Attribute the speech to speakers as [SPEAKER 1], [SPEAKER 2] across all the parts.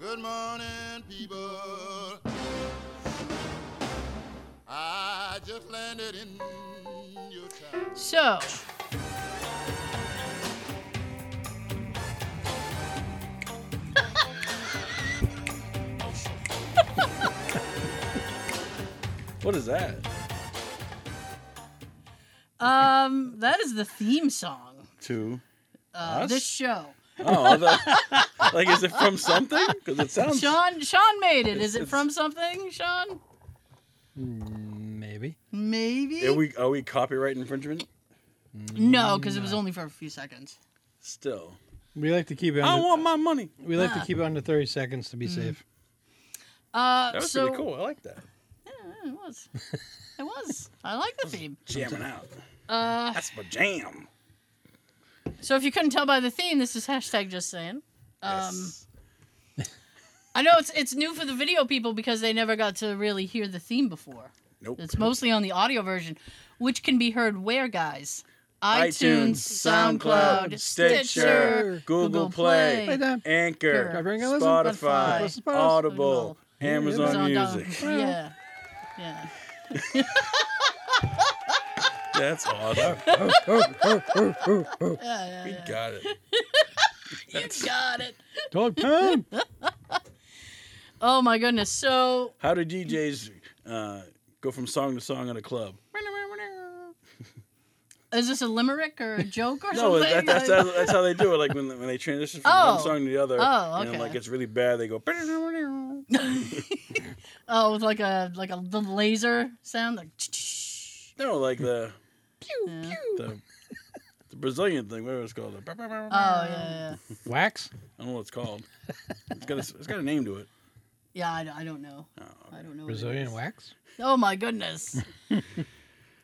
[SPEAKER 1] Good morning, people. I just landed in your town.
[SPEAKER 2] So,
[SPEAKER 3] What is that?
[SPEAKER 2] um, that is the theme song
[SPEAKER 3] To
[SPEAKER 2] of
[SPEAKER 3] Us?
[SPEAKER 2] this show.
[SPEAKER 3] oh, I thought- like is it from something? Because it sounds.
[SPEAKER 2] Sean, Sean made it. Is it
[SPEAKER 3] Um, It's-
[SPEAKER 2] from something, Sean?
[SPEAKER 3] Mm,
[SPEAKER 4] Maybe.
[SPEAKER 2] Maybe.
[SPEAKER 3] Are we are we copyright infringement?
[SPEAKER 2] no, because it was only for a few seconds.
[SPEAKER 3] Still,
[SPEAKER 4] We like to keep it.
[SPEAKER 3] I
[SPEAKER 4] Under,
[SPEAKER 3] want my Mm-hmm. money.
[SPEAKER 4] we like
[SPEAKER 2] Ah.
[SPEAKER 4] to keep it under thirty seconds to be safe.
[SPEAKER 2] Uh,
[SPEAKER 3] That was
[SPEAKER 2] so,
[SPEAKER 3] pretty cool. I like that.
[SPEAKER 2] Yeah, it was. it was. I like the theme.
[SPEAKER 3] Jamming out.
[SPEAKER 2] Uh,
[SPEAKER 3] That's my jam.
[SPEAKER 2] so if you couldn't tell by the theme, this is hashtag just saying. Um,
[SPEAKER 3] Yes.
[SPEAKER 2] I know it's it's new for the video people because they never got to really hear the theme before.
[SPEAKER 3] Nope.
[SPEAKER 2] It's mostly on the audio version, which can be heard where, guys?
[SPEAKER 3] iTunes, SoundCloud, Stitcher,
[SPEAKER 4] Stitcher,
[SPEAKER 3] Google Play,
[SPEAKER 4] Hey, Dan.
[SPEAKER 3] Anchor,
[SPEAKER 2] Can I
[SPEAKER 4] bring a listen?
[SPEAKER 3] Spotify,
[SPEAKER 2] Spotify,
[SPEAKER 3] Audible,
[SPEAKER 2] Audible,
[SPEAKER 3] Amazon Music.
[SPEAKER 2] Dom- Yeah. Yeah.
[SPEAKER 3] That's awesome.
[SPEAKER 2] Yeah, yeah,
[SPEAKER 3] We
[SPEAKER 2] yeah.
[SPEAKER 3] got it.
[SPEAKER 2] You got it.
[SPEAKER 4] Dog pound.
[SPEAKER 2] Oh my goodness. So
[SPEAKER 3] How do DJs uh, go from song to song at a club?
[SPEAKER 2] is this a limerick or a joke or
[SPEAKER 3] No,
[SPEAKER 2] something?
[SPEAKER 3] that, that's,
[SPEAKER 2] Like-
[SPEAKER 3] how, that's how they do it. Like when, when they transition from
[SPEAKER 2] Oh.
[SPEAKER 3] one song to the other,
[SPEAKER 2] Oh,
[SPEAKER 3] and
[SPEAKER 2] okay.
[SPEAKER 3] like it's really bad, they go.
[SPEAKER 2] Oh, with like a like a the laser sound, like
[SPEAKER 3] No, like the
[SPEAKER 2] yeah.
[SPEAKER 3] the, the Brazilian thing, whatever it's called. the-
[SPEAKER 2] oh yeah, yeah, yeah.
[SPEAKER 4] Wax.
[SPEAKER 3] I don't know what it's called. It's got a, it's got a name to it.
[SPEAKER 2] yeah I, I don't know.
[SPEAKER 3] Oh,
[SPEAKER 2] I don't know. what it
[SPEAKER 4] Brazilian
[SPEAKER 2] is.
[SPEAKER 4] wax.
[SPEAKER 2] Oh my goodness.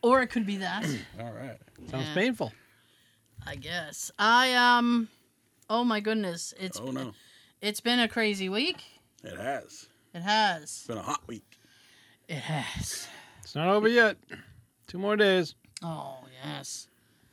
[SPEAKER 2] or it could be that.
[SPEAKER 3] all right.
[SPEAKER 4] Sounds
[SPEAKER 2] Yeah.
[SPEAKER 4] painful.
[SPEAKER 2] I guess. I um. Oh my goodness. It's
[SPEAKER 3] Oh no,
[SPEAKER 2] it's been a crazy week.
[SPEAKER 3] it has.
[SPEAKER 2] It
[SPEAKER 3] It's
[SPEAKER 2] has.
[SPEAKER 3] been a hot week.
[SPEAKER 2] It has.
[SPEAKER 4] It's not over yet. Two more days.
[SPEAKER 2] Oh yes.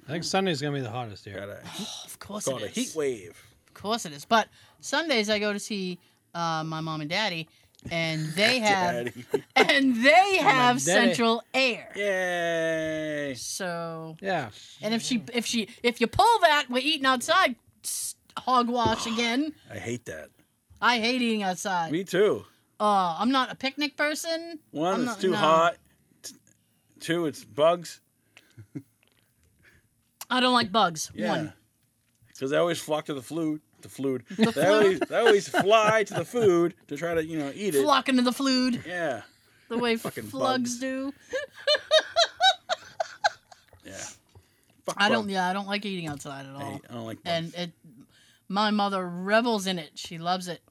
[SPEAKER 4] I think Sunday's gonna be the hottest here.
[SPEAKER 3] Got a,
[SPEAKER 2] Oh, of course
[SPEAKER 3] called
[SPEAKER 2] it
[SPEAKER 3] a
[SPEAKER 2] is.
[SPEAKER 3] heat wave.
[SPEAKER 2] Of course it is. But Sundays I go to see uh, my mom and daddy, and they have
[SPEAKER 3] Daddy.
[SPEAKER 2] and they
[SPEAKER 4] my
[SPEAKER 2] have
[SPEAKER 4] daddy.
[SPEAKER 2] central air.
[SPEAKER 3] Yay!
[SPEAKER 2] So
[SPEAKER 4] Yeah.
[SPEAKER 2] and if she if she if you pull that, we're eating outside. s- Hogwash again.
[SPEAKER 3] I hate that.
[SPEAKER 2] I hate eating outside.
[SPEAKER 3] Me too.
[SPEAKER 2] Uh, I'm not a picnic person.
[SPEAKER 3] One,
[SPEAKER 2] I'm
[SPEAKER 3] it's
[SPEAKER 2] not-
[SPEAKER 3] too
[SPEAKER 2] no.
[SPEAKER 3] hot. T- Two, it's bugs.
[SPEAKER 2] I don't like bugs.
[SPEAKER 3] Yeah.
[SPEAKER 2] One.
[SPEAKER 3] Because they always flock to the food. The food. They always, they always fly to the food to try to, you know, eat it.
[SPEAKER 2] Flocking to the food
[SPEAKER 3] Yeah.
[SPEAKER 2] the way
[SPEAKER 3] Fucking
[SPEAKER 2] flugs
[SPEAKER 3] bugs.
[SPEAKER 2] do.
[SPEAKER 3] Yeah. Fuck
[SPEAKER 2] I don't.
[SPEAKER 3] bugs.
[SPEAKER 2] Yeah, I don't like eating outside at
[SPEAKER 3] I,
[SPEAKER 2] all.
[SPEAKER 3] hate- I don't like bugs.
[SPEAKER 2] And it, my mother revels in it. She loves it.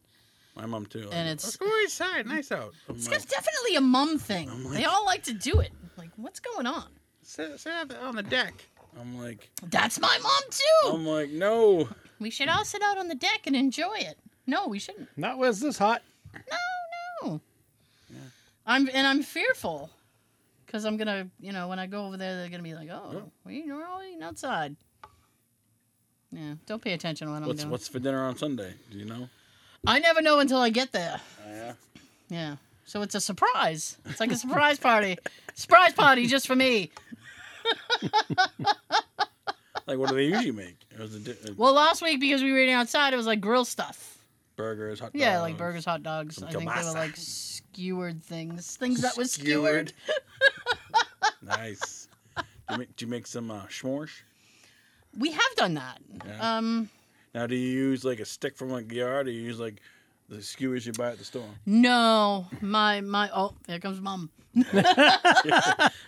[SPEAKER 3] My mom too.
[SPEAKER 2] and it's-
[SPEAKER 3] go inside. Nice out. I'm
[SPEAKER 2] It's
[SPEAKER 3] like,
[SPEAKER 2] definitely a mum thing.
[SPEAKER 3] I'm
[SPEAKER 2] they
[SPEAKER 3] like-
[SPEAKER 2] all like to do it. Like, what's going on?
[SPEAKER 3] sit, sit out on the deck. I'm like,
[SPEAKER 2] That's my mom too.
[SPEAKER 3] I'm like, no.
[SPEAKER 2] we should all sit out on the deck and enjoy it. No, we shouldn't.
[SPEAKER 4] Not was this hot.
[SPEAKER 2] No, no. I'm and I'm fearful because I'm gonna, you know, when I go over there, they're gonna be like, "Oh,
[SPEAKER 3] Yeah.
[SPEAKER 2] we we're all eating outside." Yeah, don't pay attention to what I'm
[SPEAKER 3] What's
[SPEAKER 2] doing.
[SPEAKER 3] what's for dinner on Sunday? Do you know?
[SPEAKER 2] I never know until I get there.
[SPEAKER 3] yeah.
[SPEAKER 2] Yeah, so it's a surprise. It's like a surprise party. Surprise party just for me.
[SPEAKER 3] Like, what do they usually make? It was a di- a
[SPEAKER 2] Well, last week because we were eating outside, it was like grill stuff.
[SPEAKER 3] burgers, hot dogs.
[SPEAKER 2] Yeah, like burgers, hot dogs.
[SPEAKER 3] Some
[SPEAKER 2] I think they were
[SPEAKER 3] kielbasa.
[SPEAKER 2] like skewered things, things that was skewered.
[SPEAKER 3] nice. Do you, make, do you make some uh, schmorsh?
[SPEAKER 2] We have done that.
[SPEAKER 3] Yeah.
[SPEAKER 2] Um,
[SPEAKER 3] Now, do you use like a stick from like the yard, or you use like the skewers you buy at the store?
[SPEAKER 2] no, my my oh, here comes mom.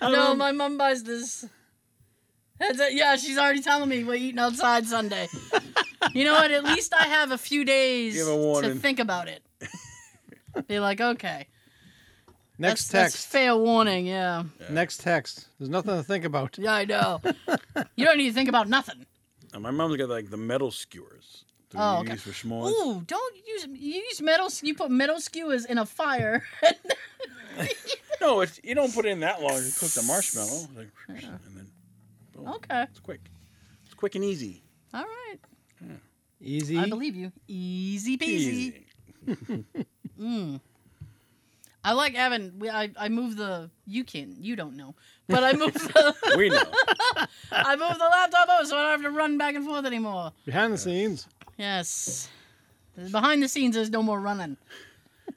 [SPEAKER 2] No, my mom buys this. That's it. Yeah, she's already telling me we're eating outside Sunday. you know what? At least I have a few days
[SPEAKER 3] Give a
[SPEAKER 2] to
[SPEAKER 3] warning.
[SPEAKER 2] think about it. Be like, okay, that's,
[SPEAKER 4] Next
[SPEAKER 2] that's
[SPEAKER 4] text.
[SPEAKER 2] fair warning. Yeah,
[SPEAKER 4] Next text. There's nothing to think about.
[SPEAKER 2] yeah, I know. you don't need to think about nothing.
[SPEAKER 3] Now, my mom's got like the metal skewers. that
[SPEAKER 2] Oh,
[SPEAKER 3] you
[SPEAKER 2] okay.
[SPEAKER 3] use for schmorsh.
[SPEAKER 2] Ooh, don't use you use metal. You put metal skewers in a fire.
[SPEAKER 3] No, it's, you don't put it in that long. You cook the marshmallow, like, and then boom.
[SPEAKER 2] okay,
[SPEAKER 3] It's quick. It's quick and easy.
[SPEAKER 2] all right.
[SPEAKER 4] Easy.
[SPEAKER 2] I believe you. Easy peasy.
[SPEAKER 3] Easy.
[SPEAKER 2] Mm. I like having. We, I I move the. You can. You don't know, but I move the.
[SPEAKER 3] We know.
[SPEAKER 2] I move the laptop over so I don't have to run back and forth anymore.
[SPEAKER 4] Behind the scenes,
[SPEAKER 2] Yes. Behind the scenes, there's no more running.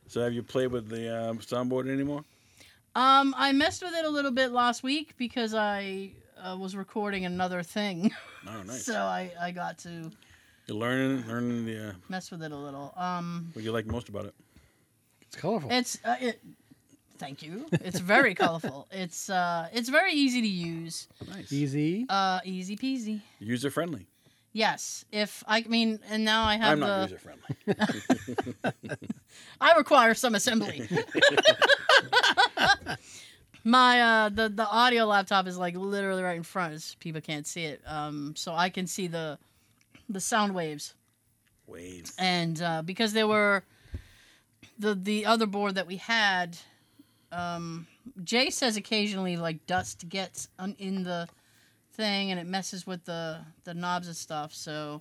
[SPEAKER 3] So have you played with the um, soundboard anymore?
[SPEAKER 2] Um, I messed with it a little bit last week because I uh, was recording another thing,
[SPEAKER 3] Oh, nice.
[SPEAKER 2] so I I got to
[SPEAKER 3] You're learning, learning the. Uh,
[SPEAKER 2] mess with it a little. Um,
[SPEAKER 3] what you like most about it?
[SPEAKER 4] it's colorful.
[SPEAKER 2] it's uh, it. Thank you. It's very colorful. It's uh, it's very easy to use.
[SPEAKER 3] Nice.
[SPEAKER 4] Easy.
[SPEAKER 2] Uh, easy peasy.
[SPEAKER 3] User friendly.
[SPEAKER 2] Yes, if I mean, and now I have
[SPEAKER 3] I'm not
[SPEAKER 2] the.
[SPEAKER 3] user friendly.
[SPEAKER 2] I require some assembly. My uh, the the audio laptop is like literally right in front. It's- People can't see it, um, so I can see the the sound waves.
[SPEAKER 3] Waves.
[SPEAKER 2] and uh, because there were the the other board that we had um, jay says occasionally like dust gets un- in the thing and it messes with the the knobs and stuff so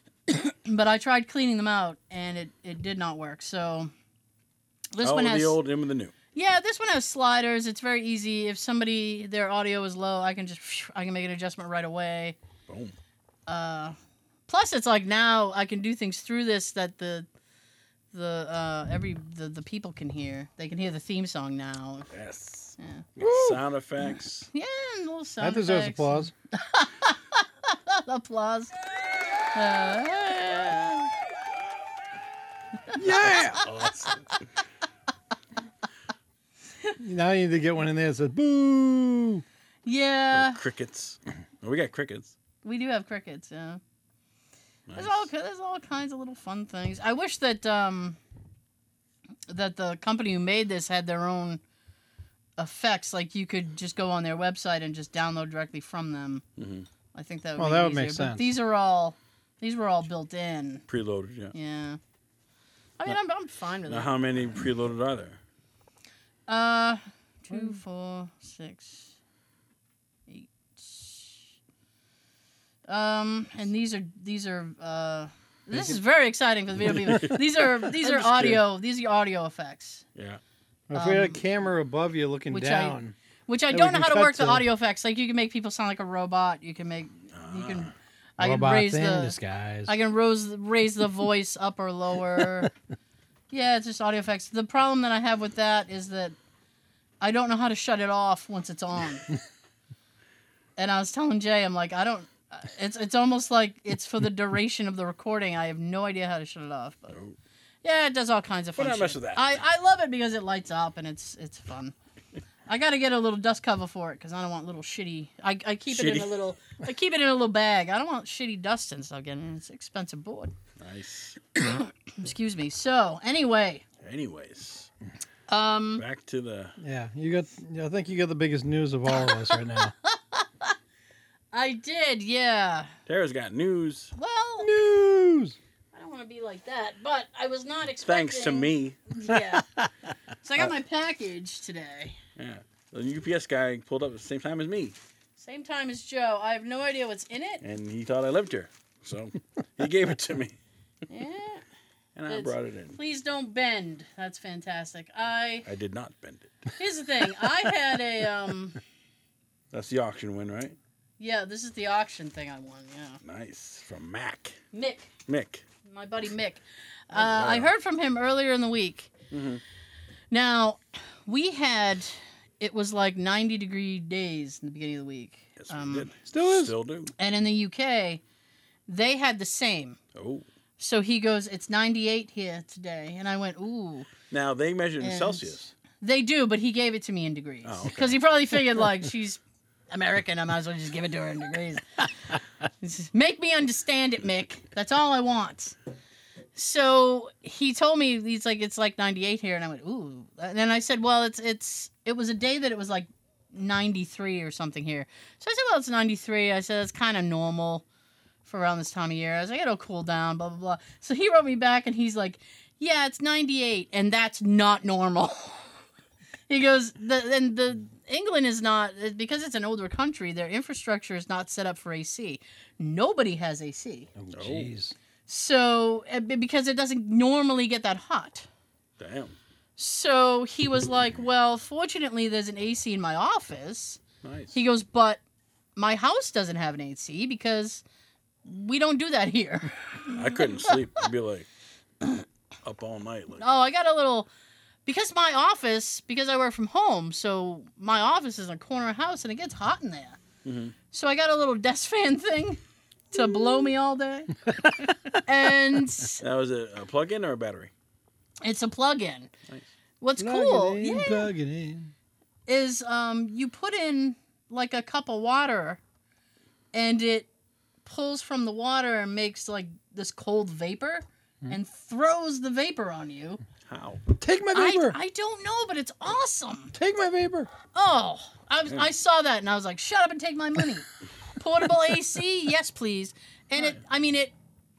[SPEAKER 2] but i tried cleaning them out and it it did not work so this
[SPEAKER 3] Out
[SPEAKER 2] one
[SPEAKER 3] with
[SPEAKER 2] has
[SPEAKER 3] Oh, the old, in with the new.
[SPEAKER 2] yeah this one has sliders it's very easy if somebody their audio is low i can just i can make an adjustment right away
[SPEAKER 3] Boom.
[SPEAKER 2] uh, plus it's like now I can do things through this that the the uh, every the, the people can hear. They can hear the theme song now.
[SPEAKER 3] Yes.
[SPEAKER 2] Yeah,
[SPEAKER 3] Sound effects.
[SPEAKER 2] yeah and little sound
[SPEAKER 4] that deserves
[SPEAKER 2] effects.
[SPEAKER 4] applause.
[SPEAKER 2] applause. Uh,
[SPEAKER 4] Yeah.
[SPEAKER 3] Awesome.
[SPEAKER 4] now you need to get one in there that says boo.
[SPEAKER 2] yeah,
[SPEAKER 3] crickets. Uh, Oh, we got crickets.
[SPEAKER 2] we do have crickets. Yeah,
[SPEAKER 3] Nice.
[SPEAKER 2] there's all ki- there's all kinds of little fun things. I wish that um that the company who made this had their own effects. Like you could just go on their website and just download directly from them.
[SPEAKER 3] Mhm.
[SPEAKER 2] I think that would
[SPEAKER 4] Well,
[SPEAKER 2] make
[SPEAKER 4] that
[SPEAKER 2] it
[SPEAKER 4] would make
[SPEAKER 2] easier, but
[SPEAKER 4] sense.
[SPEAKER 2] These are all these were all built in.
[SPEAKER 3] Preloaded, yeah.
[SPEAKER 2] Yeah. I mean, I'm, I'm fine with
[SPEAKER 3] Now,
[SPEAKER 2] it.
[SPEAKER 3] how many preloaded are there?
[SPEAKER 2] Uh, two, four, six, eight. Um, and these are these are uh, this is very exciting for the video people. These are these
[SPEAKER 3] I'm
[SPEAKER 2] are
[SPEAKER 3] just kidding.
[SPEAKER 2] audio these are audio effects,
[SPEAKER 3] Yeah.
[SPEAKER 4] If we had a
[SPEAKER 2] Um,
[SPEAKER 4] camera above you looking
[SPEAKER 2] which I-
[SPEAKER 4] down,
[SPEAKER 2] which I
[SPEAKER 4] That we
[SPEAKER 2] don't know
[SPEAKER 4] can
[SPEAKER 2] how to
[SPEAKER 4] cut
[SPEAKER 2] work the
[SPEAKER 4] to.
[SPEAKER 2] audio effects. Like you can make people sound like a robot. You can make you can. I can
[SPEAKER 4] robots
[SPEAKER 2] raise
[SPEAKER 4] in
[SPEAKER 2] the
[SPEAKER 4] disguise.
[SPEAKER 2] I can rose, raise the voice up or lower. yeah, it's just audio effects. The problem that I have with that is that I don't know how to shut it off once it's on. and I was telling Jay, I'm like, I don't. It's it's almost like it's for the duration of the recording. I have no idea how to shut it off. But
[SPEAKER 3] Oh.
[SPEAKER 2] yeah, it does all kinds of
[SPEAKER 3] Why
[SPEAKER 2] fun.
[SPEAKER 3] not
[SPEAKER 2] shit.
[SPEAKER 3] mess with that?
[SPEAKER 2] I I love it because it lights up and it's it's fun. I gotta get a little dust cover for it because I don't want little shitty. I, I keep it in a
[SPEAKER 3] Shitty.
[SPEAKER 2] little. I keep it in a little bag. I don't want shitty dust and stuff getting in. It's an expensive board.
[SPEAKER 3] Nice.
[SPEAKER 2] Excuse me. So anyway,
[SPEAKER 3] Anyways,
[SPEAKER 2] um,
[SPEAKER 3] back to the.
[SPEAKER 4] yeah, you got. I think you got the biggest news of all of us right now.
[SPEAKER 2] I did. Yeah.
[SPEAKER 3] Tara's got news.
[SPEAKER 2] Well,
[SPEAKER 4] news.
[SPEAKER 2] I don't want to be like that, but I was not expecting.
[SPEAKER 3] Thanks to me.
[SPEAKER 2] Yeah. So I got my package today.
[SPEAKER 3] Yeah. The UPS guy pulled up at the same time as me,
[SPEAKER 2] Same time as Joe. I have no idea what's in it.
[SPEAKER 3] and he thought I lived here, so he gave it to me,
[SPEAKER 2] Yeah.
[SPEAKER 3] and I
[SPEAKER 2] It's-
[SPEAKER 3] brought it in.
[SPEAKER 2] Please don't bend. That's fantastic. I
[SPEAKER 3] I did not bend it.
[SPEAKER 2] here's the thing. I had a um.
[SPEAKER 3] That's the auction win, right?
[SPEAKER 2] Yeah, this is the auction thing I won. Yeah,
[SPEAKER 3] Nice from Mac.
[SPEAKER 2] Mick,
[SPEAKER 3] Mick.
[SPEAKER 2] my buddy Mick. Uh,
[SPEAKER 3] Oh, wow.
[SPEAKER 2] I heard from him earlier in the week.
[SPEAKER 3] Mhm.
[SPEAKER 2] Now, we had it was like 90 degree days in the beginning of the week,
[SPEAKER 3] Yes,
[SPEAKER 2] Um,
[SPEAKER 3] we did.
[SPEAKER 4] still is.
[SPEAKER 3] Still do.
[SPEAKER 2] and in the UK, they had the same.
[SPEAKER 3] Oh.
[SPEAKER 2] So he goes, "It's 98 here today," and I went, "Ooh."
[SPEAKER 3] Now they measured in
[SPEAKER 2] And-
[SPEAKER 3] Celsius.
[SPEAKER 2] They do, but he gave it to me in degrees
[SPEAKER 3] Oh, okay.
[SPEAKER 2] because he probably figured like she's American. I might as well just give it to her in degrees. He says, Make me understand it, Mick. That's all I want. So he told me he's like it's like 98 here, and I went ooh. And then I said, well, it's it's it was a day that it was like 93 or something here. So I said, well, it's 93. I said it's kind of normal for around this time of year. I was like, it'll cool down, blah blah blah. So he wrote me back, and he's like, yeah, it's 98, and that's not normal. he goes, the, and the England is not because it's an older country. Their infrastructure is not set up for AC. Nobody has AC.
[SPEAKER 4] Oh, jeez.
[SPEAKER 2] So uh, b- because it doesn't normally get that hot.
[SPEAKER 3] Damn.
[SPEAKER 2] So he was like, "Well, fortunately, there's an AC in my office."
[SPEAKER 3] Nice.
[SPEAKER 2] He goes, "But my house doesn't have an AC because we don't do that here."
[SPEAKER 3] I couldn't sleep. I'd be like up all night. Like,
[SPEAKER 2] Oh, I got a little because my office because I work from home, so my office is in a corner of a house and it gets hot in there.
[SPEAKER 3] Mhm.
[SPEAKER 2] So I got a little desk fan thing to blow me all day, and
[SPEAKER 3] that was a, a plug-in or a battery?
[SPEAKER 2] it's a plug-in.
[SPEAKER 3] Nice.
[SPEAKER 2] What's
[SPEAKER 4] Plug
[SPEAKER 2] cool
[SPEAKER 4] it in,
[SPEAKER 2] yeah,
[SPEAKER 4] plug it in.
[SPEAKER 2] is um, you put in like a cup of water, and it pulls from the water and makes like this cold vapor. And throws the vapor on you.
[SPEAKER 3] How?
[SPEAKER 4] Take my
[SPEAKER 2] I,
[SPEAKER 4] vapor.
[SPEAKER 2] I don't know, but it's awesome.
[SPEAKER 4] Take my vapor.
[SPEAKER 2] Oh, I, was,
[SPEAKER 3] Yeah.
[SPEAKER 2] I saw that and I was like, shut up and take my money. Portable AC, yes, please. And it, I mean, it,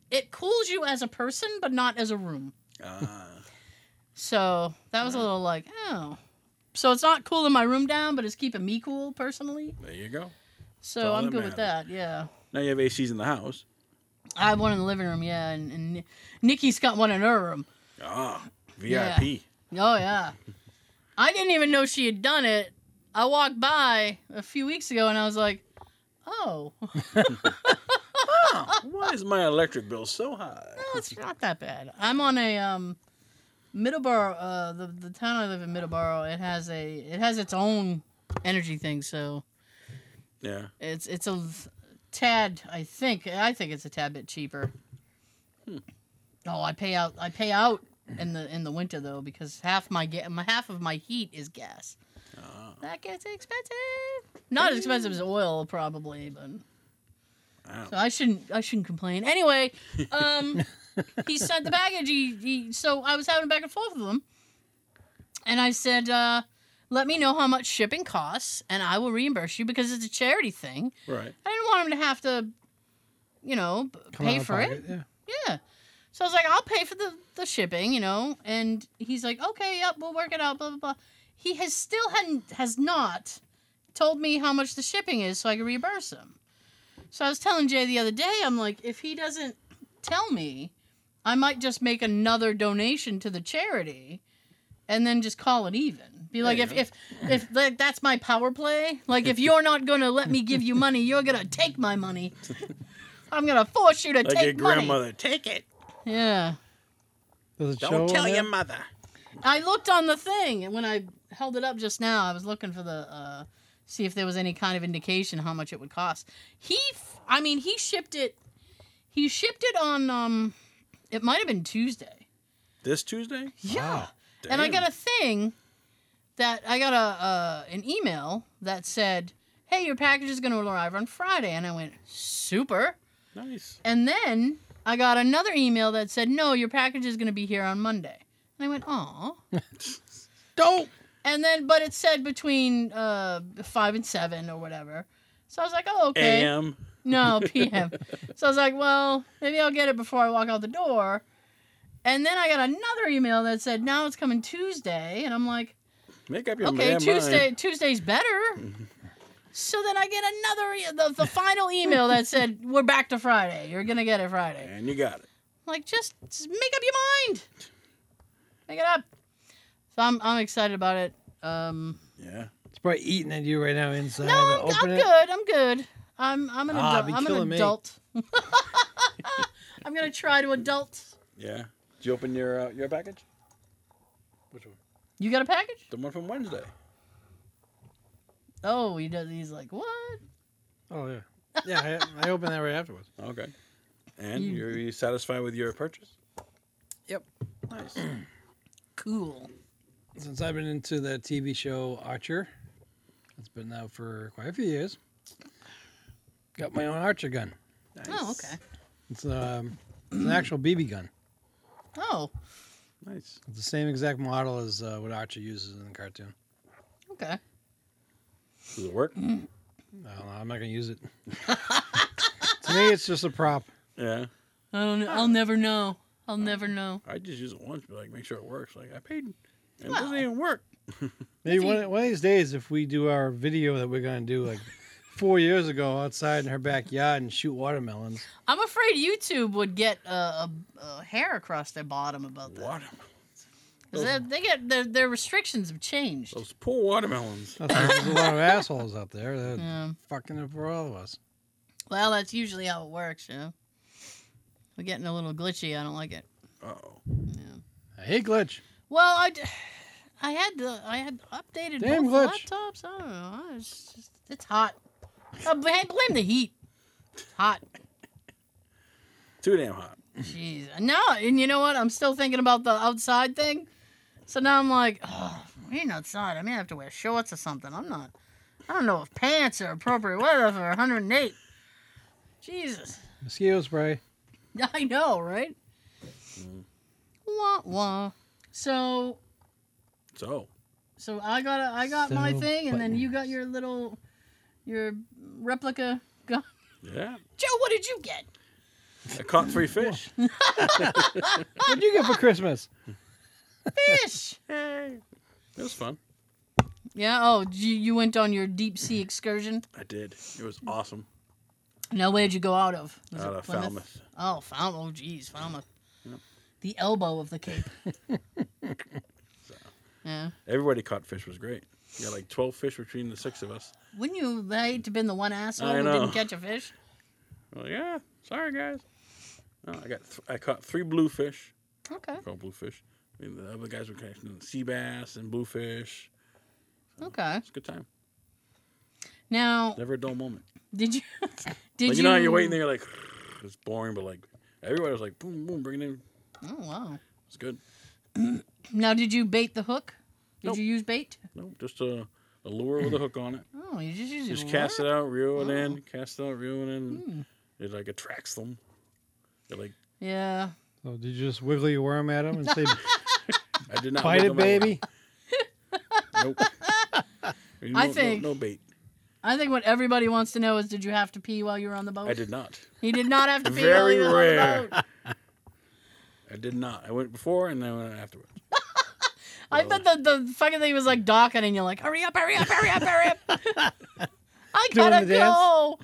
[SPEAKER 2] it cools you as a person, but not as a room.
[SPEAKER 3] Ah,
[SPEAKER 2] So that was a little like, oh. So it's not cooling my room down, but it's keeping me cool personally.
[SPEAKER 3] there you go.
[SPEAKER 2] So
[SPEAKER 3] all
[SPEAKER 2] I'm
[SPEAKER 3] that
[SPEAKER 2] good with that. Yeah.
[SPEAKER 3] Now you have ACs in the house.
[SPEAKER 2] I have one in the living room, yeah, and, and Nikki's got one in her room.
[SPEAKER 3] Ah, VIP.
[SPEAKER 2] Oh yeah. I didn't even know she had done it. I walked by a few weeks ago and I was like, oh.
[SPEAKER 3] Huh, Why is my electric bill so high?
[SPEAKER 2] No, it's not that bad. I'm on a um, Middleborough. Uh, the the town I live in, Middleborough, it has a it has its own energy thing. So
[SPEAKER 3] Yeah.
[SPEAKER 2] it's it's a tad. I think I think it's a tad bit cheaper. Oh, I pay out. I pay out in the in the winter though because half my ga- my half of my heat is gas.
[SPEAKER 3] Ah,
[SPEAKER 2] That gets expensive. Not as expensive as oil probably, but
[SPEAKER 3] wow.
[SPEAKER 2] so I shouldn't I shouldn't complain. Anyway, um, he sent the baggage. He, he so I was having back and forth with him, and I said, uh, "Let me know how much shipping costs, and I will reimburse you because it's a charity thing.
[SPEAKER 3] Right.
[SPEAKER 2] I didn't want him to have to, you know, b-
[SPEAKER 4] Come out
[SPEAKER 2] pay
[SPEAKER 4] of
[SPEAKER 2] for it.
[SPEAKER 4] pocket, Yeah.
[SPEAKER 2] Yeah. So I was like, I'll pay for the, the shipping, you know, and he's like, okay, yep, we'll work it out, blah blah blah. He has still hadn't has not told me how much the shipping is, so I can reimburse him. So I was telling Jay the other day, I'm like, if he doesn't tell me, I might just make another donation to the charity, and then just call it even. Be like,
[SPEAKER 3] you
[SPEAKER 2] if,
[SPEAKER 3] go.
[SPEAKER 2] if if like, that's my power play, like if you're not gonna let me give you money, you're gonna take my money. I'm gonna force you to
[SPEAKER 3] Like your
[SPEAKER 2] take money.
[SPEAKER 3] grandmother. Take it.
[SPEAKER 2] Yeah.
[SPEAKER 4] Does it show
[SPEAKER 3] Don't
[SPEAKER 4] on
[SPEAKER 3] tell
[SPEAKER 4] there?
[SPEAKER 3] your mother.
[SPEAKER 2] I looked on the thing and when I held it up just now. I was looking for the uh, see if there was any kind of indication how much it would cost. He, f- I mean, he shipped it. He shipped it on. Um, it might have been Tuesday.
[SPEAKER 3] This Tuesday?
[SPEAKER 2] Yeah.
[SPEAKER 3] Damn.
[SPEAKER 2] And I got a thing that I got a uh, an email that said, "Hey, your package is going to arrive on Friday," and I went, "Super."
[SPEAKER 3] nice.
[SPEAKER 2] And then I got another email that said, "No, your package is going to be here on Monday." And I went, "Aw."
[SPEAKER 4] Don't.
[SPEAKER 2] And then, but it said between uh, five and seven or whatever. So I was like, oh, okay.
[SPEAKER 3] AM.
[SPEAKER 2] No, PM. so I was like, well, maybe I'll get it before I walk out the door. And then I got another email that said, now it's coming Tuesday. And I'm like,
[SPEAKER 3] Make up your
[SPEAKER 2] okay,
[SPEAKER 3] damn
[SPEAKER 2] Tuesday,
[SPEAKER 3] mind.
[SPEAKER 2] Tuesday's better. so then I get another, e- the, the final email that said, we're back to Friday. You're going to get it Friday.
[SPEAKER 3] And you got it.
[SPEAKER 2] Like, just, just make up your mind. Make it up. So I'm, I'm excited about it. Um,
[SPEAKER 3] Yeah.
[SPEAKER 4] It's probably eating at you right now inside.
[SPEAKER 2] No, I'm, I'm
[SPEAKER 4] Open it.
[SPEAKER 2] good. I'm good. I'm I'm an
[SPEAKER 4] Ah,
[SPEAKER 2] adult.
[SPEAKER 4] be
[SPEAKER 2] I'm an
[SPEAKER 4] killing me.
[SPEAKER 2] adult. I'm gonna try to adult.
[SPEAKER 3] Yeah. Did you open your uh, your package? Which one?
[SPEAKER 2] You got a package?
[SPEAKER 3] The one from Wednesday.
[SPEAKER 2] Oh, he does. He's like, what?
[SPEAKER 4] Oh yeah. Yeah, I, I opened that right afterwards.
[SPEAKER 3] Okay. And
[SPEAKER 2] You-
[SPEAKER 3] you're you satisfied with your purchase?
[SPEAKER 4] Yep.
[SPEAKER 3] Nice.
[SPEAKER 2] Cool.
[SPEAKER 4] Since I've been into the TV show Archer, it's been out for quite a few years. Got my own Archer gun.
[SPEAKER 3] nice.
[SPEAKER 2] Oh, okay.
[SPEAKER 4] It's um, it's an actual BB gun.
[SPEAKER 2] Oh,
[SPEAKER 3] Nice.
[SPEAKER 4] It's the same exact model as uh, what Archer uses in the cartoon.
[SPEAKER 2] okay.
[SPEAKER 3] Does it work?
[SPEAKER 2] Mm.
[SPEAKER 4] I don't know. I'm not gonna use it. to me, it's just a prop.
[SPEAKER 3] Yeah.
[SPEAKER 2] I don't. know. I'll never know. I'll never know.
[SPEAKER 3] I just use it once, but like make sure it works. Like I paid, and it
[SPEAKER 2] Well.
[SPEAKER 3] doesn't even work.
[SPEAKER 4] Maybe
[SPEAKER 2] If
[SPEAKER 4] one,
[SPEAKER 2] you-
[SPEAKER 4] one of these days, if we do our video that we're gonna do, like four years ago outside in her backyard and shoot watermelons.
[SPEAKER 2] I'm afraid YouTube would get a, a, a hair across their bottom about that.
[SPEAKER 3] Water,
[SPEAKER 2] 'Cause they, they get their, their restrictions have changed.
[SPEAKER 3] those poor watermelons.
[SPEAKER 4] That's why There's a lot of assholes out there. They're
[SPEAKER 2] Yeah.
[SPEAKER 4] fucking it for all of us.
[SPEAKER 2] Well, that's usually how it works, you know. We're getting a little glitchy. I don't like it.
[SPEAKER 3] Oh,
[SPEAKER 4] I hate glitch.
[SPEAKER 2] Well, I, d- I had the I had updated
[SPEAKER 4] Damn
[SPEAKER 2] both
[SPEAKER 4] glitch.
[SPEAKER 2] laptops. I don't know. It's just it's hot. I bl- I blame the heat. It's hot.
[SPEAKER 3] too damn hot.
[SPEAKER 2] Jeez. No, and you know what? I'm still thinking about the outside thing. So now I'm like, oh, being outside, I may have to wear shorts or something. I'm not. I don't know if pants are appropriate weather for 108. Jesus.
[SPEAKER 4] Mosquito spray.
[SPEAKER 2] I know, right?
[SPEAKER 4] Mm.
[SPEAKER 2] Wah wah. So
[SPEAKER 3] So
[SPEAKER 2] so I got a, I got my
[SPEAKER 4] So
[SPEAKER 2] thing, and then you got your little your replica gun.
[SPEAKER 3] yeah,
[SPEAKER 2] Joe, what did you get?
[SPEAKER 3] I caught three fish.
[SPEAKER 4] What'd you get for Christmas?
[SPEAKER 2] Fish.
[SPEAKER 3] Hey, it was fun.
[SPEAKER 2] yeah. Oh, you, you went on your deep sea excursion.
[SPEAKER 3] I did. It was awesome.
[SPEAKER 2] Now, where'd you go out of? Was
[SPEAKER 3] Out
[SPEAKER 2] it
[SPEAKER 3] of
[SPEAKER 2] Plymouth?
[SPEAKER 3] Falmouth.
[SPEAKER 2] Oh, Falmouth. Oh, geez, Falmouth. The elbow of the Cape. Yeah.
[SPEAKER 3] Everybody caught fish was great. We got like twelve fish between the six of us.
[SPEAKER 2] Wouldn't you hate to have been the one asshole
[SPEAKER 3] I
[SPEAKER 2] who
[SPEAKER 3] know.
[SPEAKER 2] didn't catch a fish?
[SPEAKER 3] I'm like, yeah, sorry guys. No, I got th- I caught three bluefish.
[SPEAKER 2] Okay.
[SPEAKER 3] Called bluefish. I mean, the other guys were catching sea bass and bluefish.
[SPEAKER 2] Okay.
[SPEAKER 3] It's a good time.
[SPEAKER 2] Now,
[SPEAKER 3] Never a dull moment.
[SPEAKER 2] did you? Did
[SPEAKER 3] like, you know how you're waiting there, like it's boring, but like everybody was like, boom, boom, bring it in.
[SPEAKER 2] Oh wow.
[SPEAKER 3] It's good.
[SPEAKER 2] Now, did you bait the hook? Did
[SPEAKER 3] Nope.
[SPEAKER 2] you use bait?
[SPEAKER 3] No, just a, a lure with a hook on it.
[SPEAKER 2] Oh, you just use
[SPEAKER 3] Just cast it out, reel it
[SPEAKER 2] Wow. Hmm.
[SPEAKER 3] in, cast it out, reel it in. It like attracts them. They're like,
[SPEAKER 2] Yeah.
[SPEAKER 4] So Oh, did you just wiggle your worm at him and say,
[SPEAKER 3] I did not
[SPEAKER 4] bite
[SPEAKER 3] reel
[SPEAKER 4] it,
[SPEAKER 3] them out."
[SPEAKER 4] baby?
[SPEAKER 3] Nope. You
[SPEAKER 2] I
[SPEAKER 3] no-
[SPEAKER 2] think-
[SPEAKER 3] no, no bait.
[SPEAKER 2] I think what everybody wants to know is, did you have to pee while you were on the boat?
[SPEAKER 3] I did not.
[SPEAKER 2] He did not have to pee while
[SPEAKER 3] Very
[SPEAKER 2] he was on
[SPEAKER 3] rare.
[SPEAKER 2] the boat.
[SPEAKER 3] I did not. I went before and then I went afterwards.
[SPEAKER 2] I thought the, the fucking thing was like docking, and you're like, hurry up, hurry up, hurry up, hurry up. I
[SPEAKER 4] Doing
[SPEAKER 2] gotta
[SPEAKER 4] the dance?
[SPEAKER 2] go.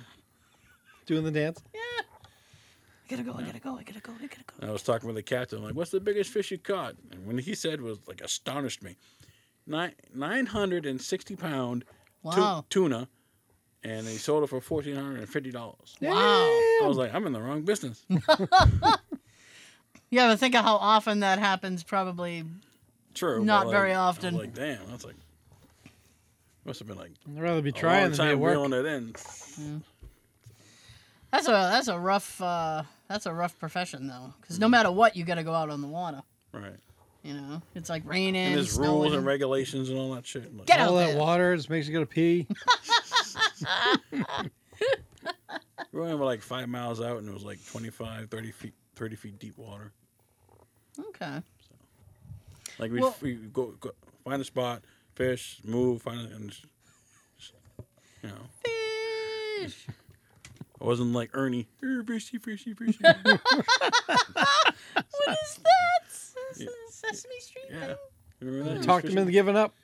[SPEAKER 4] Doing the dance?
[SPEAKER 2] I gotta go. I gotta go. I gotta go. I gotta go.
[SPEAKER 3] And I was talking with the captain, like, what's the biggest fish you caught? And when he said was like astonished me. Nine nine hundred and sixty pound tu-
[SPEAKER 2] Wow.
[SPEAKER 3] tuna and they sold it for fourteen hundred and fifty dollars.
[SPEAKER 2] Wow.
[SPEAKER 3] I was like, I'm in the wrong business.
[SPEAKER 2] Yeah, but think of how often that happens. Probably.
[SPEAKER 3] True. but,
[SPEAKER 2] Not
[SPEAKER 3] like,
[SPEAKER 2] very
[SPEAKER 3] I was
[SPEAKER 2] often.
[SPEAKER 3] like, damn, that's like must have been like
[SPEAKER 4] I'd rather be
[SPEAKER 3] a
[SPEAKER 4] trying
[SPEAKER 3] long
[SPEAKER 4] than be at
[SPEAKER 3] time
[SPEAKER 4] work.
[SPEAKER 3] reeling it in.
[SPEAKER 2] That's a that's a rough uh, that's a rough profession though, because
[SPEAKER 3] Mm.
[SPEAKER 2] no matter what, you gotta go out on the water.
[SPEAKER 3] Right.
[SPEAKER 2] You know, it's like raining.
[SPEAKER 3] And there's
[SPEAKER 2] snowing.
[SPEAKER 3] rules and regulations and all that shit. I'm like,
[SPEAKER 2] Get out
[SPEAKER 4] all that
[SPEAKER 2] there.
[SPEAKER 4] water just makes you go to pee.
[SPEAKER 3] We went like five miles out and it was like 25, 30 feet, 30 feet deep water.
[SPEAKER 2] Okay.
[SPEAKER 3] Like we
[SPEAKER 2] Well-
[SPEAKER 3] we go, go find a spot, fish, move, find it, and just, you know,
[SPEAKER 2] Fish.
[SPEAKER 3] I wasn't like Ernie, "Eh, fishy, fishy, fishy.
[SPEAKER 2] What is that? Is this
[SPEAKER 3] Yeah.
[SPEAKER 2] a Sesame Street
[SPEAKER 3] yeah,
[SPEAKER 2] thing?
[SPEAKER 3] remember that?
[SPEAKER 4] Talked him into giving up.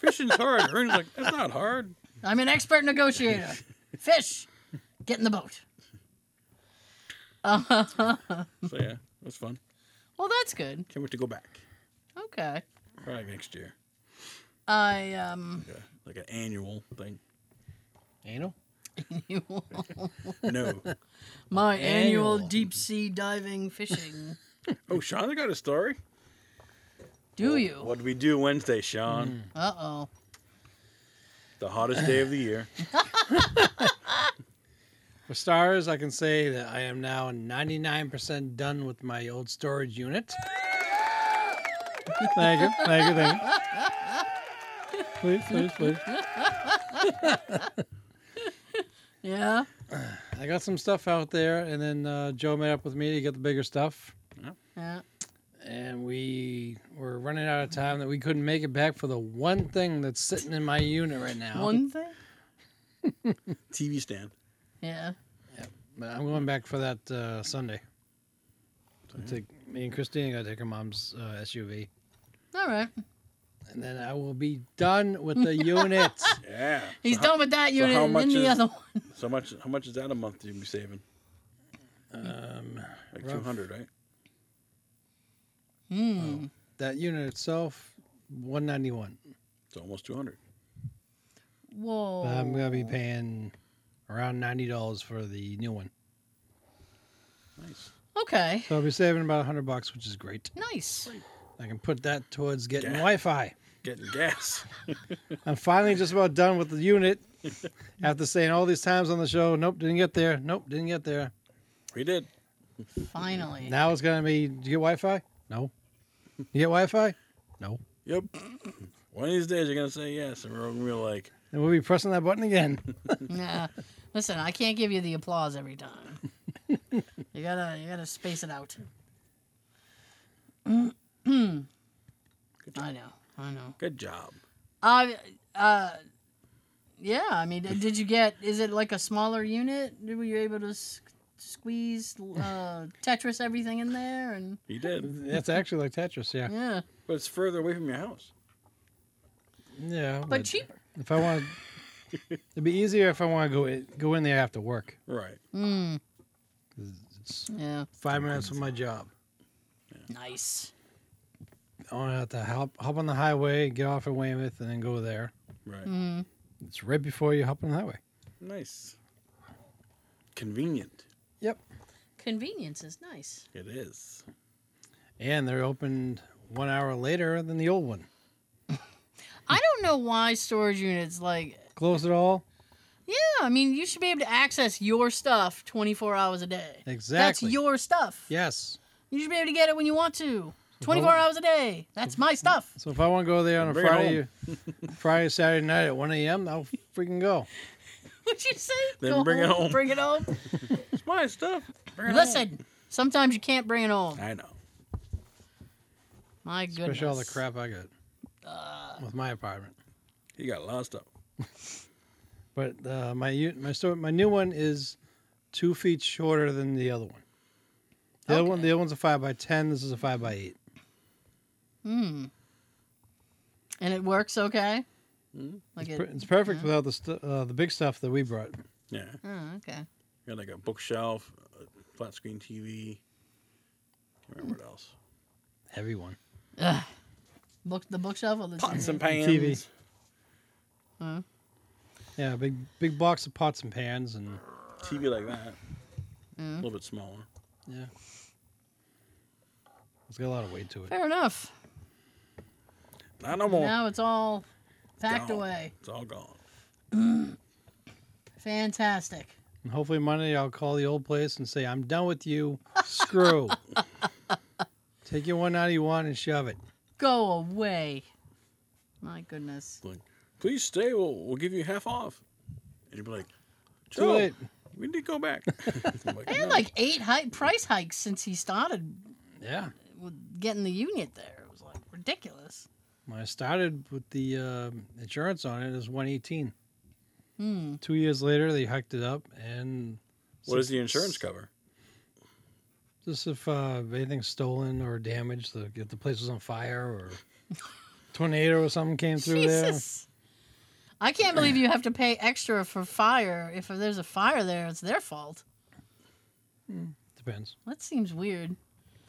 [SPEAKER 3] Fishing's hard. Ernie's like, that's not hard.
[SPEAKER 2] I'm an expert negotiator. Fish, get in the boat. Uh,
[SPEAKER 3] So yeah, it was fun.
[SPEAKER 2] well, that's good.
[SPEAKER 3] Can't wait to go back.
[SPEAKER 2] Okay.
[SPEAKER 3] Probably next year,
[SPEAKER 2] I um.
[SPEAKER 3] like, a, like an annual thing.
[SPEAKER 4] Anal?
[SPEAKER 3] No.
[SPEAKER 2] my annual,
[SPEAKER 4] Annual.
[SPEAKER 2] deep sea diving fishing.
[SPEAKER 3] oh, Sean, I got a story.
[SPEAKER 2] Do you?
[SPEAKER 3] Oh, What did we do Wednesday, Sean?
[SPEAKER 2] Uh oh.
[SPEAKER 3] The hottest day of the year.
[SPEAKER 4] For stars, I can say that I am now 99% done with my old storage unit. thank you, thank you, thank you. Please, please, please.
[SPEAKER 2] Yeah.
[SPEAKER 4] I got some stuff out there, and then uh, Joe met up with me to get the bigger stuff.
[SPEAKER 2] Yeah.
[SPEAKER 4] And we were running out of time that we couldn't make it back for the one thing that's sitting in my unit right now.
[SPEAKER 2] One thing.
[SPEAKER 3] TV stand.
[SPEAKER 2] Yeah.
[SPEAKER 4] But I'm going back for that uh, Sunday. Take, me and Christine got to take her mom's uh, SUV.
[SPEAKER 2] All right.
[SPEAKER 4] and then I will be done with the units.
[SPEAKER 3] Yeah.
[SPEAKER 2] He's
[SPEAKER 3] so
[SPEAKER 2] done with that unit
[SPEAKER 3] how
[SPEAKER 2] and
[SPEAKER 3] much
[SPEAKER 2] then the
[SPEAKER 3] is-
[SPEAKER 2] other one.
[SPEAKER 3] How, so much? How much is that a month? You be saving
[SPEAKER 4] Um,
[SPEAKER 3] like
[SPEAKER 4] Rough.
[SPEAKER 3] two hundred, right?
[SPEAKER 2] Hmm.
[SPEAKER 3] Oh.
[SPEAKER 4] that unit itself, one ninety one.
[SPEAKER 3] It's almost two hundred.
[SPEAKER 2] Whoa.
[SPEAKER 4] I'm gonna be paying around ninety dollars for the new one,
[SPEAKER 3] Nice.
[SPEAKER 2] Okay.
[SPEAKER 4] so I'll be saving about hundred bucks, which is great.
[SPEAKER 2] Nice.
[SPEAKER 4] I can put that towards getting
[SPEAKER 3] Yeah.
[SPEAKER 4] Wi-Fi.
[SPEAKER 3] Getting gas.
[SPEAKER 4] I'm finally just about done with the unit. After saying all these times on the show, nope, didn't get there. Nope, didn't get there.
[SPEAKER 3] we did.
[SPEAKER 2] Finally.
[SPEAKER 4] Now it's gonna be. Do you get Wi-Fi? No. You get Wi-Fi? No.
[SPEAKER 3] Yep. One of these days you're gonna say yes, and we're all gonna be like,
[SPEAKER 4] And we'll be pressing that button again.
[SPEAKER 2] Nah. Listen, I can't give you the applause every time. you gotta you gotta space it out. I know. I know.
[SPEAKER 3] "Good job."
[SPEAKER 2] Uh, uh, yeah. I mean, did you get? Is it like a smaller unit? Were you able to s- squeeze uh, Tetris everything in there? And
[SPEAKER 3] You did,
[SPEAKER 4] That's actually like Tetris, yeah.
[SPEAKER 2] yeah,
[SPEAKER 3] but it's further away from your house.
[SPEAKER 4] Yeah.
[SPEAKER 2] but cheap.
[SPEAKER 4] If I want, it'd be easier if I want to go in, go in there after work.
[SPEAKER 3] Right.
[SPEAKER 2] Mm,
[SPEAKER 4] 'cause It's
[SPEAKER 2] yeah,
[SPEAKER 4] five minutes from my job.
[SPEAKER 2] nice.
[SPEAKER 4] I want to have to hop hop on the highway, get off at Weymouth, and then go there.
[SPEAKER 3] Right.
[SPEAKER 2] Mm,
[SPEAKER 4] It's right before you hop on the highway.
[SPEAKER 3] Nice. Convenient.
[SPEAKER 2] convenience is nice.
[SPEAKER 3] It is.
[SPEAKER 4] And they're open one hour later than the old one.
[SPEAKER 2] I don't know why storage units like.
[SPEAKER 4] Close it all.
[SPEAKER 2] Yeah, I mean, you should be able to access your stuff 24 hours a day. That's
[SPEAKER 4] Exactly.
[SPEAKER 2] your stuff.
[SPEAKER 4] Yes.
[SPEAKER 2] You should be able to get it when you want to. 24 hours a day. That's my stuff.
[SPEAKER 4] So if I want to go there on a
[SPEAKER 3] Bring it
[SPEAKER 4] Friday, Friday, Saturday night at 1 a.m., I'll freaking go.
[SPEAKER 2] What'd you say?
[SPEAKER 3] Then bring it home.
[SPEAKER 2] Bring it home.
[SPEAKER 3] It's my stuff. Bring it
[SPEAKER 2] Listen, sometimes you can't bring it
[SPEAKER 3] home.
[SPEAKER 2] home.
[SPEAKER 3] I know.
[SPEAKER 2] My goodness.
[SPEAKER 4] Especially all the crap I got with my apartment.
[SPEAKER 3] You got a lot of stuff.
[SPEAKER 4] But uh, my u- my store, my new one is two feet shorter than the other one. The other one,
[SPEAKER 2] Okay.
[SPEAKER 4] the other one's a five by ten. This is a five by eight.
[SPEAKER 2] Hmm. And it works okay.
[SPEAKER 3] Mhm.
[SPEAKER 2] Like
[SPEAKER 4] Per-
[SPEAKER 2] it.
[SPEAKER 4] It's perfect
[SPEAKER 2] yeah.
[SPEAKER 4] without the stu- uh, the big stuff that we brought.
[SPEAKER 3] Yeah.
[SPEAKER 2] Oh, okay.
[SPEAKER 3] You got like a bookshelf, a flat screen TV. Can't remember what else.
[SPEAKER 4] Heavy one.
[SPEAKER 2] Ugh. Book the bookshelf or the
[SPEAKER 3] Pots
[SPEAKER 2] TV?
[SPEAKER 3] and pans.
[SPEAKER 4] TV.
[SPEAKER 2] Huh?
[SPEAKER 4] Yeah, big big box of pots and pans and
[SPEAKER 3] TV like that. A
[SPEAKER 2] Yeah.
[SPEAKER 3] little bit smaller.
[SPEAKER 4] yeah. It's got a lot of weight to it.
[SPEAKER 2] Fair enough.
[SPEAKER 3] Not no more.
[SPEAKER 2] Now it's all packed
[SPEAKER 3] Gone.
[SPEAKER 2] away.
[SPEAKER 3] It's all gone.
[SPEAKER 2] Fantastic.
[SPEAKER 4] And hopefully Monday I'll call the old place and say I'm done with you. Screw. Take your 191 and shove it.
[SPEAKER 2] Go away. My goodness.
[SPEAKER 3] Please stay. We'll, we'll give you half off. And you'll be like,
[SPEAKER 4] Too
[SPEAKER 3] Joe,
[SPEAKER 4] late.
[SPEAKER 3] we need to go back. I'm like,
[SPEAKER 2] They
[SPEAKER 3] "No."
[SPEAKER 2] had like eight hike price hikes since he started
[SPEAKER 4] Yeah.
[SPEAKER 2] with getting the unit there. It was like ridiculous.
[SPEAKER 4] When I started with the um insurance on it, it was 118.
[SPEAKER 2] Hmm.
[SPEAKER 4] Two years later, they hiked it up, and
[SPEAKER 3] what does the insurance cover?
[SPEAKER 4] just if uh, anything's stolen or damaged, the, if the place was on fire or tornado or something came through
[SPEAKER 2] Jesus. I can't believe you have to pay extra for fire. If there's a fire there, it's their fault.
[SPEAKER 4] there, depends.
[SPEAKER 2] That seems weird.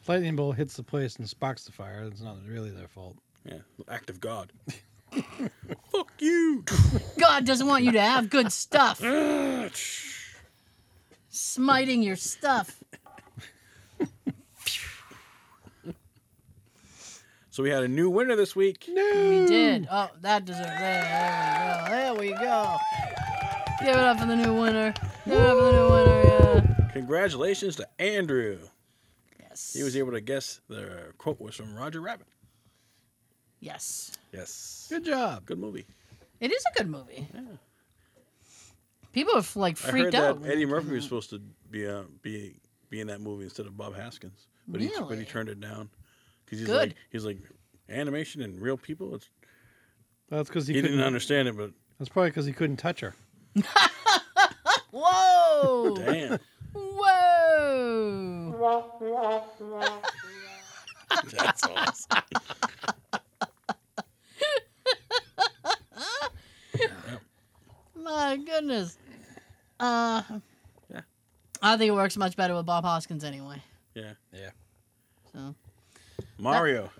[SPEAKER 4] If lightning bolt hits the place and sparks the fire. It's not really their fault.
[SPEAKER 3] Yeah. Act of God. Fuck you.
[SPEAKER 2] God doesn't want you to have good stuff. Smiting your stuff.
[SPEAKER 3] So we had a new winner this week.
[SPEAKER 2] We did. Oh, that deserves. There, there we go. There we go. Give it up for the new winner. Give it up for the new winner. Yeah.
[SPEAKER 3] Congratulations to Andrew.
[SPEAKER 2] Yes.
[SPEAKER 3] He was able to guess the quote was from Roger Rabbit.
[SPEAKER 2] Yes.
[SPEAKER 3] Yes.
[SPEAKER 4] Good job.
[SPEAKER 3] Good movie.
[SPEAKER 2] It is a good movie. People have like
[SPEAKER 3] I heard
[SPEAKER 2] freaked
[SPEAKER 3] that
[SPEAKER 2] out. Mm-hmm.
[SPEAKER 3] Eddie Murphy was supposed to be uh, be be in that movie instead of Bob Haskins, but he but
[SPEAKER 2] Really?
[SPEAKER 3] he turned it down because he's
[SPEAKER 2] Good.
[SPEAKER 3] like he's like animation and real people. It's,
[SPEAKER 4] That's because
[SPEAKER 3] he
[SPEAKER 4] he, couldn't.
[SPEAKER 3] didn't understand it, but
[SPEAKER 4] That's probably because he couldn't touch her.
[SPEAKER 2] Whoa!
[SPEAKER 3] damn,
[SPEAKER 2] Whoa!
[SPEAKER 3] that's awesome.
[SPEAKER 2] My goodness. Uh,
[SPEAKER 3] Yeah.
[SPEAKER 2] I think it works much better with Bob Hoskins anyway.
[SPEAKER 3] Yeah.
[SPEAKER 4] Yeah.
[SPEAKER 2] So.
[SPEAKER 3] Mario.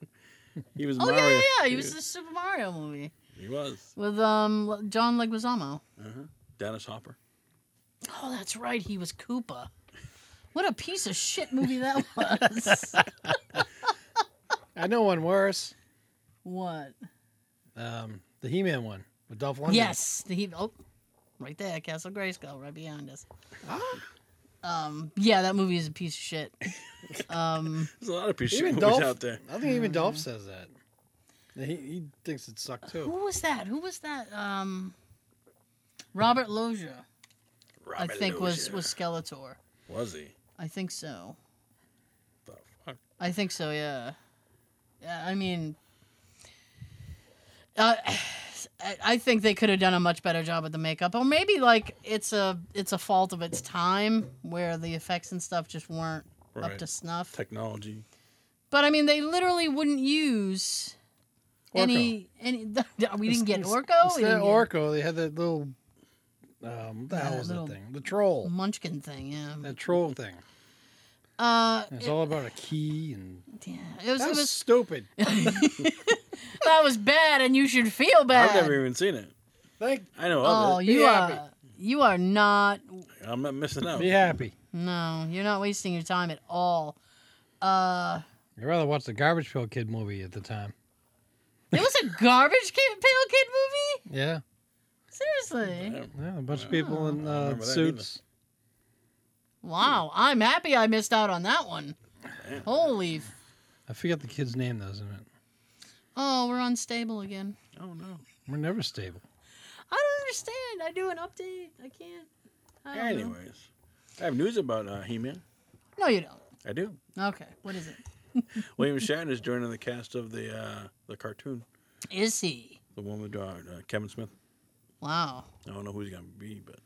[SPEAKER 3] he was
[SPEAKER 2] Oh
[SPEAKER 3] Mario.
[SPEAKER 2] yeah, yeah, yeah. He was in the Super Mario movie
[SPEAKER 3] He was.
[SPEAKER 2] with um John Leguizamo.
[SPEAKER 3] Uh-huh. Dennis Hopper.
[SPEAKER 2] Oh, that's right. He was Koopa. What a piece of shit movie that was.
[SPEAKER 4] I know one worse.
[SPEAKER 2] what?
[SPEAKER 4] Um, the He-Man one with Dolph Lundgren.
[SPEAKER 2] Yes. The he- oh, right there, Castle Grayskull, right behind us.
[SPEAKER 3] Ah,
[SPEAKER 2] Um, yeah, that movie is a piece of shit. Um,
[SPEAKER 3] There's a lot of piece of shit
[SPEAKER 4] Even
[SPEAKER 3] movies
[SPEAKER 4] Dolph-
[SPEAKER 3] out there.
[SPEAKER 4] I think even Dolph says that. He, he thinks it sucked too.
[SPEAKER 2] Mm-hmm. who was that? Who was that? Um, Robert Loggia, I
[SPEAKER 3] Robert
[SPEAKER 2] think, was
[SPEAKER 3] Loggia.
[SPEAKER 2] was Skeletor.
[SPEAKER 3] Was he?
[SPEAKER 2] I think so.
[SPEAKER 3] The fuck?
[SPEAKER 2] I think so, yeah. Yeah, I mean, uh, I- I think they could have done a much better job with the makeup, or maybe like it's a it's a fault of its time where the effects and stuff just weren't up
[SPEAKER 3] Right.
[SPEAKER 2] to snuff.
[SPEAKER 3] Technology.
[SPEAKER 2] but I mean, they literally wouldn't use any any. we didn't get
[SPEAKER 4] Ins-
[SPEAKER 2] Orko. We
[SPEAKER 4] Instead
[SPEAKER 2] didn't get
[SPEAKER 4] of Orko, they had that little. Um, what the hell
[SPEAKER 2] That
[SPEAKER 4] was
[SPEAKER 2] little- Mm.
[SPEAKER 4] that thing? The troll.
[SPEAKER 2] Munchkin thing, yeah.
[SPEAKER 4] That troll thing.
[SPEAKER 2] Uh,
[SPEAKER 4] It's
[SPEAKER 2] it-
[SPEAKER 4] all about a key and.
[SPEAKER 2] yeah, it was,
[SPEAKER 4] That
[SPEAKER 2] it
[SPEAKER 4] was
[SPEAKER 2] was
[SPEAKER 4] stupid.
[SPEAKER 2] that was bad, and you should feel bad.
[SPEAKER 3] I've never even seen it.
[SPEAKER 4] Thank.
[SPEAKER 3] I know
[SPEAKER 2] oh,
[SPEAKER 3] of
[SPEAKER 2] you
[SPEAKER 4] Be
[SPEAKER 2] are
[SPEAKER 4] happy.
[SPEAKER 2] you are not
[SPEAKER 3] it. I'm not missing out.
[SPEAKER 4] Be happy.
[SPEAKER 2] No, you're not wasting your time at all. Uh,
[SPEAKER 4] I'd rather watch the Garbage Pail Kid movie at the time.
[SPEAKER 2] it was a garbage kid, pale kid movie.
[SPEAKER 4] Yeah,
[SPEAKER 2] Seriously,
[SPEAKER 3] Yeah.
[SPEAKER 4] yeah a bunch of
[SPEAKER 3] Wow.
[SPEAKER 2] Oh.
[SPEAKER 4] people in
[SPEAKER 3] I don't
[SPEAKER 4] uh,
[SPEAKER 3] remember that either.
[SPEAKER 4] suits.
[SPEAKER 2] wow. I'm happy I missed out on that one.
[SPEAKER 3] Man.
[SPEAKER 2] Holy. F-
[SPEAKER 4] I forget the kid's name though, isn't it?
[SPEAKER 2] oh, we're unstable again.
[SPEAKER 3] Oh no.
[SPEAKER 4] We're never stable.
[SPEAKER 2] I don't understand. I do an update. I can't. I don't know.
[SPEAKER 3] Anyways, I have news about uh, He-Man.
[SPEAKER 2] No, you don't.
[SPEAKER 3] I do.
[SPEAKER 2] Okay, what is it?
[SPEAKER 3] William Shatner is joining the cast of the uh, the cartoon,
[SPEAKER 2] Is he?
[SPEAKER 3] the one with uh, uh, Kevin Smith.
[SPEAKER 2] Wow.
[SPEAKER 3] I don't know who he's gonna be, but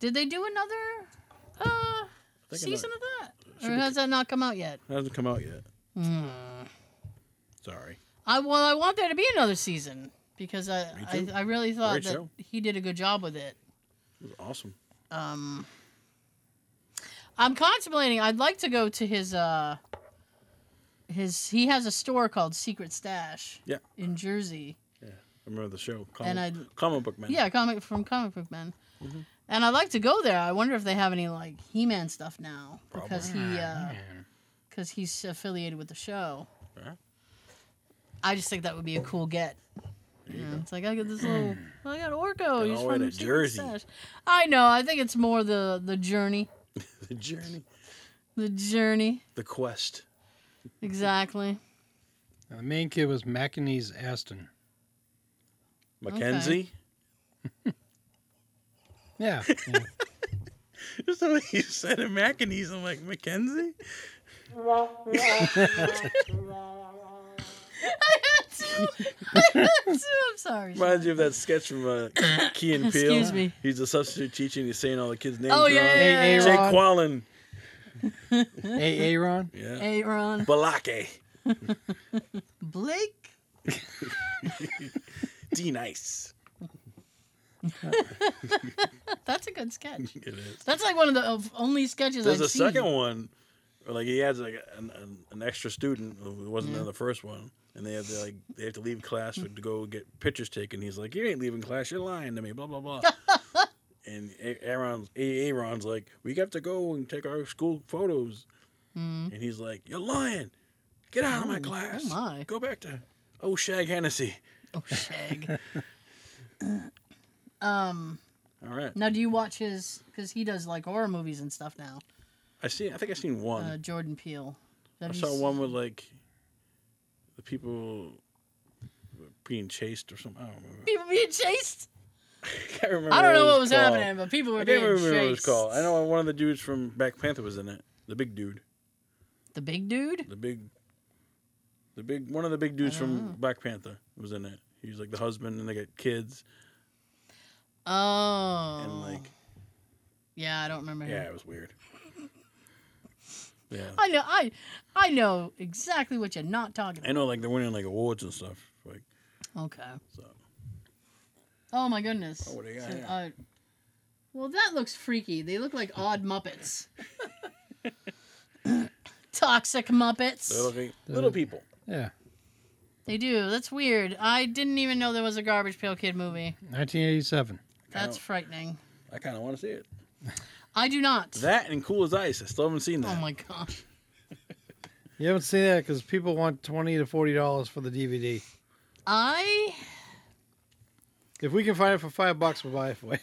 [SPEAKER 2] Did they do another uh,
[SPEAKER 3] I think
[SPEAKER 2] season
[SPEAKER 3] another-
[SPEAKER 2] of that?
[SPEAKER 3] Should
[SPEAKER 2] Or
[SPEAKER 3] be-
[SPEAKER 2] has that not come out yet?
[SPEAKER 3] it hasn't come out yet.
[SPEAKER 2] Hmm.
[SPEAKER 3] Sorry.
[SPEAKER 2] I well, I want there to be another season because I
[SPEAKER 3] Me
[SPEAKER 2] I,
[SPEAKER 3] too.
[SPEAKER 2] I really thought
[SPEAKER 3] Great
[SPEAKER 2] that
[SPEAKER 3] show.
[SPEAKER 2] he did a good job with it.
[SPEAKER 3] It was awesome.
[SPEAKER 2] Um, I'm contemplating. I'd like to go to his uh his he has a store called Secret Stash.
[SPEAKER 3] Yeah.
[SPEAKER 2] In Jersey.
[SPEAKER 3] I remember the show. Comic,
[SPEAKER 2] And
[SPEAKER 3] comic book man.
[SPEAKER 2] Yeah, comic from Comic Book Men.
[SPEAKER 3] Mm-hmm.
[SPEAKER 2] And I'd like to go there. I wonder if they have any like He-Man stuff now because
[SPEAKER 4] Ah,
[SPEAKER 2] he uh, because he's affiliated with the show.
[SPEAKER 3] Yeah.
[SPEAKER 2] I just think that would be a cool get. You know, it's like I got this little, I got Orko.
[SPEAKER 3] Going
[SPEAKER 2] He's
[SPEAKER 3] all the way
[SPEAKER 2] from
[SPEAKER 3] to
[SPEAKER 2] Secret
[SPEAKER 3] Jersey.
[SPEAKER 2] Stash. I know. I think it's more the the journey,
[SPEAKER 3] The journey,
[SPEAKER 2] the journey.
[SPEAKER 3] the quest.
[SPEAKER 2] Exactly.
[SPEAKER 4] And the main kid was Macanese Aston.
[SPEAKER 3] Mackenzie.
[SPEAKER 4] Yeah, yeah.
[SPEAKER 3] Just the way you said it, Mackenzie. I'm like Mackenzie.
[SPEAKER 2] I had to. I had to. I'm sorry.
[SPEAKER 3] Reminds you of that sketch from uh, Key and Peele.
[SPEAKER 2] Excuse me.
[SPEAKER 3] He's a substitute teacher. and He's saying all the kids' names.
[SPEAKER 2] Oh, yeah,
[SPEAKER 3] wrong.
[SPEAKER 2] yeah, yeah,
[SPEAKER 3] Jake
[SPEAKER 4] yeah.
[SPEAKER 3] Quallen.
[SPEAKER 4] hey Aaron.
[SPEAKER 3] Yeah.
[SPEAKER 2] Hey, Ron.
[SPEAKER 3] Balake.
[SPEAKER 2] Blake.
[SPEAKER 3] D nice.
[SPEAKER 2] That's a good sketch.
[SPEAKER 3] It is.
[SPEAKER 2] That's like one of the of only sketches
[SPEAKER 3] There's
[SPEAKER 2] I've
[SPEAKER 3] a
[SPEAKER 2] seen.
[SPEAKER 3] second one, where, like he has like an, an, an extra student who wasn't
[SPEAKER 2] Yeah.
[SPEAKER 3] on the first one, and they have to like they have to leave class for, to go get pictures taken. He's like, "You ain't leaving class. You're lying to me." Blah blah blah. and A- Aaron's A- Aaron's like, "We have to go and take our school photos,"
[SPEAKER 2] Mm.
[SPEAKER 3] and he's like, "You're lying. Get out of my class.
[SPEAKER 2] oh my.
[SPEAKER 3] Go back to." Oh, Shag Hennessy.
[SPEAKER 2] Oh, shag. um.
[SPEAKER 3] All right.
[SPEAKER 2] Now, do you watch his? Because he does like horror movies and stuff now.
[SPEAKER 3] I see. I think I seen one.
[SPEAKER 2] Uh, Jordan Peele.
[SPEAKER 3] I
[SPEAKER 2] Have you
[SPEAKER 3] saw
[SPEAKER 2] s-
[SPEAKER 3] one with like the people were being chased or something. I don't remember.
[SPEAKER 2] People being chased.
[SPEAKER 3] I, can't remember
[SPEAKER 2] I don't know
[SPEAKER 3] it
[SPEAKER 2] what was
[SPEAKER 3] called.
[SPEAKER 2] happening, but people were
[SPEAKER 3] I
[SPEAKER 2] being
[SPEAKER 3] can't remember
[SPEAKER 2] chased.
[SPEAKER 3] what it was called. I know one of the dudes from Black Panther was in it. The big dude.
[SPEAKER 2] The big dude.
[SPEAKER 3] The big. The big one of the big dudes
[SPEAKER 2] I
[SPEAKER 3] from
[SPEAKER 2] don't know.
[SPEAKER 3] Black Panther was in it. He was like the husband, and they got kids,
[SPEAKER 2] Oh.
[SPEAKER 3] and like
[SPEAKER 2] Yeah, I don't remember.
[SPEAKER 3] yeah,
[SPEAKER 2] Yeah.
[SPEAKER 3] it was weird. Yeah,
[SPEAKER 2] I know. I, I know exactly what you're not talking
[SPEAKER 3] I
[SPEAKER 2] about.
[SPEAKER 3] know like they're winning like awards and stuff. Like
[SPEAKER 2] Okay.
[SPEAKER 3] so,
[SPEAKER 2] Oh my goodness.
[SPEAKER 3] Oh, what do you got
[SPEAKER 2] So,
[SPEAKER 3] here?
[SPEAKER 2] uh, well, that looks freaky. They look like odd Muppets. Toxic Muppets.
[SPEAKER 3] They're looking little people.
[SPEAKER 4] Yeah.
[SPEAKER 2] They do. That's weird. I didn't even know there was a Garbage Pail Kid movie.
[SPEAKER 4] 1987.
[SPEAKER 2] That's
[SPEAKER 3] Oh.
[SPEAKER 2] frightening.
[SPEAKER 3] I kind of want to see it.
[SPEAKER 2] I do not.
[SPEAKER 3] That and Cool as Ice. I still haven't seen that.
[SPEAKER 2] oh my gosh.
[SPEAKER 4] You haven't seen that because people want 20 to $40 for the DVD.
[SPEAKER 2] I
[SPEAKER 4] If we can find it for five bucks, we'll buy it for you.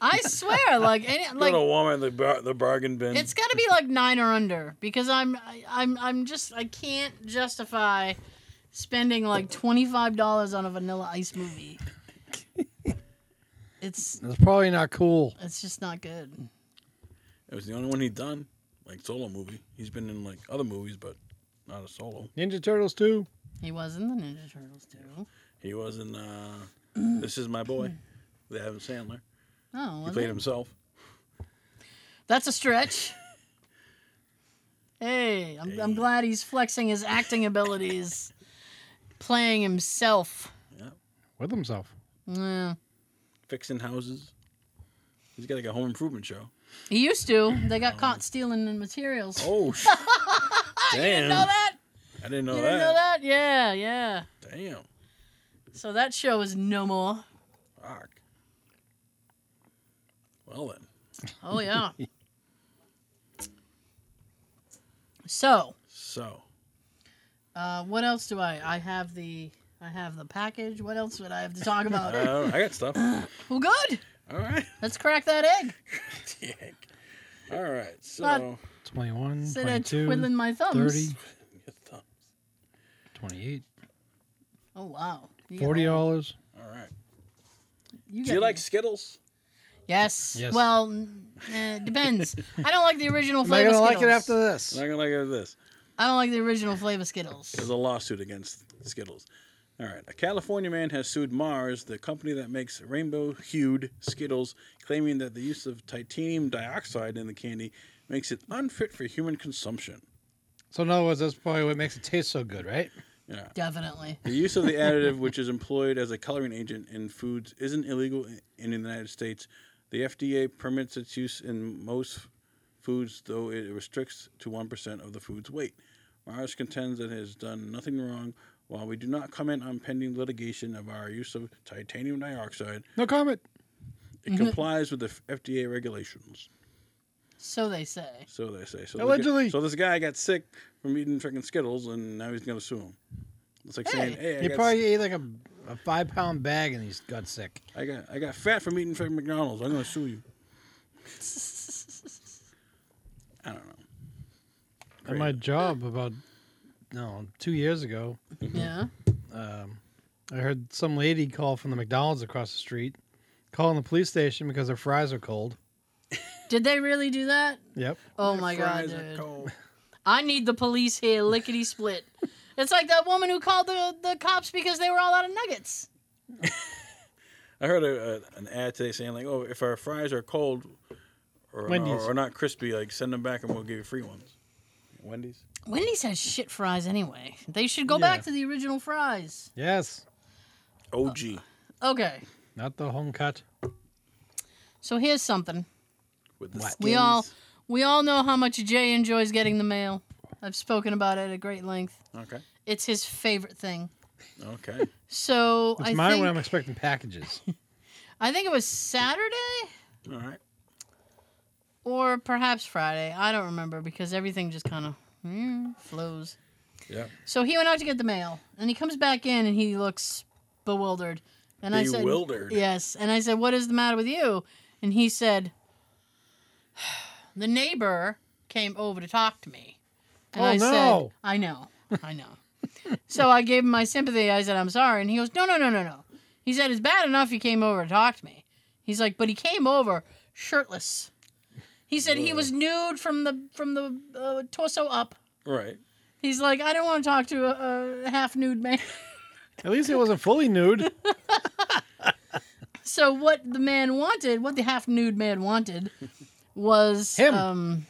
[SPEAKER 2] I swear, like any
[SPEAKER 3] Go to
[SPEAKER 2] like
[SPEAKER 3] Walmart, the bar, the bargain bin.
[SPEAKER 2] it's got to be like nine or under because I'm I, I'm I'm just I can't justify spending like twenty five dollars on a Vanilla Ice movie. it's
[SPEAKER 4] It's probably not cool.
[SPEAKER 2] it's just not good.
[SPEAKER 3] It was the only one he'd done, like solo movie. He's been in like other movies, but not a solo.
[SPEAKER 4] Ninja Turtles 2.
[SPEAKER 2] He was in the Ninja Turtles too.
[SPEAKER 3] He was in uh, This Is My Boy with Adam Sandler.
[SPEAKER 2] Oh,
[SPEAKER 3] He
[SPEAKER 2] was
[SPEAKER 3] played
[SPEAKER 2] it?
[SPEAKER 3] himself.
[SPEAKER 2] that's a stretch. hey, I'm, I'm
[SPEAKER 3] Hey.
[SPEAKER 2] glad he's flexing his acting abilities, playing himself.
[SPEAKER 4] With himself.
[SPEAKER 2] Yeah.
[SPEAKER 3] fixing houses. He's got like a home improvement show.
[SPEAKER 2] He used to. They got caught stealing the materials.
[SPEAKER 3] Oh, sh- damn!
[SPEAKER 2] You know that?
[SPEAKER 3] I didn't know
[SPEAKER 2] you
[SPEAKER 3] that.
[SPEAKER 2] didn't know that? Yeah, yeah.
[SPEAKER 3] Damn,
[SPEAKER 2] So that show is no more.
[SPEAKER 3] fuck. Well then,
[SPEAKER 2] Oh yeah. so,
[SPEAKER 3] so
[SPEAKER 2] uh, what else do I? I have the I have the package. What else would I have to talk about?
[SPEAKER 3] uh, I got stuff.
[SPEAKER 2] well, good.
[SPEAKER 3] All right.
[SPEAKER 2] Let's crack that egg.
[SPEAKER 3] Dick. All right. So
[SPEAKER 4] 21,
[SPEAKER 2] Sit there
[SPEAKER 4] 22,
[SPEAKER 2] twiddling my thumbs.
[SPEAKER 4] 30,
[SPEAKER 3] your thumb.
[SPEAKER 4] 28,
[SPEAKER 2] Oh wow. You got all-
[SPEAKER 4] $40.
[SPEAKER 3] All right.
[SPEAKER 2] You
[SPEAKER 3] Do
[SPEAKER 2] got
[SPEAKER 3] you like
[SPEAKER 2] all-
[SPEAKER 3] Skittles?
[SPEAKER 2] Yes.
[SPEAKER 4] Yes.
[SPEAKER 2] Well, n- eh, depends. I don't like the original
[SPEAKER 4] Am I
[SPEAKER 2] flavor
[SPEAKER 4] going to
[SPEAKER 2] Skittles.
[SPEAKER 4] like it after this?
[SPEAKER 3] I'm not gonna like it this.
[SPEAKER 2] I don't like the original flavor Skittles.
[SPEAKER 3] There's a lawsuit against Skittles. All right. A California man has sued Mars, the company that makes rainbow hued Skittles, claiming that the use of titanium dioxide in the candy makes it unfit for human consumption.
[SPEAKER 4] So, in other words, that's probably what makes it taste so good, right?
[SPEAKER 3] Yeah.
[SPEAKER 2] Definitely.
[SPEAKER 3] The use of the additive, which is employed as a coloring agent in foods, isn't illegal in, in the United States. The FDA permits its use in most foods, though it restricts to 1% of the food's weight. Mars contends that it has done nothing wrong. While we do not comment on pending litigation of our use of titanium dioxide,
[SPEAKER 4] No comment.
[SPEAKER 3] it complies with the f- FDA regulations.
[SPEAKER 2] So they say.
[SPEAKER 3] So they say. So
[SPEAKER 4] Allegedly.
[SPEAKER 3] This guy, so this guy got sick from eating freaking Skittles, and now he's going to sue him. It's like saying, hey, I
[SPEAKER 4] He
[SPEAKER 3] got
[SPEAKER 4] probably ate like a, a five pound bag and he's got sick.
[SPEAKER 3] I got I got fat from eating from McDonald's. I'm gonna sue you. I don't know.
[SPEAKER 4] At my job about, no, two years ago,
[SPEAKER 2] Yeah.
[SPEAKER 4] um, I heard some lady call from the McDonald's across the street, calling the police station because her fries are cold.
[SPEAKER 2] Did they really do that?
[SPEAKER 4] Yep.
[SPEAKER 2] Oh my god,
[SPEAKER 3] Fries are
[SPEAKER 2] dude.
[SPEAKER 3] cold.
[SPEAKER 2] I need the police here, lickety split. it's like that woman who called the, the cops because they were all out of nuggets.
[SPEAKER 3] I heard a, a, an ad today saying like, "Oh, if our fries are cold or, or,
[SPEAKER 4] Wendy's.
[SPEAKER 3] or not crispy, like send them back and we'll give you free ones." Wendy's.
[SPEAKER 2] Wendy's has shit fries anyway. They should go
[SPEAKER 4] Yeah.
[SPEAKER 2] back to the original fries.
[SPEAKER 4] Yes.
[SPEAKER 3] OG.
[SPEAKER 2] Uh, Okay,
[SPEAKER 4] Not the home cut.
[SPEAKER 2] so here's something.
[SPEAKER 3] with the
[SPEAKER 4] What?
[SPEAKER 2] We all-
[SPEAKER 3] skins.
[SPEAKER 2] We all know how much Jay enjoys getting the mail. I've spoken about it at great length.
[SPEAKER 3] Okay.
[SPEAKER 2] It's his favorite thing.
[SPEAKER 3] Okay.
[SPEAKER 2] So
[SPEAKER 4] It's
[SPEAKER 2] I
[SPEAKER 4] mine when I'm
[SPEAKER 2] think
[SPEAKER 4] expecting packages.
[SPEAKER 2] I think it was Saturday
[SPEAKER 3] all right.
[SPEAKER 2] or perhaps Friday. I don't remember because everything just kind of flows.
[SPEAKER 3] Yeah.
[SPEAKER 2] So he went out to get the mail, and he comes back in, and he looks bewildered. And
[SPEAKER 3] Bewildered.
[SPEAKER 2] I said, "Yes." And I said, "What is the matter with you?" And he said, "The neighbor came over to talk to me." And
[SPEAKER 4] Oh,
[SPEAKER 2] I
[SPEAKER 4] no.
[SPEAKER 2] said, "I know, I know." so I gave him my sympathy. I said, "I'm sorry," and he goes, "No, no, no, no, no." He said, "It's bad enough he came over to talk to me." He's like, "But he came over shirtless." He said he was nude from the from the uh, torso up.
[SPEAKER 3] Right.
[SPEAKER 2] He's like, I don't want to talk to a, a half nude man.
[SPEAKER 4] At least it wasn't fully nude.
[SPEAKER 2] So what the man wanted, what the half nude man wanted, was
[SPEAKER 4] Him.
[SPEAKER 2] um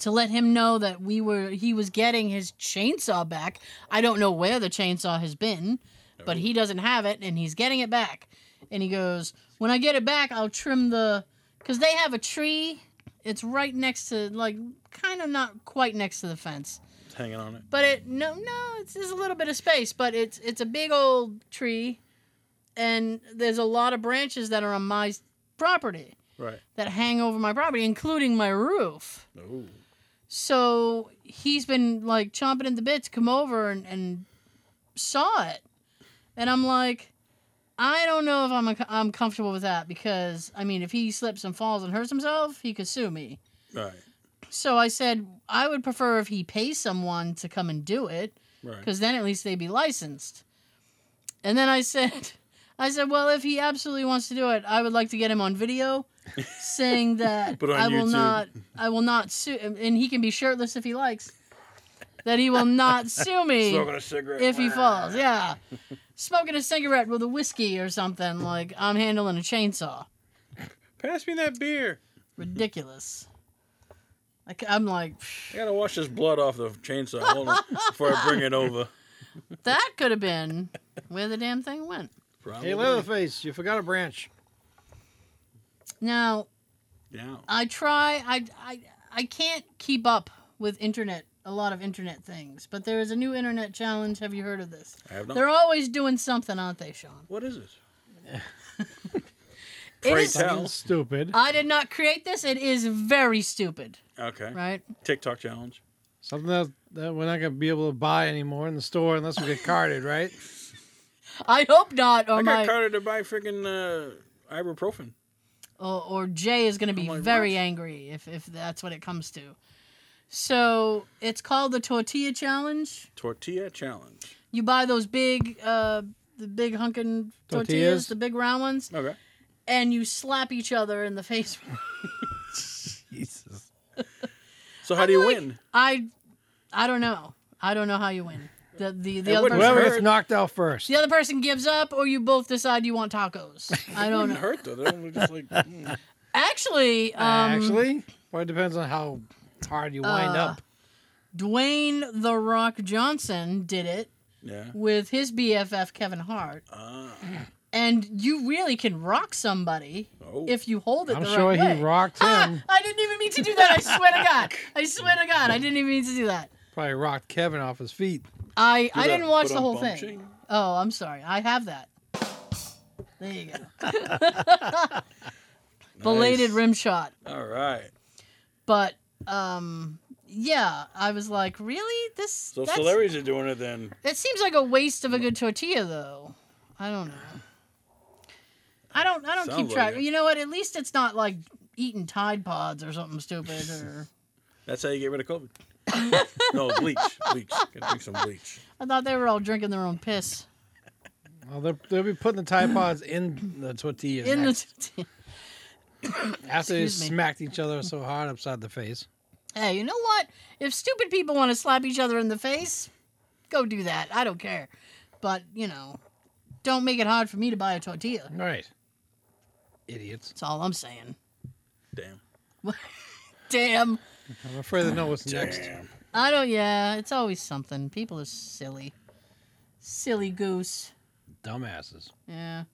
[SPEAKER 2] to let him know that we were he was getting his chainsaw back. I don't know where the chainsaw has been, but he doesn't have it and he's getting it back. and he goes, "When I get it back, I'll trim the cuz they have a tree. It's right next to like kind of not quite next to the fence.
[SPEAKER 3] It's hanging on it.
[SPEAKER 2] But it no no, it's there's a little bit of space, but it's it's a big old tree and there's a lot of branches that are on my property
[SPEAKER 3] Right.
[SPEAKER 2] that hang over my property, including my roof.
[SPEAKER 3] Oh.
[SPEAKER 2] So he's been like chomping at the bit to come over and, and saw it. And I'm like, I don't know if I'm, i I'm comfortable with that because, I mean, if he slips and falls and hurts himself, he could sue me.
[SPEAKER 3] Right.
[SPEAKER 2] So I said, I would prefer if he pays someone to come and do it
[SPEAKER 3] Right.
[SPEAKER 2] because then at least they'd be licensed. And then I said, I said, well, if he absolutely wants to do it, I would like to get him on video saying that
[SPEAKER 3] Put on
[SPEAKER 2] I will
[SPEAKER 3] YouTube.
[SPEAKER 2] not, I will not sue, and he can be shirtless if he likes. That he will not sue me
[SPEAKER 3] Smoking a cigarette.
[SPEAKER 2] if he falls. Yeah, smoking a cigarette with a whiskey or something like I'm handling a chainsaw.
[SPEAKER 3] Pass me that beer.
[SPEAKER 2] Ridiculous. I c- I'm like,
[SPEAKER 3] I gotta wash this blood off the chainsaw. Hold on, before I bring it over.
[SPEAKER 2] that could have been where the damn thing went.
[SPEAKER 3] Probably.
[SPEAKER 4] Hey, Leatherface, you forgot a branch.
[SPEAKER 2] Now,
[SPEAKER 3] Yeah.
[SPEAKER 2] I try. I, I I can't keep up with internet. A lot of internet things, but there is a new internet challenge. Have you heard of this?
[SPEAKER 3] I have not.
[SPEAKER 2] They're always doing something, aren't they, Sean?
[SPEAKER 3] What is this?
[SPEAKER 2] It
[SPEAKER 3] Pray
[SPEAKER 2] is,
[SPEAKER 3] tell.
[SPEAKER 4] Fucking Stupid.
[SPEAKER 2] I did not create this. It is very stupid,
[SPEAKER 3] Okay.
[SPEAKER 2] right?
[SPEAKER 3] TikTok challenge.
[SPEAKER 4] Something that, that we're not gonna be able to buy anymore in the store unless we get carded, right?
[SPEAKER 2] I hope not,
[SPEAKER 3] I
[SPEAKER 2] or
[SPEAKER 3] got
[SPEAKER 2] Oh, my
[SPEAKER 3] carded to buy freaking uh, ibuprofen.
[SPEAKER 2] or, or Jay is going to be
[SPEAKER 3] like,
[SPEAKER 2] very
[SPEAKER 3] what?
[SPEAKER 2] angry if if that's what it comes to. So it's called the tortilla challenge.
[SPEAKER 3] Tortilla challenge.
[SPEAKER 2] You buy those big, uh, the big hunkin' tortillas,
[SPEAKER 4] Tortillas.
[SPEAKER 2] the big round ones.
[SPEAKER 3] Okay.
[SPEAKER 2] and you slap each other in the face.
[SPEAKER 4] Jesus.
[SPEAKER 3] So how do you
[SPEAKER 2] like-
[SPEAKER 3] win?
[SPEAKER 2] I, I don't know. I don't know how you win. The the, the other
[SPEAKER 3] wouldn't
[SPEAKER 2] person,
[SPEAKER 4] Whoever
[SPEAKER 3] hurt.
[SPEAKER 4] gets knocked out first.
[SPEAKER 2] the other person gives up, or you both decide you want tacos. I don't
[SPEAKER 3] Wouldn't
[SPEAKER 2] know.
[SPEAKER 3] hurt Uh, though. They're only just like mm.
[SPEAKER 2] Actually, um,
[SPEAKER 4] Uh, Actually, well, it depends on how hard you wind
[SPEAKER 2] Uh,
[SPEAKER 4] up.
[SPEAKER 2] Dwayne the Rock Johnson did it
[SPEAKER 3] yeah.
[SPEAKER 2] with his BFF Kevin Hart,
[SPEAKER 3] Ah.
[SPEAKER 2] and you really can rock somebody
[SPEAKER 3] Oh.
[SPEAKER 2] if you hold it.
[SPEAKER 4] I'm
[SPEAKER 2] the
[SPEAKER 4] sure
[SPEAKER 2] right
[SPEAKER 4] he
[SPEAKER 2] way.
[SPEAKER 4] rocked
[SPEAKER 2] Ah,
[SPEAKER 4] him.
[SPEAKER 2] I didn't even mean to do that. I swear to God. I swear to God, I didn't even mean to do that.
[SPEAKER 4] Probably rocked Kevin off his feet.
[SPEAKER 2] I
[SPEAKER 3] Do
[SPEAKER 2] I
[SPEAKER 3] that
[SPEAKER 2] didn't watch the
[SPEAKER 3] ba-dum
[SPEAKER 2] whole
[SPEAKER 3] bum
[SPEAKER 2] thing.
[SPEAKER 3] ching.
[SPEAKER 2] Oh, I'm sorry. I have that. There you go. Belated
[SPEAKER 3] Nice.
[SPEAKER 2] rim shot.
[SPEAKER 3] All right.
[SPEAKER 2] But um yeah, I was like, really? This
[SPEAKER 3] So
[SPEAKER 2] that's-
[SPEAKER 3] celebrities are doing it then.
[SPEAKER 2] that seems like a waste of a good tortilla though. I don't know. I don't I don't
[SPEAKER 3] Sounds
[SPEAKER 2] keep
[SPEAKER 3] like
[SPEAKER 2] track.
[SPEAKER 3] it.
[SPEAKER 2] you know what? At least it's not like eating Tide Pods or something stupid or
[SPEAKER 3] That's how you get rid of COVID. no bleach. Bleach. Gotta drink some bleach.
[SPEAKER 2] I thought they were all drinking their own piss.
[SPEAKER 4] Well, they'll, they'll be putting the Tide Pods in the tortillas
[SPEAKER 2] In the
[SPEAKER 4] next,
[SPEAKER 2] tortilla.
[SPEAKER 4] after they
[SPEAKER 2] excuse me.
[SPEAKER 4] smacked each other so hard upside the face.
[SPEAKER 2] Hey, you know what? If stupid people want to slap each other in the face, go do that. I don't care. But, you know, don't make it hard for me to buy a tortilla.
[SPEAKER 4] Right. Idiots.
[SPEAKER 2] That's all I'm saying.
[SPEAKER 3] Damn.
[SPEAKER 2] Damn.
[SPEAKER 4] I'm afraid they know what's next.
[SPEAKER 3] Damn.
[SPEAKER 2] I don't, yeah, it's always something. People are silly. Silly goose.
[SPEAKER 4] Dumbasses.
[SPEAKER 2] Yeah.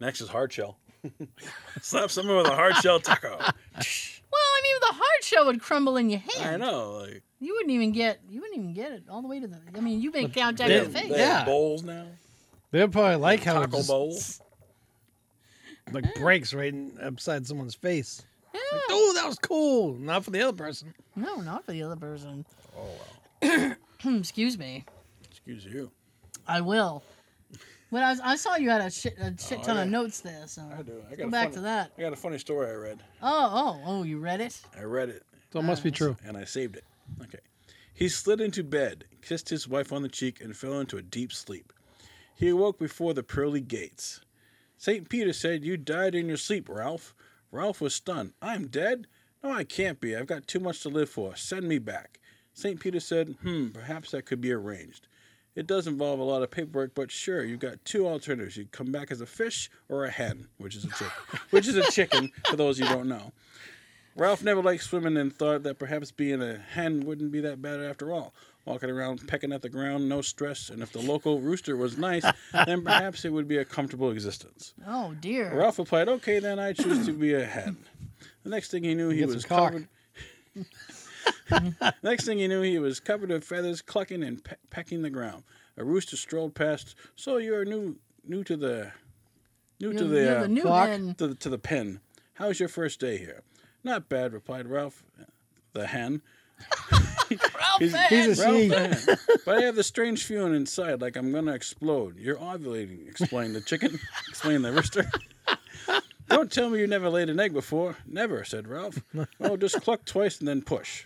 [SPEAKER 3] Next is hard shell. Slap someone with a hard shell taco.
[SPEAKER 2] Well, I mean, the hard shell would crumble in your hand.
[SPEAKER 3] I know. Like
[SPEAKER 2] You wouldn't even get, you wouldn't even get it all the way to the, I mean, you make contact
[SPEAKER 3] they,
[SPEAKER 2] with
[SPEAKER 3] have,
[SPEAKER 2] the face.
[SPEAKER 3] they have
[SPEAKER 4] Yeah.
[SPEAKER 3] bowls now.
[SPEAKER 4] They'll probably like how it
[SPEAKER 3] Taco
[SPEAKER 4] just,
[SPEAKER 3] bowls.
[SPEAKER 4] like breaks right in, upside someone's face.
[SPEAKER 2] Yeah.
[SPEAKER 4] Oh, that was cool. Not for the other person.
[SPEAKER 2] No, not for the other person.
[SPEAKER 3] Oh wow.
[SPEAKER 2] Excuse me.
[SPEAKER 3] Excuse you.
[SPEAKER 2] I will. When I, was, I saw you had a shit, a shit
[SPEAKER 3] Oh,
[SPEAKER 2] ton
[SPEAKER 3] yeah.
[SPEAKER 2] of notes there, so
[SPEAKER 3] I do. I got
[SPEAKER 2] go
[SPEAKER 3] a
[SPEAKER 2] back
[SPEAKER 3] funny,
[SPEAKER 2] to that.
[SPEAKER 3] I got a funny story I read.
[SPEAKER 2] Oh, oh, oh! You read it?
[SPEAKER 3] I read it.
[SPEAKER 4] So it must be true.
[SPEAKER 3] and I saved it. Okay. He slid into bed, kissed his wife on the cheek, and fell into a deep sleep. He awoke before the pearly gates. St. Peter said, You died in your sleep, Ralph. Ralph was stunned. I'm dead? No, I can't be. I've got too much to live for. Send me back. St. Peter said, Hmm, perhaps that could be arranged. It does involve a lot of paperwork, but sure, you've got two alternatives. You come back as a fish or a hen, which is a chicken, which is a chicken for those you don't know. Ralph never liked swimming and thought that perhaps being a hen wouldn't be that bad after all. Walking around pecking at the ground, no stress, and if the local rooster was nice, then perhaps it would be a comfortable existence.
[SPEAKER 2] Oh dear.
[SPEAKER 3] Ralph replied, "Okay, then I choose to be a hen." The next thing he knew, he
[SPEAKER 4] Get some
[SPEAKER 3] was
[SPEAKER 4] cock.
[SPEAKER 3] covered. next thing he knew, he was covered with feathers, clucking and pe- pecking the ground. A rooster strolled past. So you're new, new to the, new to
[SPEAKER 2] You're-
[SPEAKER 3] the,
[SPEAKER 2] you're
[SPEAKER 3] uh,
[SPEAKER 2] the new
[SPEAKER 4] clock.
[SPEAKER 2] hen.
[SPEAKER 3] to the, to the pen. How's your first day here? Not bad, replied Ralph, the hen.
[SPEAKER 2] Ralph
[SPEAKER 3] He's-
[SPEAKER 2] Hen.
[SPEAKER 4] he's a-
[SPEAKER 3] Ralph,
[SPEAKER 4] See?
[SPEAKER 3] the hen. but I have this strange feeling inside, like I'm gonna explode. You're ovulating, explained the chicken. explained the rooster. Don't tell me you never laid an egg before. Never, said Ralph. Oh, just cluck twice and then push.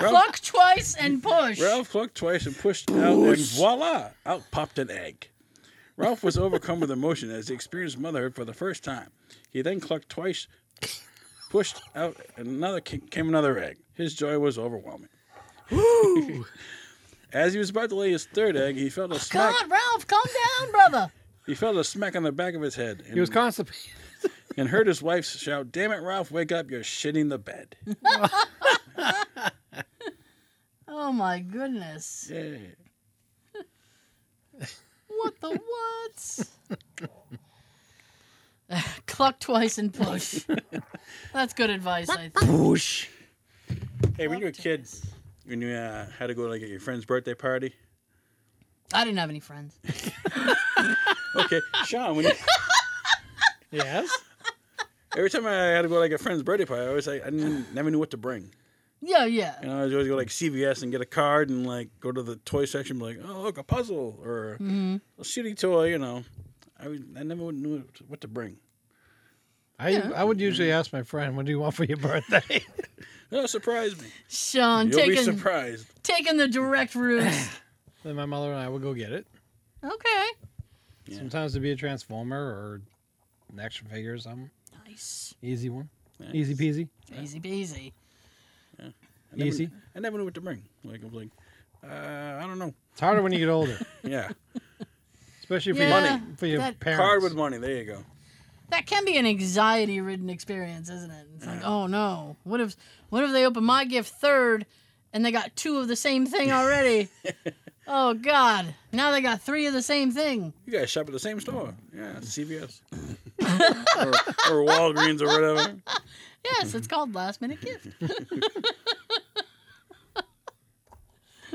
[SPEAKER 3] Ralph,
[SPEAKER 2] Cluck twice and push.
[SPEAKER 3] Ralph clucked twice and pushed out, and voila! Out popped an egg. Ralph was overcome with emotion as he experienced motherhood for the first time. He then clucked twice, pushed out and another came another egg. His joy was overwhelming. as he was about to lay his third egg, he felt a smack.
[SPEAKER 2] God, Ralph, calm down, brother.
[SPEAKER 3] He felt a smack on the back of his head. And,
[SPEAKER 4] He was constipated.
[SPEAKER 3] and heard his wife shout, "Damn it, Ralph! Wake up! You're shitting the bed."
[SPEAKER 2] Oh my goodness.
[SPEAKER 3] Yeah.
[SPEAKER 2] What the what? Cluck twice and push. That's good advice, I think.
[SPEAKER 4] Whoosh.
[SPEAKER 3] Hey, when you were a kid, when you uh, had to go like at your friend's birthday party.
[SPEAKER 2] I didn't have any friends.
[SPEAKER 3] Okay, Sean, when you.
[SPEAKER 4] Yes.
[SPEAKER 3] Every time I had to go like a friend's birthday party, I always like I didn't, never knew what to bring.
[SPEAKER 2] Yeah, yeah.
[SPEAKER 3] You know, I was always go like CVS and get a card and like go to the toy section, and be like, oh look, a puzzle or
[SPEAKER 2] Mm-hmm.
[SPEAKER 3] a shitty toy. You know, I would- I never would knew what to- what to bring.
[SPEAKER 4] I
[SPEAKER 2] Yeah.
[SPEAKER 4] I would usually ask my friend, "What do you want for your birthday?"
[SPEAKER 3] Oh, surprise me!
[SPEAKER 2] Sean
[SPEAKER 3] You'll be
[SPEAKER 2] taking
[SPEAKER 3] surprised.
[SPEAKER 2] taking the direct route.
[SPEAKER 4] then my mother and I would go get it.
[SPEAKER 2] okay.
[SPEAKER 3] Yeah.
[SPEAKER 4] Sometimes it'd be a transformer or an action figure or something.
[SPEAKER 2] Nice.
[SPEAKER 4] Easy one. Easy peasy.
[SPEAKER 2] Easy peasy.
[SPEAKER 3] I never,
[SPEAKER 4] easy.
[SPEAKER 3] I never knew what to bring. Like I'm like, uh, I don't know.
[SPEAKER 4] It's harder when you get older,
[SPEAKER 3] Yeah,
[SPEAKER 4] especially for
[SPEAKER 2] Yeah,
[SPEAKER 4] your for your
[SPEAKER 2] that-
[SPEAKER 4] parents.
[SPEAKER 3] card with money. There you go.
[SPEAKER 2] That can be an anxiety ridden experience, isn't it? It's like, oh no. What if what if they open my gift third and they got two of the same thing already? oh god. Now they got three of the same thing.
[SPEAKER 3] You guys shop at the same store. Yeah, CVS or, or Walgreens or whatever.
[SPEAKER 2] Yes, it's called last minute gift.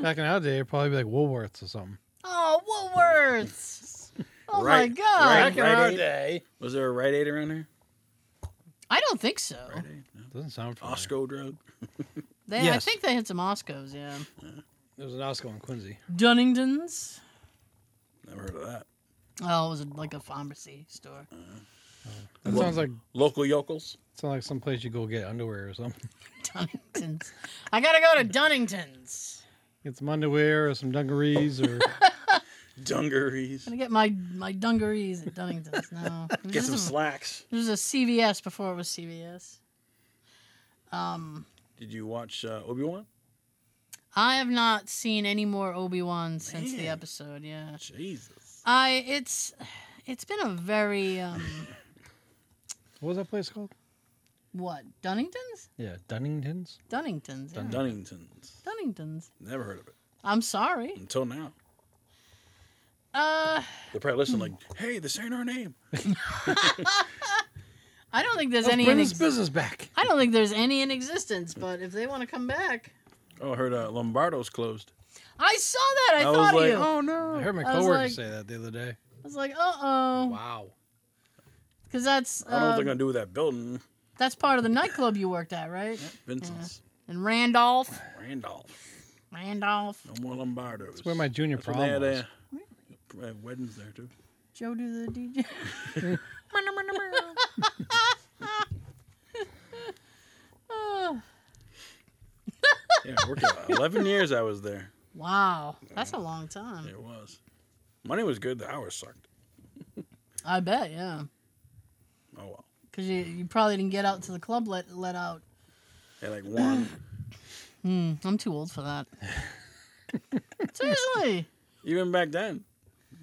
[SPEAKER 4] Back in our day, it'd probably be like Woolworths or something.
[SPEAKER 2] Oh, Woolworths. Oh
[SPEAKER 3] Right,
[SPEAKER 2] my god.
[SPEAKER 3] right. Rite Aid?
[SPEAKER 4] day.
[SPEAKER 3] Was there a Rite Aid around here?
[SPEAKER 2] I don't think so.
[SPEAKER 3] Rite Aid? No.
[SPEAKER 4] Doesn't sound familiar.
[SPEAKER 3] Osco drug.
[SPEAKER 2] They, I
[SPEAKER 4] Yes.
[SPEAKER 2] think they had some Oscos, yeah.
[SPEAKER 4] There was an Osco in Quincy.
[SPEAKER 2] Dunningtons.
[SPEAKER 3] Never heard of that.
[SPEAKER 2] Oh, it was like a pharmacy store.
[SPEAKER 4] That sounds like
[SPEAKER 3] Local yokels.
[SPEAKER 4] sounds like some place you go get underwear or something.
[SPEAKER 2] Dunningtons. I gotta go to Dunningtons.
[SPEAKER 4] Get some underwear or some dungarees or
[SPEAKER 3] dungarees.
[SPEAKER 2] Gonna get my my dungarees at Dunningtons. No, It was
[SPEAKER 3] Get
[SPEAKER 2] just
[SPEAKER 3] some
[SPEAKER 2] a-
[SPEAKER 3] slacks.
[SPEAKER 2] It was a CVS before it was CVS. Um,
[SPEAKER 3] Did you watch uh, Obi Wan?
[SPEAKER 2] I have not seen any more Obi Wan since the
[SPEAKER 3] Man.
[SPEAKER 2] episode. Yeah,
[SPEAKER 3] Jesus.
[SPEAKER 2] I it's it's been a very um
[SPEAKER 4] what was that place called?
[SPEAKER 2] what Dunningtons
[SPEAKER 4] Yeah, Dunningtons.
[SPEAKER 2] Dunningtons yeah.
[SPEAKER 3] Dunningtons.
[SPEAKER 2] Dunningtons.
[SPEAKER 3] Never heard of it
[SPEAKER 2] I'm sorry.
[SPEAKER 3] until now.
[SPEAKER 2] Uh,
[SPEAKER 3] They're probably listening like, "Hey, this ain't our name."
[SPEAKER 2] I don't think there's
[SPEAKER 4] Let's
[SPEAKER 2] any.
[SPEAKER 4] bring
[SPEAKER 2] In
[SPEAKER 4] this
[SPEAKER 2] ex-
[SPEAKER 4] business back.
[SPEAKER 2] I don't think there's any in existence. But if they want to come back,
[SPEAKER 3] Oh, I heard uh, Lombardo's closed.
[SPEAKER 2] I saw that. I,
[SPEAKER 3] I was
[SPEAKER 2] thought of
[SPEAKER 3] like,
[SPEAKER 2] you.
[SPEAKER 3] oh,
[SPEAKER 2] no!
[SPEAKER 4] I heard my
[SPEAKER 2] I was
[SPEAKER 4] coworker
[SPEAKER 2] like-
[SPEAKER 4] say that the other day.
[SPEAKER 2] I was like, uh oh,
[SPEAKER 4] Wow.
[SPEAKER 2] because that's
[SPEAKER 3] I don't know what
[SPEAKER 2] uh,
[SPEAKER 3] they're gonna do with that building.
[SPEAKER 2] that's part of the nightclub you worked at, right?
[SPEAKER 3] Vincent's,
[SPEAKER 2] And Randolph.
[SPEAKER 3] Randolph,
[SPEAKER 2] Randolph.
[SPEAKER 3] no more Lombardo's.
[SPEAKER 4] Where my junior
[SPEAKER 3] That's where they
[SPEAKER 4] prom
[SPEAKER 3] had,
[SPEAKER 4] was.
[SPEAKER 3] uh, uh, weddings there too.
[SPEAKER 2] Joe do the DJ. Oh,
[SPEAKER 3] Yeah, I worked there. eleven years I was there.
[SPEAKER 2] wow, that's a long time.
[SPEAKER 3] It was. Money was good. The hours sucked.
[SPEAKER 2] I bet, yeah.
[SPEAKER 3] Oh well.
[SPEAKER 2] Because you, you probably didn't get out to the club let let out.
[SPEAKER 3] At like one,
[SPEAKER 2] Hmm, I'm too old for that. Seriously,
[SPEAKER 3] even back then,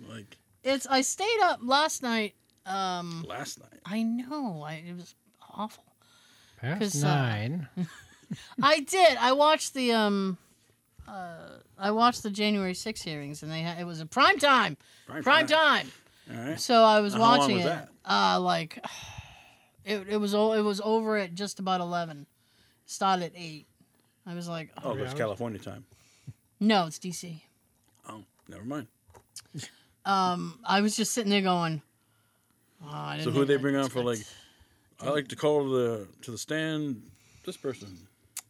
[SPEAKER 3] like
[SPEAKER 2] it's I stayed up last night. Um,
[SPEAKER 3] last night.
[SPEAKER 2] I know I, it was awful. 'Cause,
[SPEAKER 4] Past
[SPEAKER 2] uh,
[SPEAKER 4] nine.
[SPEAKER 2] I did. I watched the um, uh, I watched the January 6th hearings, and they ha- it was a prime time, prime time.
[SPEAKER 3] All right.
[SPEAKER 2] So I was
[SPEAKER 3] How long
[SPEAKER 2] watching
[SPEAKER 3] was
[SPEAKER 2] it.
[SPEAKER 3] that?
[SPEAKER 2] Uh, like it, it was o- it was over at just about eleven. Started at eight. I was like, oh,
[SPEAKER 3] Oh, that's California time.
[SPEAKER 2] no, it's DC.
[SPEAKER 3] Oh, never mind.
[SPEAKER 2] Um, I was just sitting there going, oh, I didn't
[SPEAKER 3] who
[SPEAKER 2] think
[SPEAKER 3] they
[SPEAKER 2] I'd
[SPEAKER 3] bring on for, like,
[SPEAKER 2] expect-
[SPEAKER 3] I like to call the to the stand this person.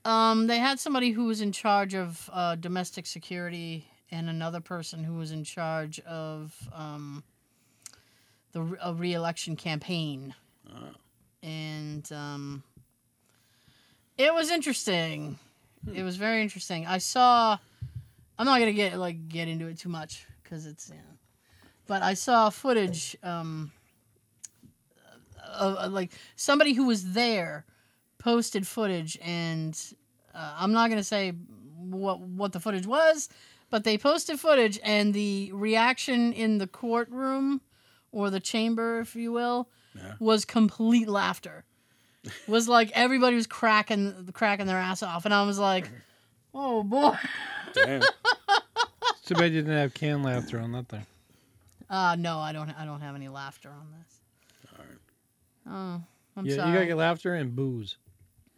[SPEAKER 2] Um, they had somebody who was in charge of uh, domestic security and another person who was in charge of um, the re- a re-election campaign.
[SPEAKER 3] Ah.
[SPEAKER 2] And um, it was interesting. It was very interesting. I saw. I'm not gonna get like get into it too much because it's. You know, but I saw footage. Um, of, of, like somebody who was there posted footage and uh, I'm not gonna say what what the footage was, but they posted footage and the reaction in the courtroom or the chamber, if you will,
[SPEAKER 3] Yeah.
[SPEAKER 2] was complete laughter. was like everybody was cracking cracking their ass off, and I was like, oh boy.
[SPEAKER 3] Damn.
[SPEAKER 4] It's Too bad you didn't have canned laughter on that thing.
[SPEAKER 2] Uh, no, I don't. I don't have any laughter on this. Oh, I'm
[SPEAKER 4] You, you
[SPEAKER 2] sorry.
[SPEAKER 4] gotta get laughter and booze.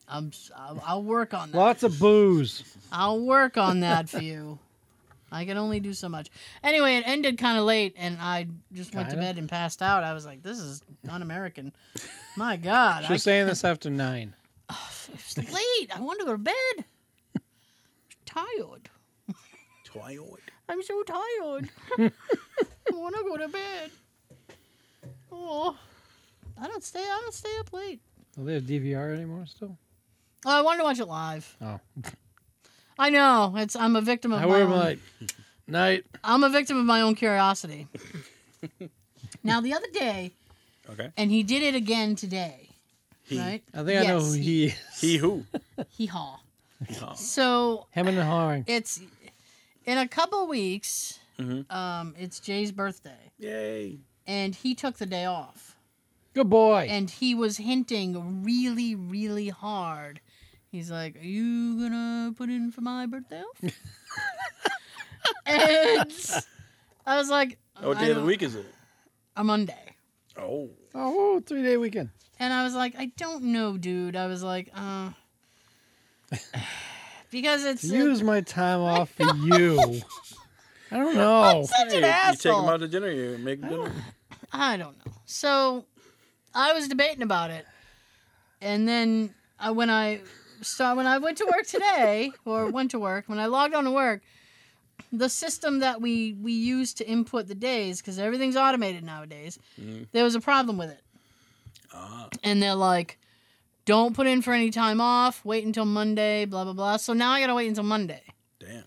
[SPEAKER 2] I'm. s- I'll, I'll work on that.
[SPEAKER 4] Lots of booze.
[SPEAKER 2] I'll work on that for you. I can only do so much. Anyway, it ended kind of late, and I just went to
[SPEAKER 4] Kinda?
[SPEAKER 2] bed and passed out. I was like, "This is un-American." My God, I,
[SPEAKER 4] She's saying this after nine.
[SPEAKER 2] it's late. I want to go to bed. I'm tired.
[SPEAKER 3] Twilight.
[SPEAKER 2] I'm so tired. I want to go to bed. Oh, I don't stay. I don't stay up late.
[SPEAKER 4] Do they have DVR anymore still?
[SPEAKER 2] Oh, I wanted to watch it live.
[SPEAKER 4] Oh.
[SPEAKER 2] I know it's. I'm a victim of.
[SPEAKER 4] I
[SPEAKER 2] my
[SPEAKER 4] wear
[SPEAKER 2] own-
[SPEAKER 4] my night.
[SPEAKER 2] I'm a victim of my own curiosity. now the other day,
[SPEAKER 3] Okay.
[SPEAKER 2] and he did it again today,
[SPEAKER 3] He.
[SPEAKER 2] right?
[SPEAKER 4] I think I know who
[SPEAKER 2] Yes,
[SPEAKER 4] he is.
[SPEAKER 3] He who?
[SPEAKER 2] Hee haw.
[SPEAKER 3] Oh.
[SPEAKER 2] So
[SPEAKER 4] Hemming and hawing.
[SPEAKER 2] it's in a couple weeks.
[SPEAKER 3] Mhm.
[SPEAKER 2] Um, it's Jay's birthday,
[SPEAKER 3] Yay.
[SPEAKER 2] and he took the day off,
[SPEAKER 4] Good boy.
[SPEAKER 2] and he was hinting really, really hard. He's like, "Are you gonna put in for my birthday?" off?" and I was like,
[SPEAKER 3] Oh, what
[SPEAKER 2] I
[SPEAKER 3] day of the
[SPEAKER 2] don't-
[SPEAKER 3] week is it?
[SPEAKER 2] A Monday."
[SPEAKER 3] Oh.
[SPEAKER 4] oh, three day weekend.
[SPEAKER 2] And I was like, I don't know, dude. I was like, uh. Because it's.
[SPEAKER 4] To use my time off for you. I don't know.
[SPEAKER 2] such an
[SPEAKER 3] you take him
[SPEAKER 2] asshole. Oh.
[SPEAKER 3] out to dinner. You make dinner.
[SPEAKER 2] I don't know. So I was debating about it. And then I, when I saw, when I went to work today, or went to work, when I logged on to work, the system that we, we use to input the days, because everything's automated nowadays,
[SPEAKER 3] Mm.
[SPEAKER 2] there was a problem with it.
[SPEAKER 3] Ah.
[SPEAKER 2] and they're like, "Don't put in for any time off. Wait until Monday." Blah blah blah. So now I gotta wait until Monday,
[SPEAKER 3] Damn.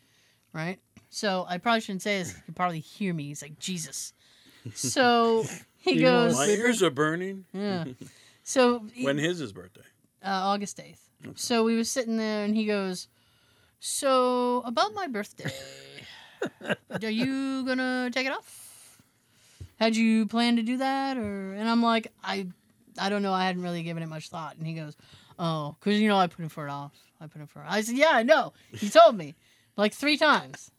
[SPEAKER 2] right? So I probably shouldn't say this. You can probably hear me. He's like, "Jesus." So he
[SPEAKER 4] You wanna
[SPEAKER 2] goes,
[SPEAKER 3] My ears are burning.
[SPEAKER 2] "Yeah." So he-
[SPEAKER 3] When his is birthday?
[SPEAKER 2] uh, August eighth. So we was sitting there, and he goes, "So about my birthday, are you gonna take it off? Had you planned to do that, or?" And I'm like, "I, I don't know. I hadn't really given it much thought." And he goes, "Oh, because you know I put it for it off. I put it for." I said, "Yeah, I know. He told me, like three times.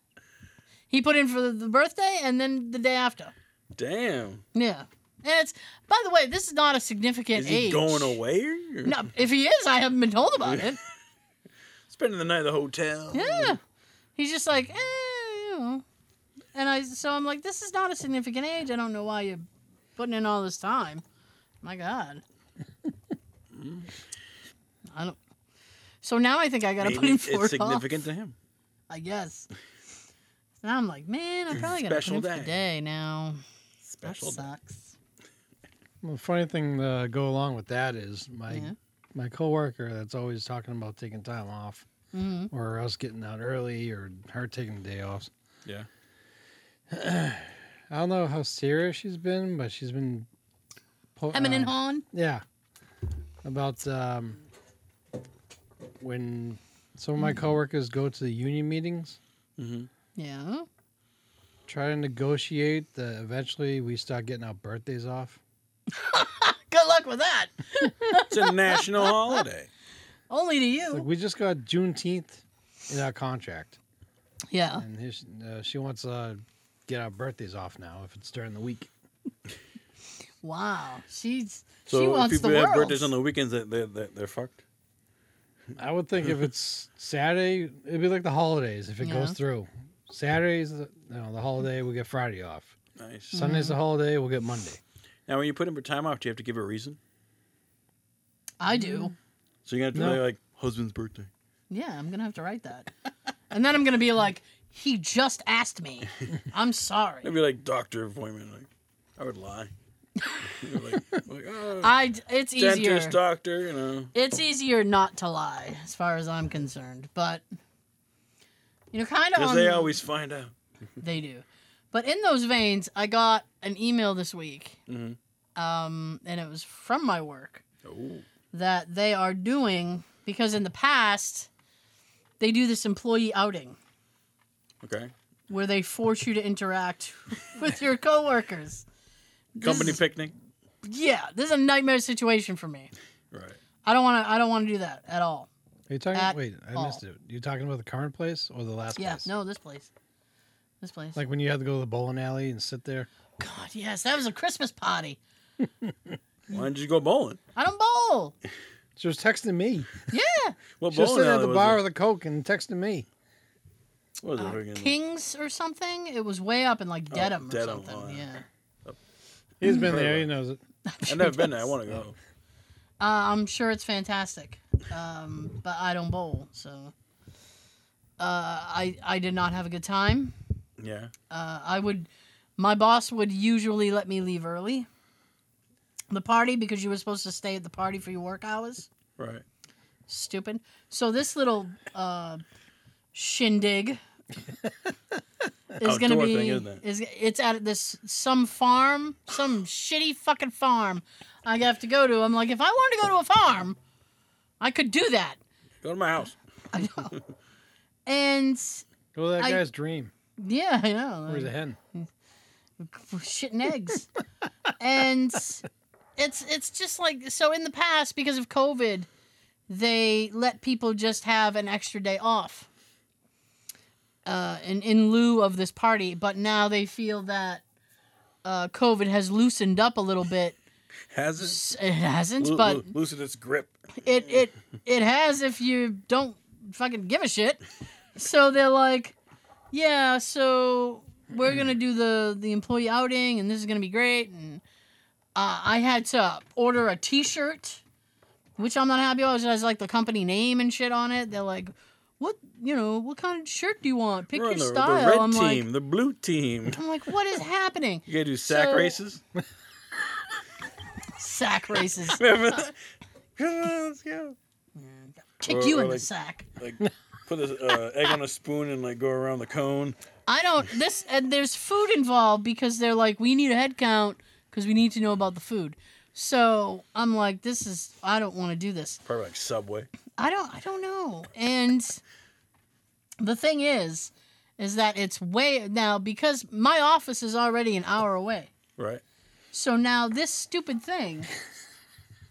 [SPEAKER 2] He put in for the, the birthday, and then the day after.
[SPEAKER 3] Damn.
[SPEAKER 2] Yeah." And it's by the way, this is not a significant
[SPEAKER 3] Is he
[SPEAKER 2] age.
[SPEAKER 3] going away? or-
[SPEAKER 2] No, if he is, I haven't been told about it.
[SPEAKER 3] Spending the night at the hotel.
[SPEAKER 2] Yeah. He's just like, eh, you know. And I, so I'm like, this is not a significant age. I don't know why you're putting in all this time. My God. I don't. So now I think I got to
[SPEAKER 3] Maybe
[SPEAKER 2] put in
[SPEAKER 3] it's
[SPEAKER 2] for it all,
[SPEAKER 3] significant to him.
[SPEAKER 2] I guess. Now I'm like, man, I probably got to put
[SPEAKER 3] Special
[SPEAKER 2] in for the
[SPEAKER 3] day.
[SPEAKER 2] day now.
[SPEAKER 3] Special.
[SPEAKER 2] that sucks.
[SPEAKER 4] The funny thing to go along with that is my
[SPEAKER 2] Yeah.
[SPEAKER 4] my coworker that's always talking about taking time off
[SPEAKER 2] hmm
[SPEAKER 4] or us getting out early or her taking the day off.
[SPEAKER 3] Yeah.
[SPEAKER 4] I don't know how serious she's been, but she's been. Po-
[SPEAKER 2] Hemming and
[SPEAKER 4] uh,
[SPEAKER 2] hawing.
[SPEAKER 4] Yeah. About um, when some of my coworkers go to the union meetings,
[SPEAKER 3] Mm-hmm.
[SPEAKER 2] Yeah.
[SPEAKER 4] try to negotiate that eventually we start getting our birthdays off.
[SPEAKER 2] Good luck with that.
[SPEAKER 3] It's a national holiday.
[SPEAKER 2] Only to you.
[SPEAKER 4] It's like we just got Juneteenth in our contract,
[SPEAKER 2] yeah.
[SPEAKER 4] and his, uh, she wants uh, get our birthdays off now if it's during the week.
[SPEAKER 2] Wow. She's
[SPEAKER 3] So
[SPEAKER 2] she wants
[SPEAKER 3] if people
[SPEAKER 2] the world.
[SPEAKER 3] have birthdays on the weekends, that they're, they're, they're fucked.
[SPEAKER 4] I would think if it's Saturday, it'd be like the holidays if it
[SPEAKER 2] Yeah.
[SPEAKER 4] goes through. Saturday's the, you know, the holiday, we'll get Friday off.
[SPEAKER 3] Nice.
[SPEAKER 4] Sunday's the holiday, we'll get Monday.
[SPEAKER 3] Now, when you put in for time off, do you have to give a reason?
[SPEAKER 2] I
[SPEAKER 3] Mm.
[SPEAKER 2] do.
[SPEAKER 3] So you're gonna have to
[SPEAKER 4] No.
[SPEAKER 3] be like husband's birthday.
[SPEAKER 2] Yeah, I'm gonna have to write that. and then I'm gonna be like, he just asked me. I'm sorry.
[SPEAKER 3] It'd be like doctor appointment. Like, I would lie. You're like, like, oh,
[SPEAKER 2] I it's easier.
[SPEAKER 3] dentist, uh, doctor. You know,
[SPEAKER 2] It's easier not to lie, as far as I'm concerned. But you know, kind of
[SPEAKER 3] because they always find out.
[SPEAKER 2] They do. But in those veins, I got an email this week,
[SPEAKER 3] Mhm.
[SPEAKER 2] um, and it was from my work
[SPEAKER 3] Oh,
[SPEAKER 2] that they are doing because in the past they do this employee outing
[SPEAKER 3] okay.
[SPEAKER 2] where they force you to interact with your coworkers. This
[SPEAKER 3] Company
[SPEAKER 2] is-
[SPEAKER 3] picnic.
[SPEAKER 2] yeah, this is a nightmare situation for me.
[SPEAKER 3] Right.
[SPEAKER 2] I don't want to. I don't want to do that at all.
[SPEAKER 4] Are you talking?
[SPEAKER 2] At
[SPEAKER 4] wait, I
[SPEAKER 2] all.
[SPEAKER 4] missed it. You talking about the current place or the last
[SPEAKER 2] Yeah,
[SPEAKER 4] place?
[SPEAKER 2] no, this place, this place.
[SPEAKER 4] Like when you had to go to the bowling alley and sit there.
[SPEAKER 2] God, yes, that was a Christmas party.
[SPEAKER 3] Why don't you go bowling?
[SPEAKER 2] I don't bowl.
[SPEAKER 4] She was texting me.
[SPEAKER 2] Yeah,
[SPEAKER 3] What
[SPEAKER 4] She was
[SPEAKER 3] bowling
[SPEAKER 4] sitting at
[SPEAKER 3] alley
[SPEAKER 4] the bar
[SPEAKER 3] was
[SPEAKER 4] with a coke and texting me.
[SPEAKER 3] it? What was it?
[SPEAKER 2] Uh,
[SPEAKER 3] friggin-
[SPEAKER 2] Kings or something. It was way up in like Dedham or
[SPEAKER 3] Dedham,
[SPEAKER 2] something.
[SPEAKER 3] oh, yeah.
[SPEAKER 2] yeah.
[SPEAKER 4] He's been
[SPEAKER 3] Very
[SPEAKER 4] there. He
[SPEAKER 3] well.
[SPEAKER 4] knows it.
[SPEAKER 3] I've never been there. I want to go.
[SPEAKER 2] Uh, I'm sure it's fantastic, um, but I don't bowl, so uh, I I did not have a good time.
[SPEAKER 3] Yeah.
[SPEAKER 2] Uh, I would, my boss would usually let me leave early. The party because you were supposed to stay at the party for your work hours.
[SPEAKER 3] Right.
[SPEAKER 2] Stupid. So this little uh, shindig is going to
[SPEAKER 3] Outdoor
[SPEAKER 2] be
[SPEAKER 3] thing, isn't it?
[SPEAKER 2] is it's at this some farm, some shitty fucking farm. I have to go to. I'm like, if I wanted to go to a farm, I could do that.
[SPEAKER 3] Go to my house.
[SPEAKER 2] I know. and
[SPEAKER 4] Go to that
[SPEAKER 2] I-
[SPEAKER 4] guy's dream.
[SPEAKER 2] yeah, I know.
[SPEAKER 4] Where's the hen?
[SPEAKER 2] shitting eggs. and it's it's just like so in the past because of COVID, they let people just have an extra day off. Uh, in in lieu of this party, but now they feel that uh, COVID has loosened up a little bit.
[SPEAKER 3] Has it?
[SPEAKER 2] S- It hasn't,
[SPEAKER 3] Lo-
[SPEAKER 2] but
[SPEAKER 3] lo- loosen its grip.
[SPEAKER 2] it it it has if you don't fucking give a shit. So they're like, yeah, so we're gonna do the the employee outing, and this is gonna be great. And uh, I had to order a T-shirt, which I'm not happy about. It has like the company name and shit on it. They're like, what you know, what kind of shirt do you want? Pick your
[SPEAKER 3] We're on the, the
[SPEAKER 2] style.
[SPEAKER 3] red
[SPEAKER 2] I'm
[SPEAKER 3] team,
[SPEAKER 2] like,
[SPEAKER 3] the blue team.
[SPEAKER 2] I'm like, what is happening?
[SPEAKER 3] You gotta do sack
[SPEAKER 2] So-
[SPEAKER 3] races.
[SPEAKER 2] Sack races.
[SPEAKER 3] Remember that? Come on, let's go.
[SPEAKER 2] Kick
[SPEAKER 3] Or-
[SPEAKER 2] you
[SPEAKER 3] or
[SPEAKER 2] in the
[SPEAKER 3] like-
[SPEAKER 2] sack.
[SPEAKER 3] Uh, Like, put this uh, egg on a spoon and like go around the cone.
[SPEAKER 2] I don't. This and there's food involved because they're like, we need a head count because we need to know about the food. So I'm like, this is. I don't want to do this.
[SPEAKER 3] Probably like Subway.
[SPEAKER 2] I don't. I don't know. And the thing is, is that it's way now because my office is already an hour away.
[SPEAKER 3] Right.
[SPEAKER 2] So now this stupid thing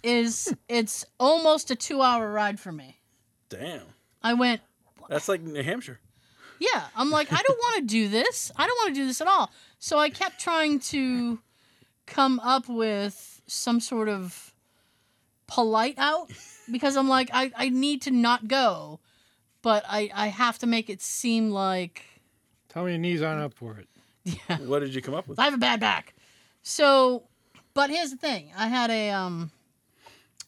[SPEAKER 2] is. It's almost a two-hour ride for me.
[SPEAKER 3] Damn.
[SPEAKER 2] I went.
[SPEAKER 3] That's like New Hampshire.
[SPEAKER 2] Yeah, I'm like, I don't want to do this. I don't want to do this at all. So I kept trying to come up with some sort of polite out because I'm like, I, I need to not go, but I, I have to make it seem like,
[SPEAKER 4] Tell me your knees aren't up for it.
[SPEAKER 2] yeah,
[SPEAKER 3] What did you come up with?
[SPEAKER 2] I have a bad back. So, but here's the thing I had a, um,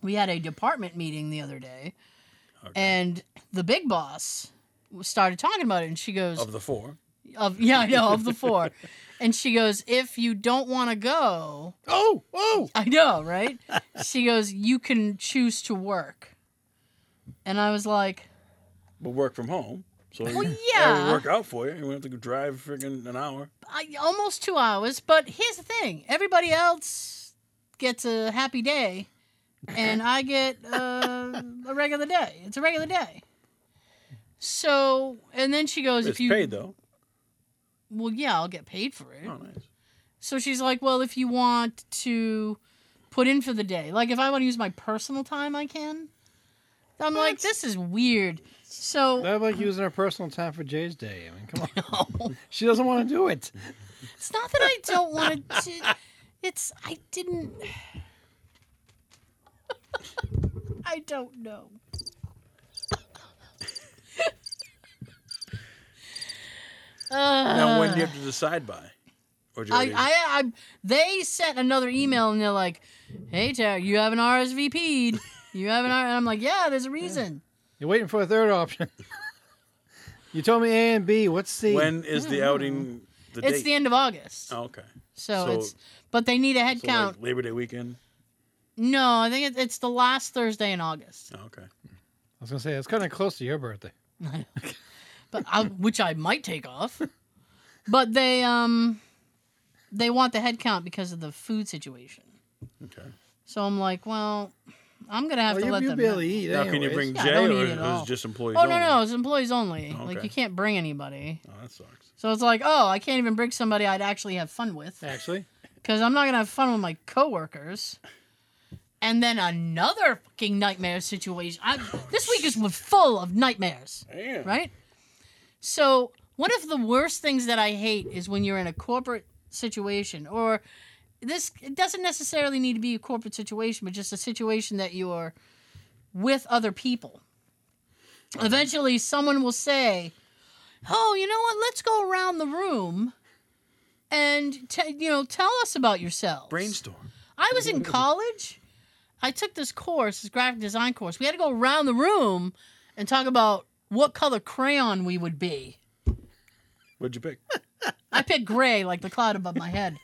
[SPEAKER 2] we had a department meeting the other day, and the big boss started talking about it, and she goes,
[SPEAKER 3] Of the four.
[SPEAKER 2] of yeah, I know of the four. And she goes, "If you don't want to go,
[SPEAKER 4] Oh, oh!
[SPEAKER 2] I know, right?" She goes, "You can choose to work." And I was like,
[SPEAKER 3] But work from home. So
[SPEAKER 2] Well,
[SPEAKER 3] you-
[SPEAKER 2] Oh, yeah.
[SPEAKER 3] that would work out for you. You won't have to go drive friggin' an hour.
[SPEAKER 2] I, "Almost two hours." But here's the thing: everybody else gets a happy day, and I get uh, a regular day. It's a regular day. So, and then she goes,
[SPEAKER 3] It's
[SPEAKER 2] "If you
[SPEAKER 3] paid though.
[SPEAKER 2] well, yeah, I'll get paid for it."
[SPEAKER 3] Oh, nice.
[SPEAKER 2] So she's like, well, if you want to put in for the day, like if I want to use my personal time, I can. I'm like, this is weird. So
[SPEAKER 4] That'd be like using her personal time for Jay's day. I mean, come on. she doesn't want to do it.
[SPEAKER 2] it's not that I don't want to. It's I didn't. I don't know.
[SPEAKER 3] now, when do you have to decide by? Or do you
[SPEAKER 2] I,
[SPEAKER 3] already-
[SPEAKER 2] I, I, they sent another email and they're like, "Hey, Tara, you haven't RSVP'd. You haven't." R-" And I'm like, "Yeah, there's a reason."
[SPEAKER 4] You're waiting for a third option. you told me A and B. What's C?
[SPEAKER 3] when is the outing? The
[SPEAKER 2] Hmm. it's
[SPEAKER 3] date?
[SPEAKER 2] the end of August,
[SPEAKER 3] Oh, okay.
[SPEAKER 2] so,
[SPEAKER 3] so-
[SPEAKER 2] it's. But they need a head
[SPEAKER 3] So
[SPEAKER 2] count.
[SPEAKER 3] like Labor Day weekend.
[SPEAKER 2] no, I think it, it's the last Thursday in August,
[SPEAKER 3] Oh, okay.
[SPEAKER 4] I was gonna say it's kind of close to your birthday.
[SPEAKER 2] but I, which I might take off. But they um, they want the head count because of the food situation.
[SPEAKER 3] Okay.
[SPEAKER 2] So I'm like, well, I'm gonna have
[SPEAKER 3] Oh,
[SPEAKER 4] Well,
[SPEAKER 2] to
[SPEAKER 4] you,
[SPEAKER 2] let
[SPEAKER 4] you
[SPEAKER 2] them. know.
[SPEAKER 4] barely eat.
[SPEAKER 3] Now, can you
[SPEAKER 4] anyways.
[SPEAKER 3] bring
[SPEAKER 2] Yeah, I
[SPEAKER 3] Jay,
[SPEAKER 2] don't
[SPEAKER 3] or
[SPEAKER 2] eat at
[SPEAKER 3] is
[SPEAKER 2] all.
[SPEAKER 3] it just employees
[SPEAKER 2] Oh no,
[SPEAKER 3] only?
[SPEAKER 2] no, it's employees only. Like
[SPEAKER 3] Okay.
[SPEAKER 2] you can't bring anybody.
[SPEAKER 3] Oh, that sucks.
[SPEAKER 2] So it's like, oh, I can't even bring somebody I'd actually have fun with
[SPEAKER 4] Actually,
[SPEAKER 2] because I'm not gonna have fun with my coworkers. And then another fucking nightmare situation. I, this week is full of nightmares,
[SPEAKER 3] Damn.
[SPEAKER 2] right? So one of the worst things that I hate is when you're in a corporate situation, or this it doesn't necessarily need to be a corporate situation, but just a situation that you're with other people. Eventually, someone will say, "Oh, you know what? Let's go around the room." And t- you know, tell us about yourselves.
[SPEAKER 3] Brainstorm.
[SPEAKER 2] I was in college. I took this course, this graphic design course. We had to go around the room and talk about what color crayon we would be.
[SPEAKER 3] What'd you pick?
[SPEAKER 2] I picked gray, like the cloud above my head.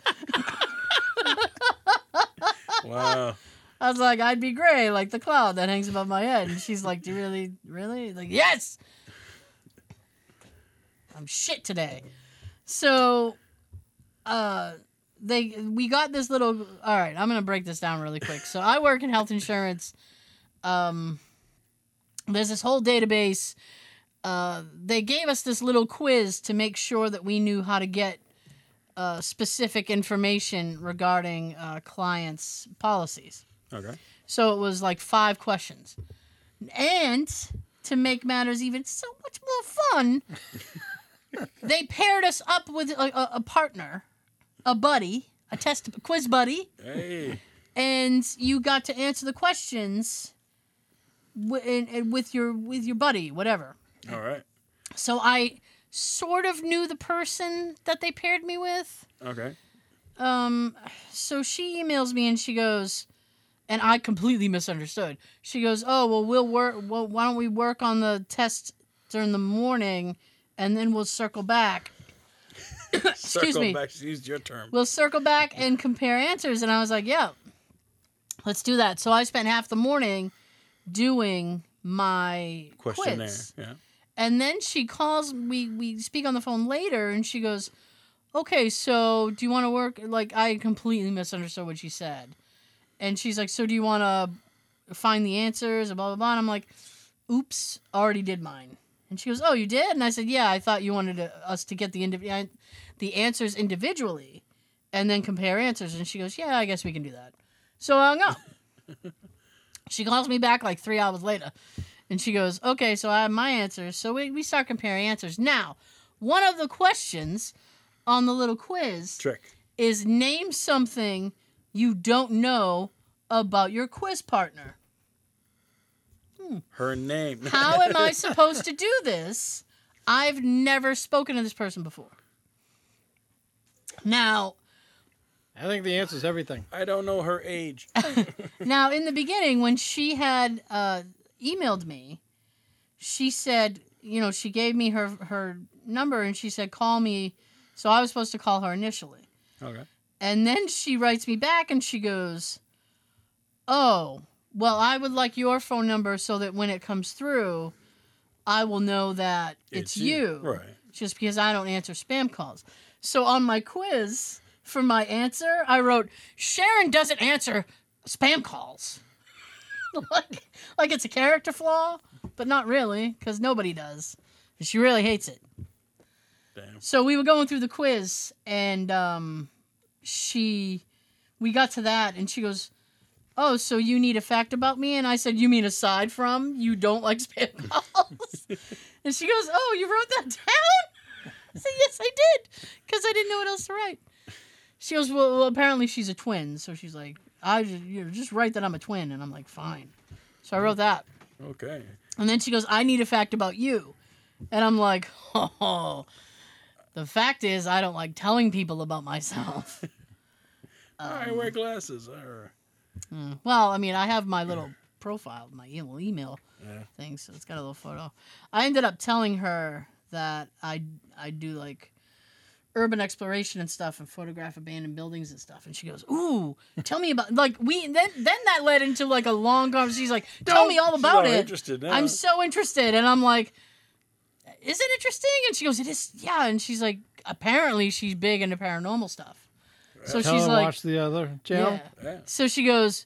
[SPEAKER 3] wow.
[SPEAKER 2] I was like, I'd be gray, like the cloud that hangs above my head. And she's like, Do you really, really? Like, yes. I'm shit today. So, uh, they we got this little. All right, I'm gonna break this down really quick. So I work in health insurance. Um, there's this whole database. Uh, they gave us this little quiz to make sure that we knew how to get uh, specific information regarding uh, clients' policies.
[SPEAKER 3] Okay.
[SPEAKER 2] So it was like five questions. And to make matters even so much more fun, they paired us up with a, a, a partner, a buddy, a test quiz buddy,
[SPEAKER 3] Hey.
[SPEAKER 2] and you got to answer the questions wi- and- and with your with your buddy, whatever.
[SPEAKER 3] All right.
[SPEAKER 2] So I sort of knew the person that they paired me with.
[SPEAKER 3] Okay.
[SPEAKER 2] um so she emails me and she goes and i completely misunderstood she goes oh well we'll work well why don't we work on the test during the morning and then we'll circle back
[SPEAKER 3] Circle
[SPEAKER 2] me.
[SPEAKER 3] back. She used your term.
[SPEAKER 2] we'll circle back and compare answers and i was like yeah let's do that so i spent half the morning doing my
[SPEAKER 3] Questionnaire.
[SPEAKER 2] quiz.
[SPEAKER 3] Yeah.
[SPEAKER 2] And then she calls we we speak on the phone later and she goes, "Okay, so do you want to work like I completely misunderstood what she said." And she's like, "So do you want to find the answers and blah blah blah?" And I'm like, "Oops, already did mine." And she goes, "Oh, you did?" And I said, "Yeah, I thought you wanted to, us to get the indiv- the answers individually and then compare answers." And she goes, "Yeah, I guess we can do that." So I hung up. she calls me back like 3 hours later. And she goes, okay, so I have my answers. So we, we start comparing answers. Now, one of the questions on the little quiz
[SPEAKER 3] Trick.
[SPEAKER 2] is name something you don't know about your quiz partner.
[SPEAKER 3] Her name.
[SPEAKER 2] How am I supposed to do this? I've never spoken to this person before. Now,
[SPEAKER 4] I think the answer is everything.
[SPEAKER 3] I don't know her age.
[SPEAKER 2] Now, in the beginning, when she had uh, emailed me, she said, you know, she gave me her her number and she said, call me. So I was supposed to call her initially.
[SPEAKER 3] Okay.
[SPEAKER 2] And then she writes me back and she goes, Oh, well, I would like your phone number so that when it comes through, I will know that it's, you.
[SPEAKER 3] Right.
[SPEAKER 2] Just because I don't answer spam calls. So on my quiz for my answer, I wrote, Sharon doesn't answer spam calls. like, like it's a character flaw, but not really, because nobody does. And she really hates it.
[SPEAKER 3] Damn.
[SPEAKER 2] So we were going through the quiz, and um, she, we got to that, and she goes, oh, so you need a fact about me? And I said, you mean aside from you don't like spam calls? and she goes, oh, you wrote that down? I said, yes, I did, because I didn't know what else to write. She goes, well, well apparently she's a twin, so she's like, I just, you know, just write that I'm a twin, and I'm like, fine. So I wrote that.
[SPEAKER 3] Okay.
[SPEAKER 2] And then she goes, I need a fact about you. And I'm like, oh, the fact is, I don't like telling people about myself. Um.
[SPEAKER 3] I wear glasses. Arr.
[SPEAKER 2] Mm. Well, I mean, I have my little profile, my e- little email
[SPEAKER 3] Yeah.
[SPEAKER 2] thing, so it's got a little photo. I ended up telling her that I I do like urban exploration and stuff, and photograph abandoned buildings and stuff. And she goes, "Ooh, tell me about like we." Then then that led into like a long conversation. She's like, "Tell me all
[SPEAKER 3] She's
[SPEAKER 2] about
[SPEAKER 3] all
[SPEAKER 2] it."
[SPEAKER 3] interested now.
[SPEAKER 2] I'm so interested. And I'm like, is it interesting? And she goes, it is. Yeah. And she's like, apparently she's big into paranormal stuff. So
[SPEAKER 4] Tell
[SPEAKER 2] she's
[SPEAKER 4] her
[SPEAKER 2] like,
[SPEAKER 4] watch the other channel.
[SPEAKER 2] yeah.
[SPEAKER 3] Yeah.
[SPEAKER 2] So she goes,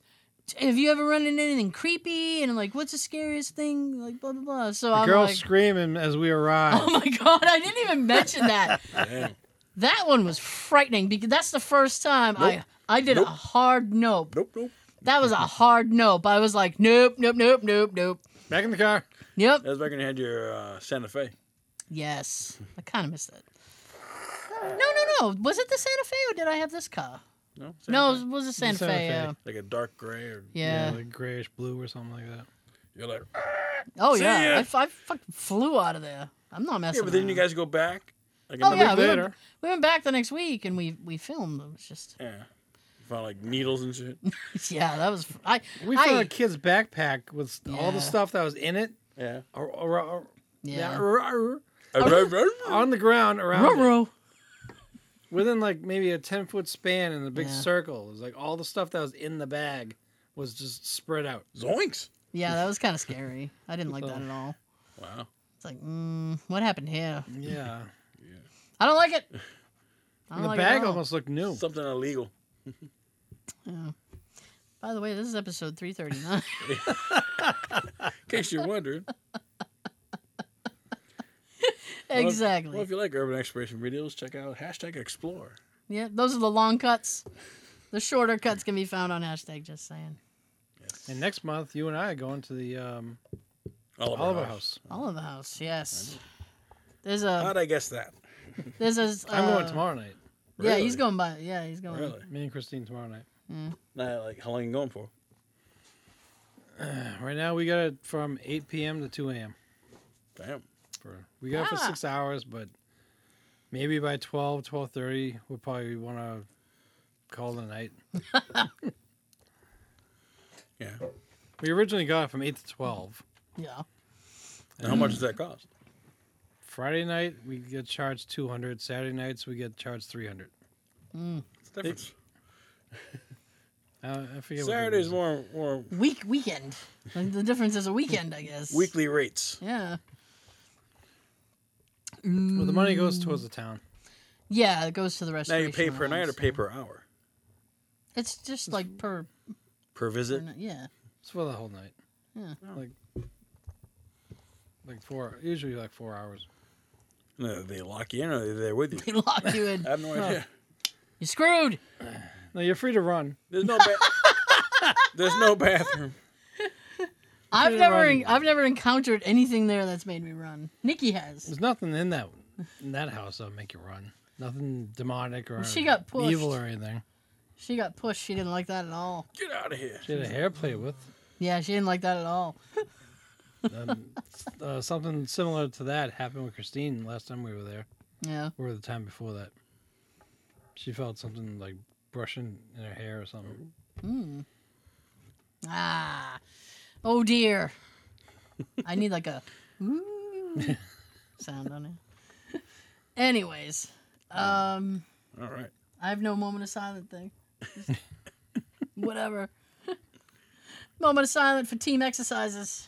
[SPEAKER 2] have you ever run into anything creepy? And like, what's the scariest thing? Like, blah, blah, blah. So
[SPEAKER 4] The
[SPEAKER 2] I'm
[SPEAKER 4] girl
[SPEAKER 2] like,
[SPEAKER 4] screaming as we arrive.
[SPEAKER 2] oh my God, I didn't even mention that.
[SPEAKER 3] Damn.
[SPEAKER 2] that one was frightening because that's the first time
[SPEAKER 3] Nope.
[SPEAKER 2] I. I did
[SPEAKER 3] Nope.
[SPEAKER 2] a hard nope.
[SPEAKER 3] Nope, nope.
[SPEAKER 2] That was a hard nope. I was like, nope, nope, nope, nope, nope.
[SPEAKER 4] Back in the car.
[SPEAKER 2] Yep.
[SPEAKER 3] That's back when you had your uh, Santa Fe.
[SPEAKER 2] Yes, I kind of missed it. No, no, no. Was it the Santa Fe or did I have this car?
[SPEAKER 3] No? Santa
[SPEAKER 2] No,
[SPEAKER 3] Fe?
[SPEAKER 2] it was the Santa,
[SPEAKER 4] Santa
[SPEAKER 2] Fe.
[SPEAKER 4] Fe.
[SPEAKER 2] Yeah.
[SPEAKER 3] Like a dark gray or
[SPEAKER 2] Yeah.
[SPEAKER 4] like grayish blue or something like that.
[SPEAKER 3] you're like
[SPEAKER 2] Oh
[SPEAKER 3] See
[SPEAKER 2] yeah.
[SPEAKER 3] ya.
[SPEAKER 2] I, f- I fucking flew out of there. I'm not messing.
[SPEAKER 3] Yeah, but then you
[SPEAKER 2] around.
[SPEAKER 3] guys go back. Like
[SPEAKER 2] Oh
[SPEAKER 3] another
[SPEAKER 2] yeah, we went,
[SPEAKER 4] later.
[SPEAKER 2] we went back the next week and we we filmed. It was just
[SPEAKER 3] Yeah. You found like needles and shit.
[SPEAKER 2] yeah, that was I.
[SPEAKER 4] We
[SPEAKER 2] I-
[SPEAKER 4] found a kid's backpack with all
[SPEAKER 2] Yeah.
[SPEAKER 4] the stuff that was in it
[SPEAKER 3] Yeah.
[SPEAKER 4] ar- ar- ar-
[SPEAKER 2] yeah.
[SPEAKER 4] ar- ar-
[SPEAKER 3] On
[SPEAKER 4] on the ground around it,
[SPEAKER 2] Ruh-roh.
[SPEAKER 4] within like maybe a 10 foot span in a big
[SPEAKER 2] Yeah.
[SPEAKER 4] circle. It was like all the stuff that was in the bag was just spread out.
[SPEAKER 3] Zoinks.
[SPEAKER 2] Yeah, that was kind of scary. I didn't like that at all.
[SPEAKER 3] Wow.
[SPEAKER 2] It's like, mm, what happened here?
[SPEAKER 4] Yeah.
[SPEAKER 2] I don't like it. I don't
[SPEAKER 4] the
[SPEAKER 2] like it at
[SPEAKER 4] bag
[SPEAKER 2] all.
[SPEAKER 4] almost looked new.
[SPEAKER 3] Something illegal.
[SPEAKER 2] By the way, this is episode 339.
[SPEAKER 3] In case you're wondering. Well, if-
[SPEAKER 2] exactly.
[SPEAKER 3] Well, if you like urban exploration videos, check out hashtag explore.
[SPEAKER 2] Yeah, those are the long cuts. The shorter cuts can be found on hashtag just saying.
[SPEAKER 4] and next month, you and I are going to the um,
[SPEAKER 3] Oliver,
[SPEAKER 4] Oliver House.
[SPEAKER 2] Oliver House, yes. There's
[SPEAKER 3] How'd
[SPEAKER 2] a
[SPEAKER 3] I guess that?
[SPEAKER 2] there's a
[SPEAKER 4] I'm
[SPEAKER 2] uh,
[SPEAKER 4] going tomorrow night.
[SPEAKER 2] Yeah, he's
[SPEAKER 3] Really?
[SPEAKER 2] going by yeah, he's going.
[SPEAKER 3] Really?
[SPEAKER 4] Me and Christine tomorrow night.
[SPEAKER 3] Nah, like how long you going for?
[SPEAKER 4] Right now, we got it from 8 p.m. to 2 a.m.
[SPEAKER 3] Damn.
[SPEAKER 4] for we got it for
[SPEAKER 2] Ah.
[SPEAKER 4] six hours but maybe by 12 12.30 we'll probably want to call it a night
[SPEAKER 3] Yeah.
[SPEAKER 4] we originally got it from 8 to 12
[SPEAKER 2] Yeah.
[SPEAKER 3] And how much does that cost?
[SPEAKER 4] friday night we get charged 200 saturday nights we get charged 300
[SPEAKER 3] It's different.
[SPEAKER 4] uh, i forget what it
[SPEAKER 3] Saturday's
[SPEAKER 4] was.
[SPEAKER 3] more more
[SPEAKER 2] Week weekend. The, the difference is a weekend, I guess.
[SPEAKER 3] weekly rates.
[SPEAKER 2] Yeah.
[SPEAKER 4] well the money goes towards the town
[SPEAKER 2] Yeah, it goes to the
[SPEAKER 3] Now
[SPEAKER 2] restoration.
[SPEAKER 3] you pay per night or
[SPEAKER 2] allowance.
[SPEAKER 3] pay per hour?
[SPEAKER 2] It's just like per,
[SPEAKER 3] Per
[SPEAKER 2] per
[SPEAKER 3] visit?
[SPEAKER 2] night. yeah.
[SPEAKER 4] it's for the whole night
[SPEAKER 2] Yeah.
[SPEAKER 4] like like four usually like four hours
[SPEAKER 3] No, they lock you in or they're there with you.
[SPEAKER 2] They lock you in.
[SPEAKER 3] I have no idea.
[SPEAKER 2] You're screwed.
[SPEAKER 4] no you're free to run
[SPEAKER 3] There's no ba- There's no bathroom.
[SPEAKER 2] I've
[SPEAKER 4] Free to
[SPEAKER 2] never
[SPEAKER 4] run.
[SPEAKER 2] I've never encountered anything there that's made me run. Nikki has.
[SPEAKER 4] there's nothing in that in that house that'll make you run nothing demonic or
[SPEAKER 2] She got pushed.
[SPEAKER 4] evil or anything
[SPEAKER 2] She got pushed. She didn't like that at all.
[SPEAKER 3] Get out of here.
[SPEAKER 4] she had a hair play with
[SPEAKER 2] Yeah, she didn't like that at all.
[SPEAKER 4] um, uh, something similar to that happened with Christine last time we were there,
[SPEAKER 2] Yeah.
[SPEAKER 4] or the time before that. She felt something like brushing in her hair or something.
[SPEAKER 2] Ah. Oh dear. I need like a ooh sound on it. Anyways, um,
[SPEAKER 3] All right.
[SPEAKER 2] I have no moment of silent thing. Just Whatever. Moment of silent for team exercises.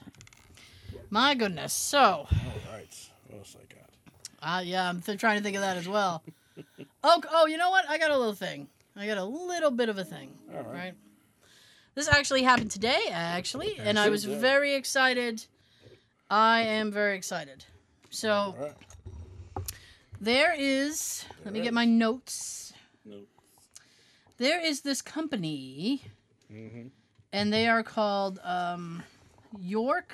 [SPEAKER 2] My goodness. So,
[SPEAKER 3] All right. What else I got?
[SPEAKER 2] uh, yeah, I'm th- trying to think of that as well. Oh, oh, you know what? I got a little thing. I got a little bit of a thing.
[SPEAKER 3] All
[SPEAKER 2] right.
[SPEAKER 3] right.
[SPEAKER 2] This actually happened today, actually, and I was
[SPEAKER 3] Yeah.
[SPEAKER 2] very excited. I am very excited. So
[SPEAKER 3] All right.
[SPEAKER 2] there is. Let me get my notes.
[SPEAKER 3] No. Mm-hmm.
[SPEAKER 2] There is this company, and they are called um, York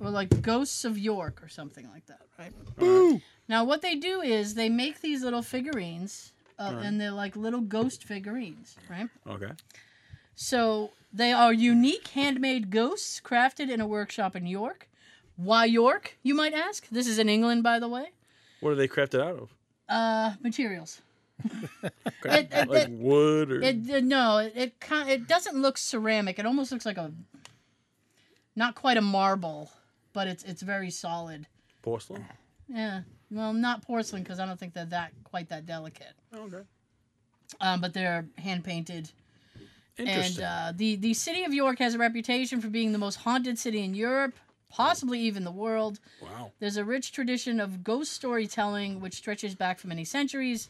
[SPEAKER 2] or like Ghosts of York or something like that, right?
[SPEAKER 3] Boo!
[SPEAKER 2] Now, what they do is they make these little figurines, uh,
[SPEAKER 3] Right.
[SPEAKER 2] and they're like little ghost figurines, right?
[SPEAKER 3] Okay.
[SPEAKER 2] So they are unique handmade ghosts crafted in a workshop in York. Why York, you might ask? This is in England, by the way.
[SPEAKER 3] What are they crafted out of?
[SPEAKER 2] Uh, materials.
[SPEAKER 3] Cra-
[SPEAKER 2] It- it-
[SPEAKER 3] like
[SPEAKER 2] it-
[SPEAKER 3] wood or
[SPEAKER 2] It, uh, no, it it, kind, it doesn't look ceramic. It almost looks like a not quite a marble, but it's it's very solid.
[SPEAKER 3] porcelain?
[SPEAKER 2] Yeah. Well, not porcelain because I don't think they're that quite that delicate.
[SPEAKER 3] Okay.
[SPEAKER 2] Um, but they're hand painted. And
[SPEAKER 3] Interesting.
[SPEAKER 2] uh, the the city of York has a reputation for being the most haunted city in Europe, possibly even the world.
[SPEAKER 3] wow.
[SPEAKER 2] There's a rich tradition of ghost storytelling which stretches back for many centuries.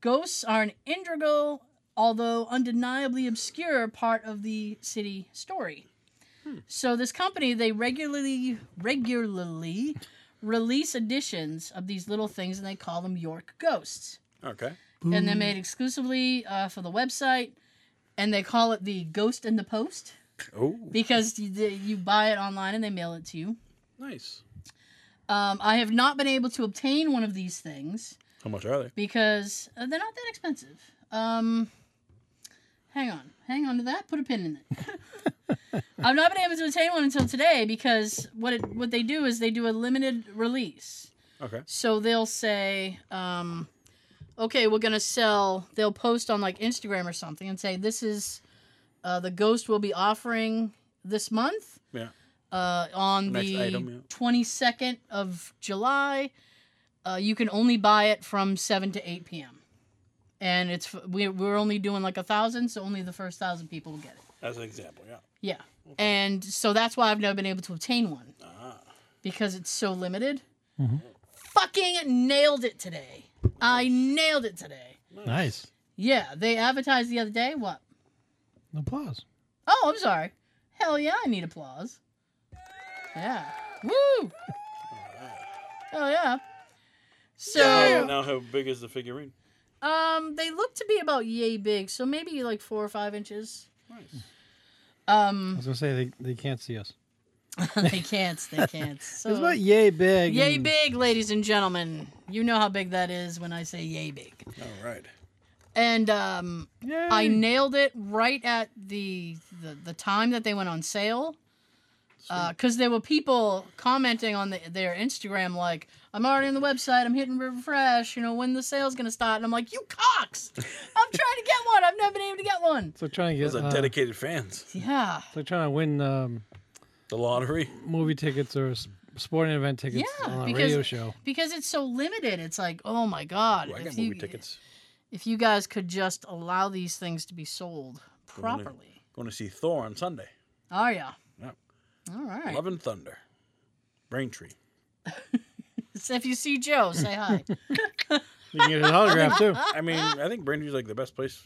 [SPEAKER 2] Ghosts are an integral, although undeniably obscure, part of the city story. So this company they regularly regularly release editions of these little things and they call them York ghosts.
[SPEAKER 3] Okay.
[SPEAKER 2] And they're made exclusively uh, for the website and they call it the Ghost in the Post
[SPEAKER 3] Oh,
[SPEAKER 2] because you, you buy it online and they mail it to you.
[SPEAKER 3] nice.
[SPEAKER 2] Um, I have not been able to obtain one of these things
[SPEAKER 3] How much are they?
[SPEAKER 2] because uh, they're not that expensive. Um, hang on, hang on to that. Put a pin in it. I've not been able to obtain one until today because what it, what they do is they do a limited release.
[SPEAKER 3] Okay.
[SPEAKER 2] So they'll say, um, okay, we're gonna sell. They'll post on like Instagram or something and say this is uh, the ghost will be offering this month
[SPEAKER 3] Yeah.
[SPEAKER 2] uh, on
[SPEAKER 3] Next
[SPEAKER 2] the
[SPEAKER 3] item, yeah.
[SPEAKER 2] 22nd of July. Uh, you can only buy it from 7 to 8 p.m. And it's f- we, we're only doing like a thousand, so only the first thousand people will get it.
[SPEAKER 3] As an example, yeah.
[SPEAKER 2] Yeah. And so that's why I've never been able to obtain one
[SPEAKER 3] Ah.
[SPEAKER 2] because it's so limited. Fucking nailed it today. I nailed it today.
[SPEAKER 5] Nice.
[SPEAKER 2] Yeah, they advertised the other day. What?
[SPEAKER 5] Applause.
[SPEAKER 2] Oh, I'm sorry. Hell yeah, I need applause. Yeah. Woo! Oh yeah.
[SPEAKER 3] Now,
[SPEAKER 2] So
[SPEAKER 3] now how big is the figurine?
[SPEAKER 2] um they look to be about yay big, so maybe like four or five inches.
[SPEAKER 3] Nice.
[SPEAKER 5] I
[SPEAKER 2] Um
[SPEAKER 5] was gonna say they, they can't see us.
[SPEAKER 2] they can't, they can't. So
[SPEAKER 5] It's about yay big.
[SPEAKER 2] Oh. yay
[SPEAKER 5] and-
[SPEAKER 2] big, ladies and gentlemen. You know how big that is when I say yay big.
[SPEAKER 3] All right.
[SPEAKER 2] And um
[SPEAKER 5] Yay.
[SPEAKER 2] I nailed it right at the the, the time that they went on sale. Because there were people commenting on the, their Instagram like, "I'm already on the website. I'm hitting refresh. You know when the sale's gonna start." And I'm like, "You cocks! I'm trying to get one. I've never been able to get one."
[SPEAKER 5] It's like trying to
[SPEAKER 3] Those
[SPEAKER 5] get
[SPEAKER 3] are
[SPEAKER 5] uh,
[SPEAKER 3] dedicated fans.
[SPEAKER 2] Yeah,
[SPEAKER 5] It's like trying to win um,
[SPEAKER 3] The lottery.
[SPEAKER 5] movie tickets or s- sporting event tickets
[SPEAKER 2] Yeah,
[SPEAKER 5] on a
[SPEAKER 2] because-
[SPEAKER 5] radio show.
[SPEAKER 2] because it's so limited. It's like, oh my god!
[SPEAKER 3] Ooh, I got
[SPEAKER 2] you,
[SPEAKER 3] movie tickets.
[SPEAKER 2] If you guys could just allow these things to be sold
[SPEAKER 3] on in.
[SPEAKER 2] properly.
[SPEAKER 3] Going to see Thor on Sunday.
[SPEAKER 2] Oh yeah.
[SPEAKER 3] Yeah.
[SPEAKER 2] All right.
[SPEAKER 3] Love and Thunder. Braintree.
[SPEAKER 2] So if you see Joe, say hi.
[SPEAKER 5] You can get an autograph too.
[SPEAKER 3] I mean, I think Braintree's like the best place.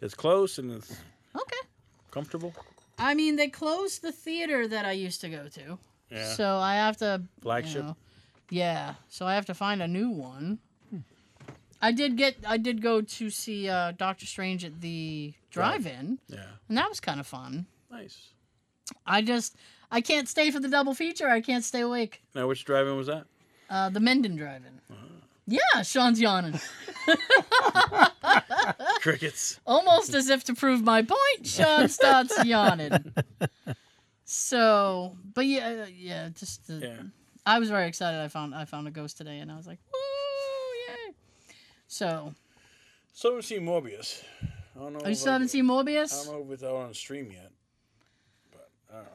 [SPEAKER 3] It's close and it's
[SPEAKER 2] okay.
[SPEAKER 3] comfortable.
[SPEAKER 2] I mean, they closed the theater that I used to go to,
[SPEAKER 3] Yeah.
[SPEAKER 2] so I have to you
[SPEAKER 3] Flagship.
[SPEAKER 2] know- yeah, so I have to find a new one.
[SPEAKER 3] Hmm.
[SPEAKER 2] I did get, I did go to see uh, Doctor Strange at the
[SPEAKER 3] Drive.
[SPEAKER 2] drive-in,
[SPEAKER 3] Yeah.
[SPEAKER 2] and that was kind of fun.
[SPEAKER 3] Nice.
[SPEAKER 2] I just, I can't stay for the double feature. I can't stay awake.
[SPEAKER 3] Now, which drive-in was that?
[SPEAKER 2] Uh, the Menden drive-in.
[SPEAKER 3] Uh-huh.
[SPEAKER 2] Yeah, Sean's yawning.
[SPEAKER 3] Crickets.
[SPEAKER 2] Almost as if to prove my point, Sean starts yawning. So, but yeah, uh, yeah, just the,
[SPEAKER 3] Yeah.
[SPEAKER 2] I was very excited. I found I found a ghost today, and I was like, "Woo, yay!" So
[SPEAKER 3] So we seen Morbius. I don't know.
[SPEAKER 2] I
[SPEAKER 3] if
[SPEAKER 2] still
[SPEAKER 3] I-
[SPEAKER 2] haven't seen
[SPEAKER 3] I don't
[SPEAKER 2] Morbius.
[SPEAKER 3] know if it's out on stream yet, but I don't know.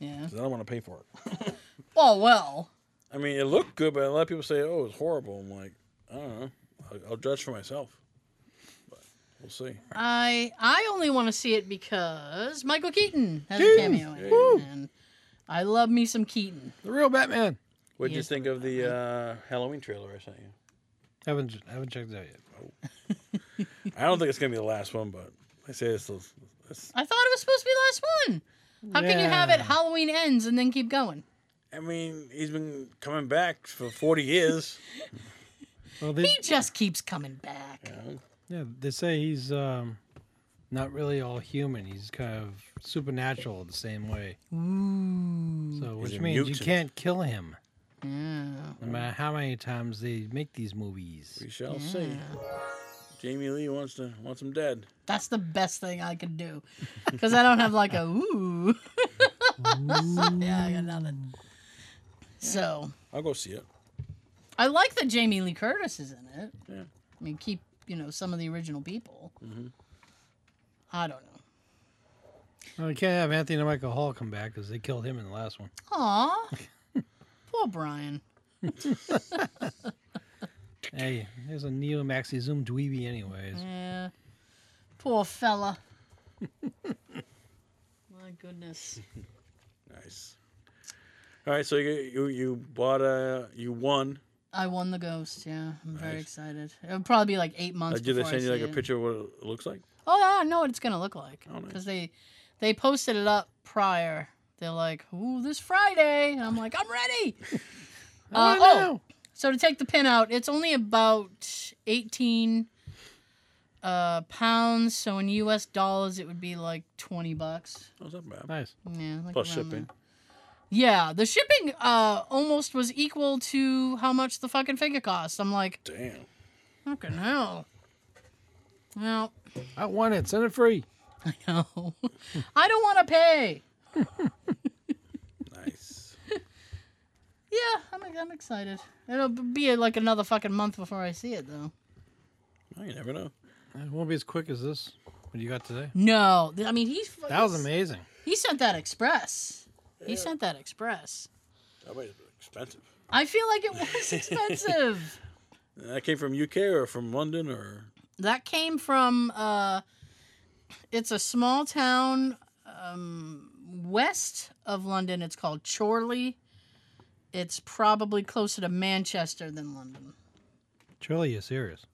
[SPEAKER 2] Yeah.
[SPEAKER 3] 'Cause I don't want to pay for it.
[SPEAKER 2] Oh well.
[SPEAKER 3] I mean, it looked good, but a lot of people say, "Oh, it's horrible." I'm like, I don't know. I'll, I'll judge for myself. But we'll see.
[SPEAKER 2] I I only want to see it because Michael Keaton has a
[SPEAKER 5] Keaton!
[SPEAKER 2] cameo in
[SPEAKER 3] Woo!
[SPEAKER 2] it, and I love me some Keaton.
[SPEAKER 5] The real Batman.
[SPEAKER 3] What'd
[SPEAKER 2] He
[SPEAKER 3] you
[SPEAKER 2] is
[SPEAKER 3] think of the uh, Halloween trailer I sent you?
[SPEAKER 5] Haven't haven't checked it out yet.
[SPEAKER 3] I don't think it's gonna be the last one, but I say it's. the- it's
[SPEAKER 2] I thought it was supposed to be the last one. How can you have it
[SPEAKER 5] Yeah.
[SPEAKER 2] Halloween ends and then keep going?
[SPEAKER 3] I mean, he's been coming back for 40 years.
[SPEAKER 5] Well, they
[SPEAKER 2] He just keeps coming back.
[SPEAKER 3] you know?
[SPEAKER 5] yeah they say he's um, not really all human. He's kind of supernatural the same way.
[SPEAKER 2] Ooh.
[SPEAKER 5] So,
[SPEAKER 3] Mm. He's
[SPEAKER 5] which
[SPEAKER 3] a
[SPEAKER 5] means you
[SPEAKER 3] mutant.
[SPEAKER 5] can't kill him,
[SPEAKER 2] Yeah.
[SPEAKER 5] no matter how many times they make these movies.
[SPEAKER 3] We shall see. Jamie Lee wants to wants him dead.
[SPEAKER 2] That's the best thing I could do. Because I don't have like a ooh. yeah, I got nothing. So
[SPEAKER 3] I'll go see it.
[SPEAKER 2] I like that Jamie Lee Curtis is in it.
[SPEAKER 3] Yeah.
[SPEAKER 2] I mean, keep, you know, some of the original people.
[SPEAKER 3] Mm-hmm.
[SPEAKER 2] I don't know.
[SPEAKER 5] Well, we can't have Anthony and Michael Hall come back because they killed him in the last one.
[SPEAKER 2] Aw. Poor Brian.
[SPEAKER 5] Hey, there's a Neo Maxi Zoom dweeby, anyways.
[SPEAKER 2] Yeah. Poor fella. My goodness.
[SPEAKER 3] Nice. All right, so you you, you bought a you won.
[SPEAKER 2] I won the ghost. Yeah, I'm very
[SPEAKER 3] Nice.
[SPEAKER 2] excited. It'll probably be like eight
[SPEAKER 3] Uh,
[SPEAKER 2] months.
[SPEAKER 3] Did they
[SPEAKER 2] before I
[SPEAKER 3] send you like
[SPEAKER 2] see
[SPEAKER 3] a
[SPEAKER 2] it.
[SPEAKER 3] picture of what it looks like?
[SPEAKER 2] Oh yeah, I know what it's gonna look like
[SPEAKER 3] Oh, nice.
[SPEAKER 2] because they they posted it up prior. They're like, "Ooh, this Friday," and I'm like, "I'm ready." uh, oh, so to take the pin out, it's only about 18 uh, pounds. So in U.S. dollars, it would be like 20 bucks.
[SPEAKER 3] Oh, it's not bad.
[SPEAKER 5] Nice.
[SPEAKER 2] Yeah, like
[SPEAKER 3] Plus
[SPEAKER 2] around
[SPEAKER 3] shipping.
[SPEAKER 2] there. Yeah, the shipping uh, almost was equal to how much the fucking figure cost. I'm like,
[SPEAKER 3] Damn.
[SPEAKER 2] fucking hell. Well,
[SPEAKER 5] I want it. Send it free.
[SPEAKER 2] I know. I don't want to pay.
[SPEAKER 3] Nice.
[SPEAKER 2] Yeah, I'm, I'm excited. It'll be like another fucking month before I see it, though.
[SPEAKER 3] well, you never know.
[SPEAKER 5] It won't be as quick as this. What you got today?
[SPEAKER 2] No, th- I mean he's fucking-
[SPEAKER 5] That was amazing.
[SPEAKER 2] He sent that express. He sent that express.
[SPEAKER 3] That might have been expensive.
[SPEAKER 2] I feel like it was expensive.
[SPEAKER 3] And That came from UK or from London or
[SPEAKER 2] that came from uh, it's a small town um, west of London. It's called Chorley. It's probably closer to Manchester than London.
[SPEAKER 5] Truly, you're serious.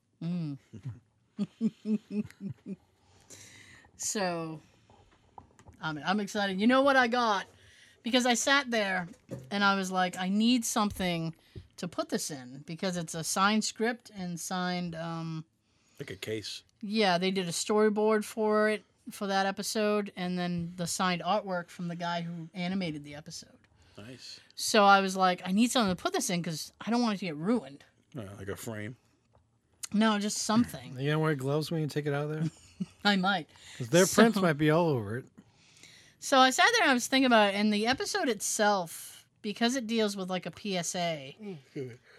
[SPEAKER 2] So I'm, I'm excited. You know what I got? Because I sat there and I was like, I need something to put this in because it's a signed script and signed. Um,
[SPEAKER 3] like a case.
[SPEAKER 2] yeah, they did a storyboard for it for that episode and then the signed artwork from the guy who animated the episode.
[SPEAKER 3] Nice.
[SPEAKER 2] So I was like, I need something to put this in because I don't want it to get ruined.
[SPEAKER 3] Uh, like a frame.
[SPEAKER 2] No, just something.
[SPEAKER 5] Are you gonna wear gloves when you take it out of there?
[SPEAKER 2] I might.
[SPEAKER 5] Because their prints
[SPEAKER 2] So-
[SPEAKER 5] might be all over it.
[SPEAKER 2] So I sat there and I was thinking about it, and the episode itself, because it deals with like a PSA
[SPEAKER 5] Mm,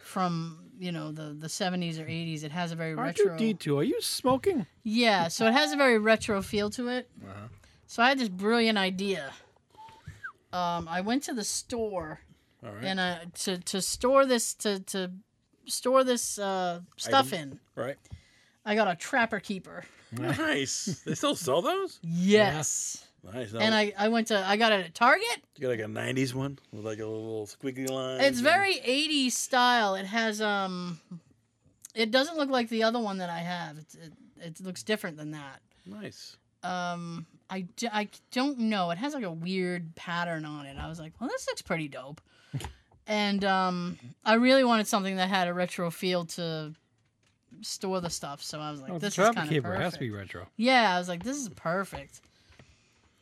[SPEAKER 2] from you know the the seventies or eighties, it has a very
[SPEAKER 5] Aren't
[SPEAKER 2] retro.
[SPEAKER 5] you D2? Are you smoking?
[SPEAKER 2] yeah, so it has a very retro feel to it.
[SPEAKER 3] Uh-huh.
[SPEAKER 2] So I had this brilliant idea. Um, I went to the store
[SPEAKER 3] All right.
[SPEAKER 2] and uh, to to store this to to store this uh, stuff in.
[SPEAKER 3] right.
[SPEAKER 2] I got a trapper keeper.
[SPEAKER 3] Nice. they still sell those?
[SPEAKER 2] Yes.
[SPEAKER 3] Nice. Now,
[SPEAKER 2] And I, I went to I got it at Target.
[SPEAKER 3] you got like a '90s one with like a little squiggly line.
[SPEAKER 2] It's very 80s style. It has um it doesn't look like the other one that I have. It it, it looks different than that.
[SPEAKER 3] nice.
[SPEAKER 2] Um I, d- I don't know. It has like a weird pattern on it. I was like, "Well, this looks pretty dope." and um I really wanted something that had a retro feel to store the stuff. So I was like,
[SPEAKER 5] Oh,
[SPEAKER 2] "This
[SPEAKER 5] the
[SPEAKER 2] is
[SPEAKER 5] trapper
[SPEAKER 2] kind of
[SPEAKER 5] keeper
[SPEAKER 2] perfect."
[SPEAKER 5] has to be retro.
[SPEAKER 2] Yeah, I was like, this is perfect.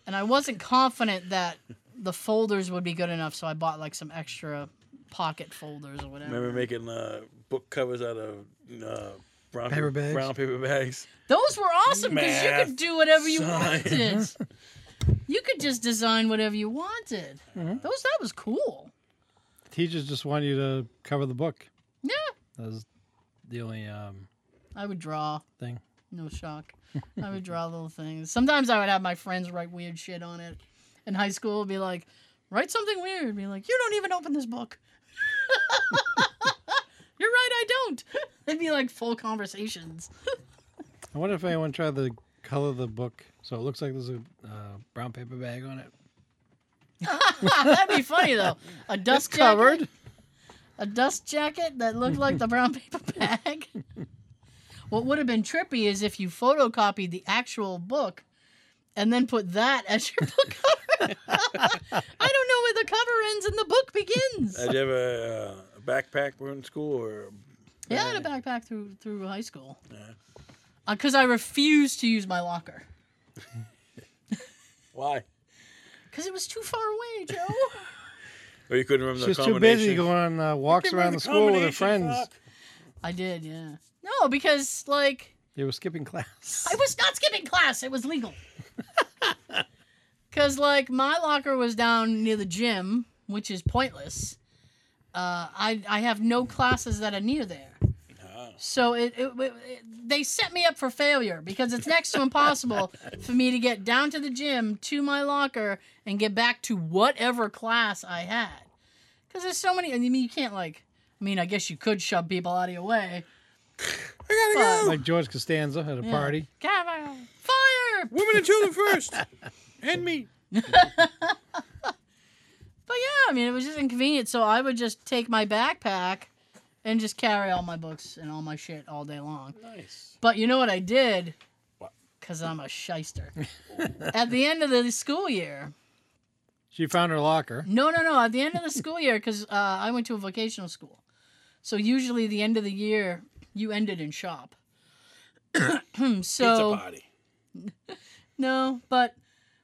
[SPEAKER 2] And I wasn't confident that the folders would be good enough, so I bought like some extra pocket folders or whatever.
[SPEAKER 3] Remember making uh, book covers out of uh, brown
[SPEAKER 5] Paper bags.
[SPEAKER 3] Brown paper bags.
[SPEAKER 2] Those were awesome because you
[SPEAKER 3] Math,
[SPEAKER 2] could do whatever you
[SPEAKER 3] science.
[SPEAKER 2] wanted. You could just design whatever you wanted. Those that was cool.
[SPEAKER 5] Teachers just want you to cover the book.
[SPEAKER 2] Yeah,
[SPEAKER 5] That was the only um,
[SPEAKER 2] I would draw.
[SPEAKER 5] thing.
[SPEAKER 2] No shock. I would draw little things. Sometimes I would have my friends write weird shit on it. In high school, be like, write something weird. Be like, you don't even open this book. You're right, I don't. It'd be like full conversations.
[SPEAKER 5] I wonder if anyone tried to color the book so it looks like there's a uh, brown paper bag on it.
[SPEAKER 2] That'd be funny though. A dust jacket,
[SPEAKER 5] Covered.
[SPEAKER 2] a dust jacket that looked like the brown paper bag. what would have been trippy is if you photocopied the actual book and then put that as your book cover. I don't know where the cover ends and the book begins.
[SPEAKER 3] Did you have a, uh, a backpack in school or
[SPEAKER 2] Yeah, I had a backpack through through high school.
[SPEAKER 3] Yeah.
[SPEAKER 2] Because I refused to use my locker.
[SPEAKER 3] Why?
[SPEAKER 2] because it was too far away, Joe.
[SPEAKER 3] Or you couldn't remember
[SPEAKER 5] She's
[SPEAKER 3] the
[SPEAKER 5] too busy
[SPEAKER 3] combination.
[SPEAKER 5] going on uh, walks
[SPEAKER 3] Give me
[SPEAKER 5] around the school with her
[SPEAKER 3] combination,
[SPEAKER 5] friends.
[SPEAKER 3] fuck.
[SPEAKER 2] I did, yeah. No, because like
[SPEAKER 5] They were skipping class.
[SPEAKER 2] I was not skipping class; it was legal. Because like my locker was down near the gym, which is pointless. Uh, I I have no classes that are near there.
[SPEAKER 3] Ah.
[SPEAKER 2] So it, it, it, it- they set me up for failure because it's next to impossible for me to get down to the gym to my locker and get back to whatever class I had. Because there's so many. I mean, you can't like. I mean, I guess you could shove people out of your way.
[SPEAKER 3] I gotta
[SPEAKER 2] But-
[SPEAKER 5] Like George Costanza at a
[SPEAKER 2] Yeah.
[SPEAKER 5] party.
[SPEAKER 2] Fire! Fire!
[SPEAKER 3] go. Women and children first. and me.
[SPEAKER 2] But yeah, I mean, it was just inconvenient. So I would just take my backpack and just carry all my books and all my shit all day long.
[SPEAKER 3] Nice.
[SPEAKER 2] But you know what I did?
[SPEAKER 3] What?
[SPEAKER 2] Because I'm a shyster. At the end of the school year,
[SPEAKER 5] She found her locker.
[SPEAKER 2] no, no, no. At the end of the school year, because uh, I went to a vocational school. So usually the end of the year, you ended in shop. so.
[SPEAKER 3] Pizza party.
[SPEAKER 2] No, but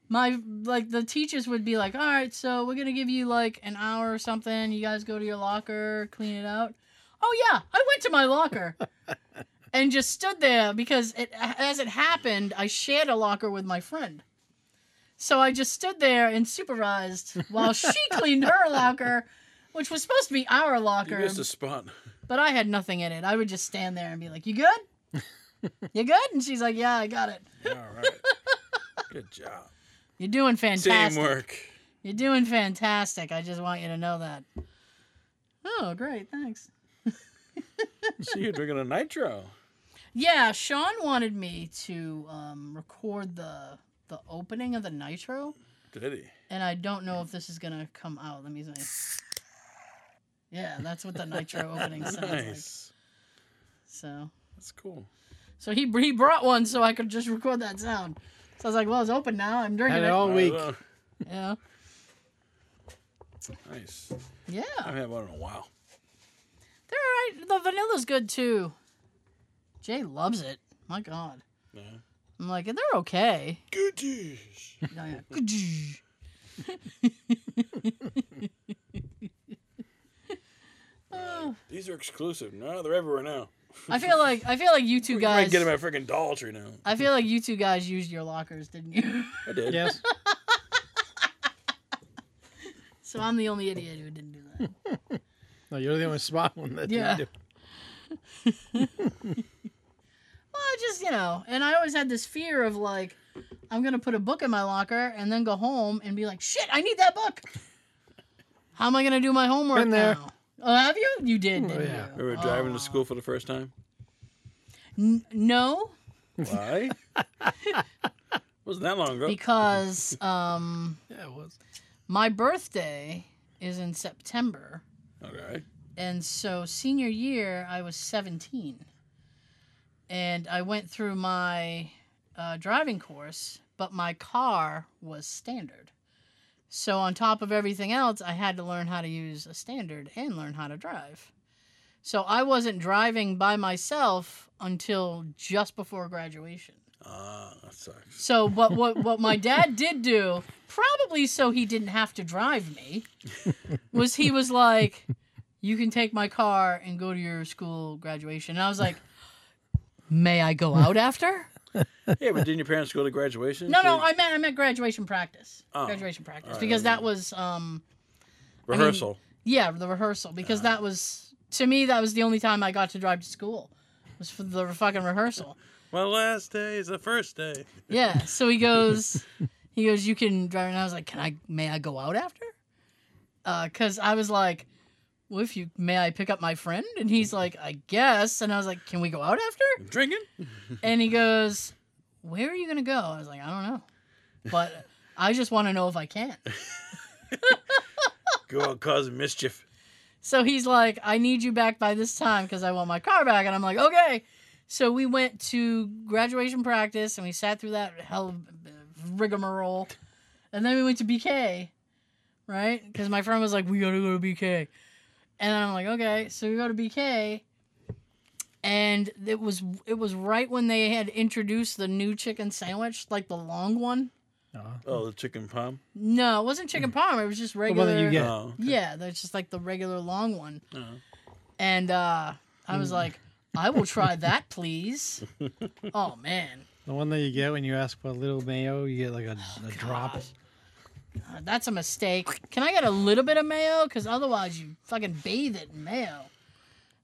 [SPEAKER 2] my like the teachers would be like, "All right, so we're gonna give you like an hour or something. You guys go to your locker, clean it out." Oh yeah, I went to my locker and just stood there because it, as it happened, I shared a locker with my friend. So I just stood there and supervised while she cleaned her locker, which was supposed to be our
[SPEAKER 3] You
[SPEAKER 2] locker,
[SPEAKER 3] missed a spot.
[SPEAKER 2] but I had nothing in it. I would just stand there and be like, "You good? you good?" And she's like, "Yeah, I got it.
[SPEAKER 3] All right. Good job.
[SPEAKER 2] You're doing fantastic."
[SPEAKER 3] Teamwork.
[SPEAKER 2] You're doing fantastic. I just want you to know that. Oh, great. Thanks.
[SPEAKER 3] See, you're drinking a nitro.
[SPEAKER 2] Yeah, Sean wanted me to um, record the the opening of the Nitro,
[SPEAKER 3] Did he?
[SPEAKER 2] and I don't know if this is gonna come out. Let me see. Yeah, that's what the Nitro opening sounds like.
[SPEAKER 3] Nice.
[SPEAKER 2] So,
[SPEAKER 3] That's cool.
[SPEAKER 2] so he he brought one so I could just record that sound. So I was like, well, it's open now. I'm drinking
[SPEAKER 5] Had
[SPEAKER 2] it.
[SPEAKER 5] it all
[SPEAKER 3] All right,
[SPEAKER 5] week.
[SPEAKER 3] well,
[SPEAKER 2] Yeah.
[SPEAKER 3] Nice. I
[SPEAKER 2] Yeah.
[SPEAKER 3] haven't had one in a while.
[SPEAKER 2] They're all right. The vanilla's good too. Jay loves it. My God.
[SPEAKER 3] Yeah.
[SPEAKER 2] I'm like, they're okay.
[SPEAKER 3] Good dish.
[SPEAKER 2] No, yeah. Oh,
[SPEAKER 3] These are exclusive. No, they're everywhere now.
[SPEAKER 2] I feel like I feel like you two
[SPEAKER 3] I
[SPEAKER 2] guys.
[SPEAKER 3] get them at freaking Dollar Tree now.
[SPEAKER 2] I feel like you two guys used your lockers, didn't you?
[SPEAKER 3] I did.
[SPEAKER 5] Yes.
[SPEAKER 2] so I'm the only idiot who didn't do
[SPEAKER 3] Hmm.
[SPEAKER 2] that.
[SPEAKER 5] No, you're the only smart one that
[SPEAKER 2] Yeah.
[SPEAKER 5] yeah. did.
[SPEAKER 2] Well, I just you know, and I always had this fear of like, I'm gonna put a book in my locker and then go home and be like, shit, I need that book. How am I gonna do my homework
[SPEAKER 5] Been there.
[SPEAKER 2] now? Oh, have you? You did, didn't
[SPEAKER 5] yeah.
[SPEAKER 2] you?
[SPEAKER 3] We were driving
[SPEAKER 2] Oh.
[SPEAKER 3] to school for the first time.
[SPEAKER 2] N- no,
[SPEAKER 3] Why? Wasn't that long ago.
[SPEAKER 2] because um.
[SPEAKER 5] Yeah, it was.
[SPEAKER 2] My birthday is in September,
[SPEAKER 3] Okay.
[SPEAKER 2] and so senior year I was 17. And I went through my uh, driving course, but my car was standard. So on top of everything else, I had to learn how to use a standard and learn how to drive. So I wasn't driving by myself until just before graduation.
[SPEAKER 3] Ah, that sucks.
[SPEAKER 2] So what what what my dad did do, probably so he didn't have to drive me, was he was like, "You can take my car and go to your school graduation." And I was like, "May I go out after?"
[SPEAKER 3] Yeah, but didn't your parents go to graduation?
[SPEAKER 2] No, no,
[SPEAKER 3] So-
[SPEAKER 2] I meant I meant graduation practice.
[SPEAKER 3] Oh,
[SPEAKER 2] graduation practice
[SPEAKER 3] all right,
[SPEAKER 2] because
[SPEAKER 3] I
[SPEAKER 2] that was um mean-
[SPEAKER 3] rehearsal.
[SPEAKER 2] yeah, the rehearsal because that was to me that was the only time I got to drive to school. Was for the fucking rehearsal.
[SPEAKER 3] My last day is the first day.
[SPEAKER 2] Yeah. So he goes, he goes, you can drive. And I was like, can I, may I go out after? Uh, cause I was like, well, if you, may I pick up my friend? And he's like, I guess. And I was like, can we go out after?
[SPEAKER 3] Drinking?
[SPEAKER 2] And he goes, where are you going to go? I was like, I don't know. But I just want to know if I can.
[SPEAKER 3] Go out causing mischief.
[SPEAKER 2] So he's like, I need you back by this time because I want my car back. And I'm like, okay. So we went to graduation practice and we sat through that hell of uh, rigmarole. And then we went to BK, right? Because my friend was like, we gotta go to BK. And then I'm like, okay. So we go to BK and it was it was right when they had introduced the new chicken sandwich, like the long one.
[SPEAKER 5] Uh-huh.
[SPEAKER 3] Oh, the chicken palm.
[SPEAKER 2] No, it wasn't chicken parm. It was just
[SPEAKER 5] Mm. one
[SPEAKER 2] regular.
[SPEAKER 5] that you Yeah.
[SPEAKER 3] Oh,
[SPEAKER 2] Yeah, that's just like the regular long one.
[SPEAKER 3] Uh-huh.
[SPEAKER 2] And uh, I was like, I will try that, please. oh man,
[SPEAKER 5] The one that you get when you ask for a little mayo, you get like a, a drop.
[SPEAKER 2] Oh, Gosh. Uh, that's a mistake. Can I get a little bit of mayo? Because otherwise, you fucking bathe it in mayo.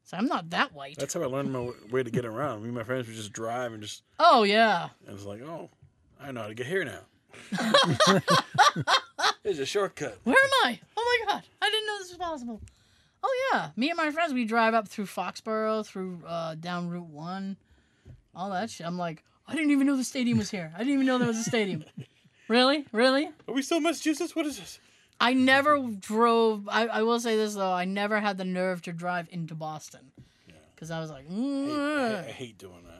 [SPEAKER 2] So I'm not that white.
[SPEAKER 3] that's how I learned my way to get around. Me and my friends would just drive and just.
[SPEAKER 2] oh yeah.
[SPEAKER 3] And it's like, oh, I know how to get here now. There's a shortcut.
[SPEAKER 2] Where am I? Oh my god, I didn't know this was possible. Oh yeah, me and my friends we drive up through Foxborough, through uh, down Route One, all that shit. I'm like, I didn't even know the stadium was here. I didn't even know there was a stadium. really, really?
[SPEAKER 3] Are we still in Massachusetts? What is this?
[SPEAKER 2] I never drove. I, I will say this though, I never had the nerve to drive into Boston because I was like,
[SPEAKER 3] I hate, I- I
[SPEAKER 2] "Mm."
[SPEAKER 3] hate doing that.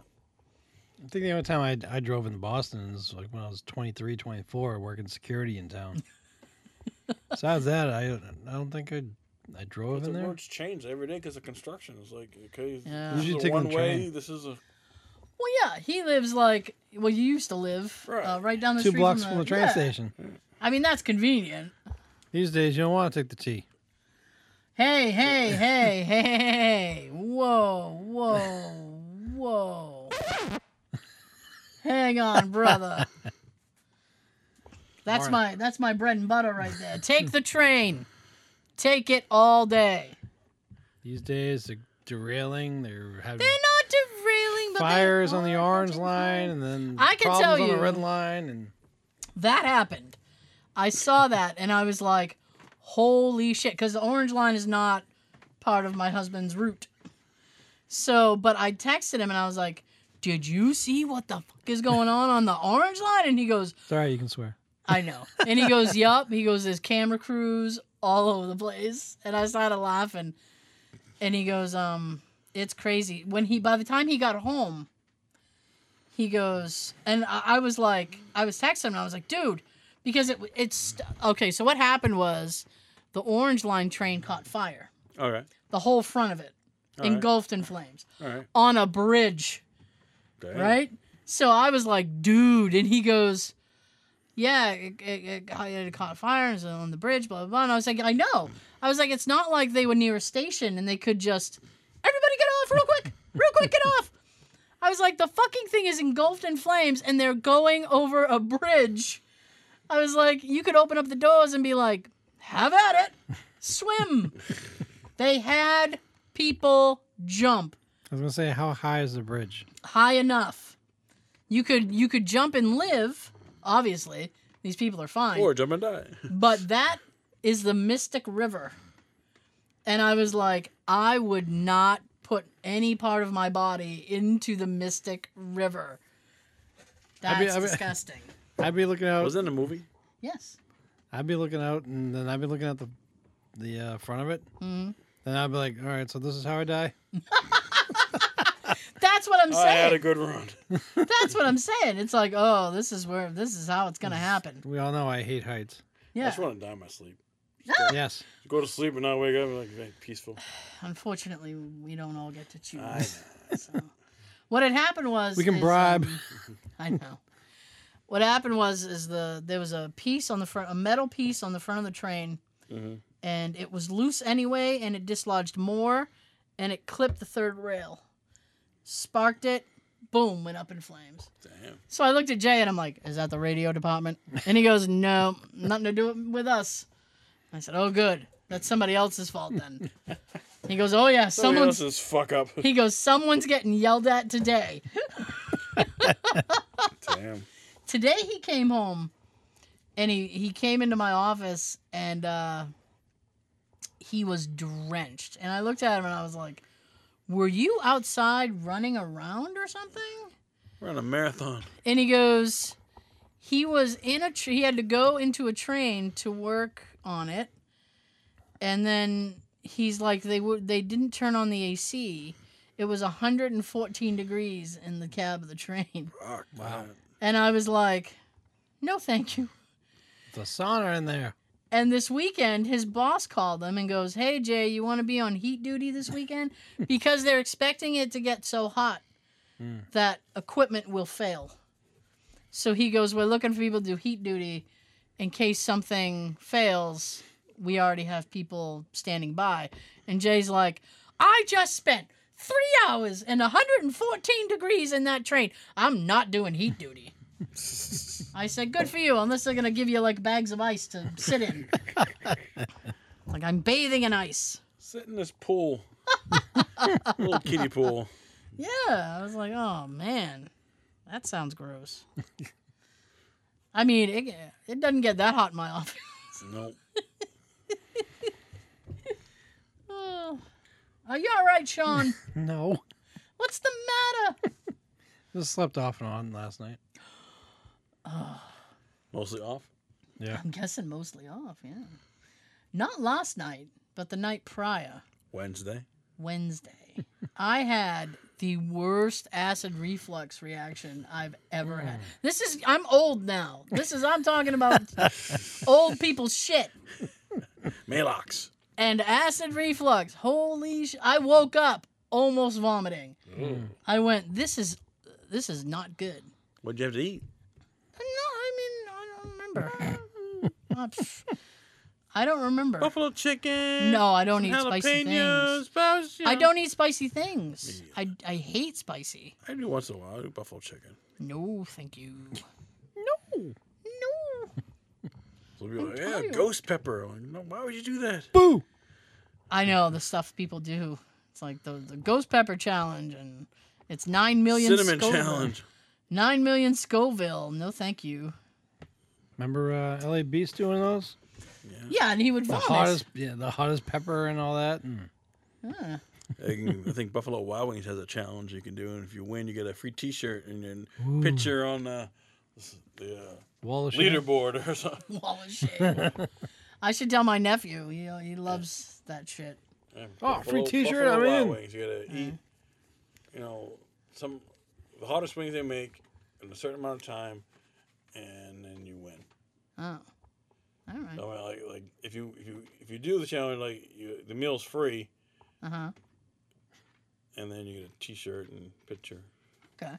[SPEAKER 5] I think the only time I, I drove in Boston is like when I was 23, 24, working security in town. Besides that, I don't- I don't think I I drove
[SPEAKER 3] But the
[SPEAKER 5] in there.
[SPEAKER 3] roads change every day because of construction. It's like, okay,
[SPEAKER 2] Yeah.
[SPEAKER 3] this
[SPEAKER 5] You should
[SPEAKER 3] is a
[SPEAKER 5] take on
[SPEAKER 3] one
[SPEAKER 5] the
[SPEAKER 3] way.
[SPEAKER 5] train.
[SPEAKER 3] This is a
[SPEAKER 2] well, yeah, he lives like well, you used to live right, uh,
[SPEAKER 3] Right.
[SPEAKER 2] right down the
[SPEAKER 5] Two
[SPEAKER 2] street
[SPEAKER 5] blocks from the train
[SPEAKER 2] yeah.
[SPEAKER 5] station.
[SPEAKER 2] I mean, that's convenient.
[SPEAKER 5] These days, you don't want to take the T.
[SPEAKER 2] Hey, hey, hey, hey, hey, hey. Whoa, whoa, whoa. Hang on, brother. That's my that's my bread and butter right there. Take the train. Take it all day.
[SPEAKER 5] These days, they're derailing. They're having
[SPEAKER 2] They're not derailing, but they
[SPEAKER 5] fires on the
[SPEAKER 2] are
[SPEAKER 5] orange
[SPEAKER 2] fucking
[SPEAKER 5] line, and then
[SPEAKER 2] I can
[SPEAKER 5] problems
[SPEAKER 2] tell
[SPEAKER 5] on the
[SPEAKER 2] you-
[SPEAKER 5] red line, and
[SPEAKER 2] that happened. I saw that and I was like, holy shit. Because the orange line is not part of my husband's route. So, but I texted him and I was like, did you see what the fuck is going on on the orange line? And he goes,
[SPEAKER 5] sorry, you can swear.
[SPEAKER 2] I know. And he goes, yup. He goes, there's camera crews all over the place. And I started laughing. And he goes, um, it's crazy. When he, by the time he got home, he goes, and I, I was like, I was texting him and I was like, dude, because it, it's, okay, so what happened was the Orange Line train caught fire,
[SPEAKER 3] all right,
[SPEAKER 2] the whole front of it,
[SPEAKER 3] All right.
[SPEAKER 2] engulfed in flames
[SPEAKER 3] all right,
[SPEAKER 2] on a bridge
[SPEAKER 3] Damn.
[SPEAKER 2] right? So I was like, dude, and he goes, yeah, it, it, it, ca- it caught fire and it's on the bridge, blah, blah, blah. And I was like, I know. I was like, it's not like they were near a station and they could just, everybody get off real quick, real quick, get off. I was like, the fucking thing is engulfed in flames and they're going over a bridge. I was like, you could open up the doors and be like, have at it, swim. they had people jump
[SPEAKER 5] I was gonna say, how high is the bridge?
[SPEAKER 2] high enough. You could you could jump and live. Obviously, these people are fine.
[SPEAKER 3] Or jump and die.
[SPEAKER 2] But that is the Mystic River. And I was like, I would not put any part of my body into the Mystic River. That's
[SPEAKER 5] I mean- I mean-
[SPEAKER 2] disgusting.
[SPEAKER 5] I'd be looking out.
[SPEAKER 3] Was that in a movie?
[SPEAKER 2] Yes.
[SPEAKER 5] I'd be looking out, and then I'd be looking at the the uh, front of it. Mm-hmm. Then I'd be like, all right, so this is how I die.
[SPEAKER 2] That's what I'm
[SPEAKER 3] I had a
[SPEAKER 2] saying.
[SPEAKER 3] good run.
[SPEAKER 2] That's what I'm saying. It's like, oh, this is where this is how it's gonna happen.
[SPEAKER 5] We all know I hate heights.
[SPEAKER 3] I
[SPEAKER 2] Yeah.
[SPEAKER 3] just want to die in my sleep.
[SPEAKER 5] yes,
[SPEAKER 3] Go to sleep and not wake up and like very peaceful.
[SPEAKER 2] Unfortunately, we don't all get to choose.
[SPEAKER 3] I know.
[SPEAKER 2] So, what had happened was
[SPEAKER 5] we can
[SPEAKER 2] is,
[SPEAKER 5] bribe.
[SPEAKER 2] um, I know. What happened was is the there was a piece on the front, a metal piece on the front of the train,
[SPEAKER 3] Mhm.
[SPEAKER 2] and it was loose anyway, and it dislodged more, and it clipped the third rail, sparked it, boom, went up in flames.
[SPEAKER 3] Damn.
[SPEAKER 2] So I looked at Jay and I'm like, "Is that the radio department?" And he goes, "No, nothing to do with us." I said, "Oh, good. That's somebody else's fault then." he goes, "Oh yeah,
[SPEAKER 3] Someone
[SPEAKER 2] someone's
[SPEAKER 3] else's fuck up.
[SPEAKER 2] he goes, someone's getting yelled at today.
[SPEAKER 3] Damn.
[SPEAKER 2] Today he came home and he, he came into my office and uh, he was drenched. And I looked at him and I was like, Were you outside running around or something?
[SPEAKER 3] We're on a marathon.
[SPEAKER 2] And he goes, He was in a, tr- he had to go into a train to work on it. And then he's like, They would, they didn't turn on the AC. It was 114 degrees in the cab of the train.
[SPEAKER 3] Fuck. Wow.
[SPEAKER 2] And I was like, no, thank you.
[SPEAKER 5] The sauna in there.
[SPEAKER 2] And this weekend, his boss called them and goes, Hey, Jay, you want to be on heat duty this weekend? Because they're expecting it to get so hot that equipment will fail. So he goes, We're looking for people to do heat duty in case something fails. We already have people standing by. And Jay's like, I just spent three hours and 114 degrees in that train. I'm not doing heat duty. I said, good for you, unless they're going to give you like bags of ice to sit in. like, I'm bathing in ice.
[SPEAKER 3] Sit in this pool. Little kiddie pool.
[SPEAKER 2] Yeah. I was like, oh, man, that sounds gross. I mean, it, it doesn't get that hot in my office.
[SPEAKER 3] Nope.
[SPEAKER 2] Oh. Are you all right, Sean?
[SPEAKER 4] No.
[SPEAKER 2] What's the matter?
[SPEAKER 4] Just slept off and on last night.
[SPEAKER 3] Mostly off.
[SPEAKER 4] Yeah.
[SPEAKER 2] I'm guessing mostly off, yeah. Not last night, but the night prior,
[SPEAKER 3] Wednesday.
[SPEAKER 2] Wednesday, I had the worst acid reflux reaction I've ever had. This is, I'm old now. This is, I'm talking about old people shit.
[SPEAKER 3] Malox.
[SPEAKER 2] And acid reflux. Holy sh- I woke up almost vomiting. I went, this is, this is not good.
[SPEAKER 3] What'd you have to eat?
[SPEAKER 2] No, I mean, I don't remember. Uh, pff, I don't remember.
[SPEAKER 3] Buffalo chicken.
[SPEAKER 2] No, I don't eat spicy things.
[SPEAKER 3] things.
[SPEAKER 2] I don't eat spicy things. I, I hate spicy.
[SPEAKER 3] I do once in a while. I do buffalo chicken.
[SPEAKER 2] No, thank you.
[SPEAKER 4] No.
[SPEAKER 2] No.
[SPEAKER 3] So people are like, yeah,
[SPEAKER 2] tired.
[SPEAKER 3] ghost pepper. I'm like, no, why would you do that?
[SPEAKER 4] Boo.
[SPEAKER 2] I know the stuff people do. It's like the, the ghost pepper challenge, and it's nine million
[SPEAKER 3] Cinnamon
[SPEAKER 2] Scoville.
[SPEAKER 3] challenge.
[SPEAKER 2] Nine million Scoville. No, thank you.
[SPEAKER 4] Remember uh, LA Beast doing those?
[SPEAKER 2] Yeah, and he would
[SPEAKER 4] The
[SPEAKER 2] vomit.
[SPEAKER 4] hottest, yeah, the hottest pepper and all that. And
[SPEAKER 2] Huh.
[SPEAKER 3] I can- I think Buffalo Wild Wings has a challenge you can do, and if you win, you get a free T-shirt and then picture on the, the uh,
[SPEAKER 4] wall of shame.
[SPEAKER 3] leaderboard or something.
[SPEAKER 2] Wall of shame. I should tell my nephew. He he loves that shit.
[SPEAKER 4] Oh, free
[SPEAKER 3] Buffalo-
[SPEAKER 4] T-shirt.
[SPEAKER 3] Buffalo
[SPEAKER 4] I'm
[SPEAKER 3] Wild
[SPEAKER 4] in. Mm-hmm.
[SPEAKER 3] Wings. You gotta eat, you know, some the hottest wings they make in a certain amount of time, and then you win.
[SPEAKER 2] Oh, all
[SPEAKER 4] Mm-hmm.
[SPEAKER 2] right.
[SPEAKER 3] So, I mean, like, like if you if you if you do the challenge, like you, the meal's free,
[SPEAKER 2] Uh huh.
[SPEAKER 3] and then you get a T-shirt and picture.
[SPEAKER 2] Okay.